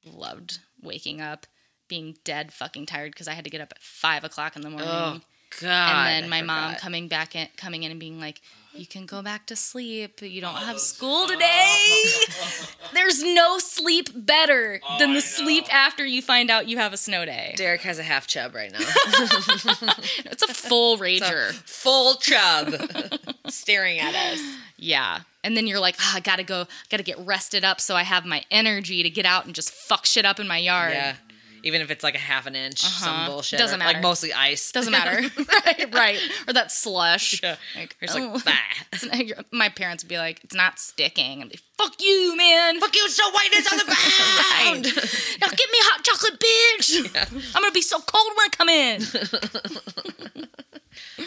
loved waking up, being dead fucking tired because I had to get up at five o'clock in the morning.
Oh God!
and
I
then my mom
forgot.
coming back in, coming in and being like, "You can go back to sleep. You don't have
those-
school today. There's no sleep better
Oh,
than
I
the
know.
sleep after you find out you have a snow day.
Derek has a half chub right now.
It's a full rager.
Full chub, staring at us.
yeah. And then you're like, ah, I gotta go, gotta get rested up so I have my energy to get out and just fuck shit up in my yard.
Yeah. even if it's like a half an inch, some
Uh-huh.
bullshit.
Doesn't
or, Like
matter.
mostly ice.
Doesn't matter. right, right. Or that slush.
Yeah.
Like,
It's like,
oh.
bah.
My parents would be like, it's not sticking. I'd be fuck you, man. Fuck
Fuck you, it's so white, it's on the
Right.
ground.
Now give me hot chocolate, bitch. I'm going to be so cold when I come in.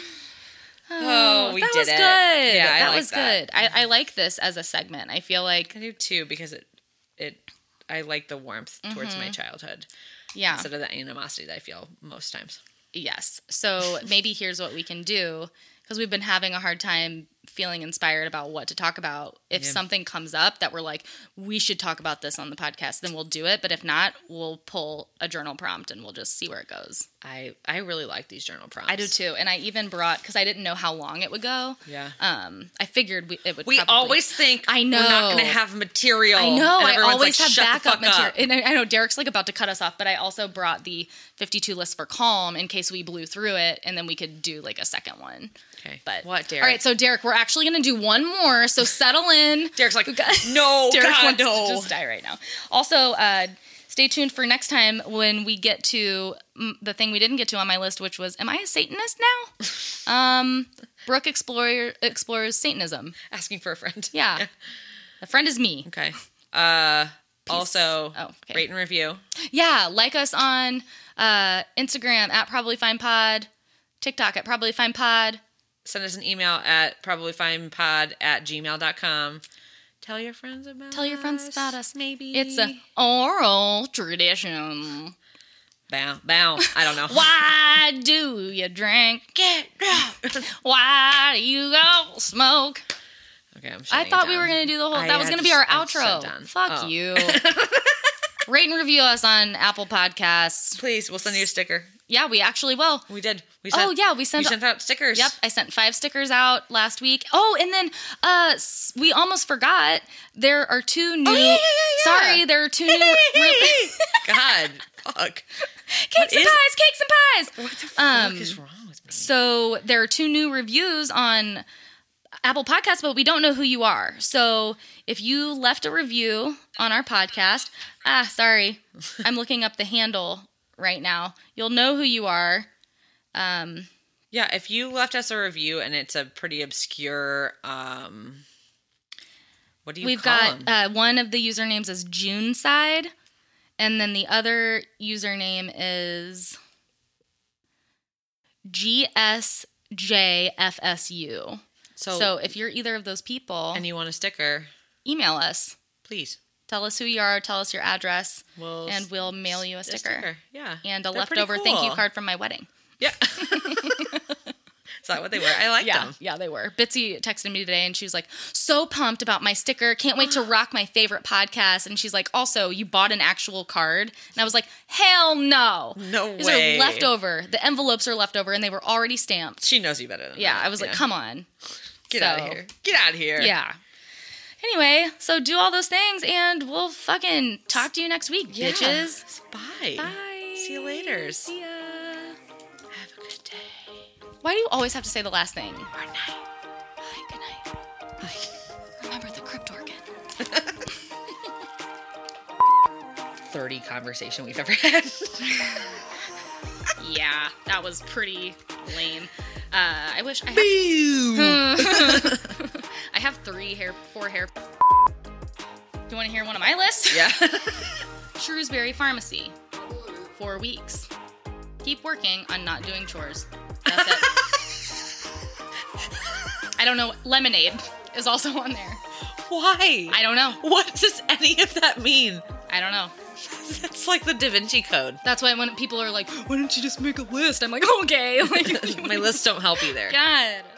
Oh, we
that
did
was
it.
good.
Yeah, I
that
like
was
that.
good. I, I like this as a segment. I feel like,
I do too because it it I like the warmth towards my childhood
Mm-hmm. yeah.
instead of the animosity that I feel most times.
Yes. So maybe here's what we can do because we've been having a hard time feeling inspired about what to talk about. If
Yeah.
something comes up that we're like, we should talk about this on the podcast, then we'll do it. But if not, we'll pull a journal prompt and we'll just see where it goes.
I I really like these journal prompts.
I do too. And I even brought, because I didn't know how long it would go.
Yeah.
Um, I figured we, it would
we
probably-
always think
I
we're not
know.
going to have material.
I know.
and
I
everyone's
always
like,
have
"Shut the
backup
fuck up."
material. And I, I know Derek's like about to cut us off, but I also brought the 52 list for Calm in case we blew through it, and then we could do like a second one.
Okay.
But
what, Derek?
All right, so Derek, we're actually gonna do one more. So settle in.
Derek's like,
We got-
no,
Derek
Oh, God,
wants
no.
to just die right now. Also, uh, stay tuned for next time when we get to mm, the thing we didn't get to on my list, which was, am I a Satanist now? um, Brooke Explorer explores Satanism.
asking for a friend.
Yeah. A friend is me.
Okay. Uh, also,
Oh, okay.
rate and review.
Yeah, like us on uh, Instagram at Probably Fine Pod, TikTok at Probably Fine Pod.
Send us an email at probablyfinepod at gmail.com. Tell your friends about
Tell your friends about us.
Maybe.
It's a oral tradition.
Bow, bow. I don't know.
Why do you drink?
Get out.
Why do you go smoke?
Okay, I'm
I
shutting it
thought we
down.
were gonna do the whole.
I
that was
had
gonna
to
be our
sh- I shut
outro.
down.
Fuck
Oh.
you. Rate and review us on Apple Podcasts.
Please, we'll send you a sticker.
Yeah, we actually will.
We did. We sent,
Oh yeah, we
You
sent.
sent out stickers.
Yep, I sent five stickers out last week. Oh, and then uh, s- we almost forgot. There are two new.
Oh, yeah, yeah, yeah, yeah.
Sorry, there are two new. re-
God, fuck.
cakes and
is-
pies, cakes and pies.
What the fuck
Um,
is wrong with me?
So there are two new reviews on Apple Podcasts, but we don't know who you are. So if you left a review on our podcast, ah, sorry, I'm looking up the handle right now. You'll know who you are. Um,
Yeah, if you left us a review and it's a pretty obscure, um, what do you
we've
call
got
'em?
uh, one of the usernames is June Side, and then the other username is GSJFSU.
so,
so if you're either of those people,
and you want a sticker,
email us.
please.
Tell us who you are, tell us your address,
We'll
and
s-
we'll mail you a
s-
sticker.
Yeah,
And a
They're pretty
leftover thank you
cool.
card from my wedding.
Yeah. Is that what they were? I like them.
yeah, they were. Bitsy texted me today and she was like, so pumped about my sticker. Can't wait to rock my favorite podcast. And she's like, also, you bought an actual card. And I was like, hell no.
No
These
way.
are leftover. The envelopes are leftover and they were already stamped.
She knows you better than
Yeah,
that.
I was like, come on.
get
so-
out of here. Get out of here.
Yeah. Anyway, so do all those things and we'll fucking talk to you next week,
Yeah.
bitches.
Bye.
Bye.
See you later.
See ya.
Have a good day
Why do you always have to say the last thing?
or night.
Bye, good night. Bye. Remember the crypt organ.
30 conversation we've ever had.
Yeah, that was pretty lame. Uh, I wish I had.
Boo.
Hmm. I have three hair, four hair. Do you want to hear one of my lists?
yeah.
Shrewsbury Pharmacy. Four weeks. Keep working on not doing chores. That's it. I don't know. Lemonade is also on there.
Why?
I don't know.
what does any of that mean?
I don't know.
That's like the Da Vinci Code.
That's why when people are like, "Why don't you just make a list?" I'm like, "Okay." Like,
My lists don't help either.
God.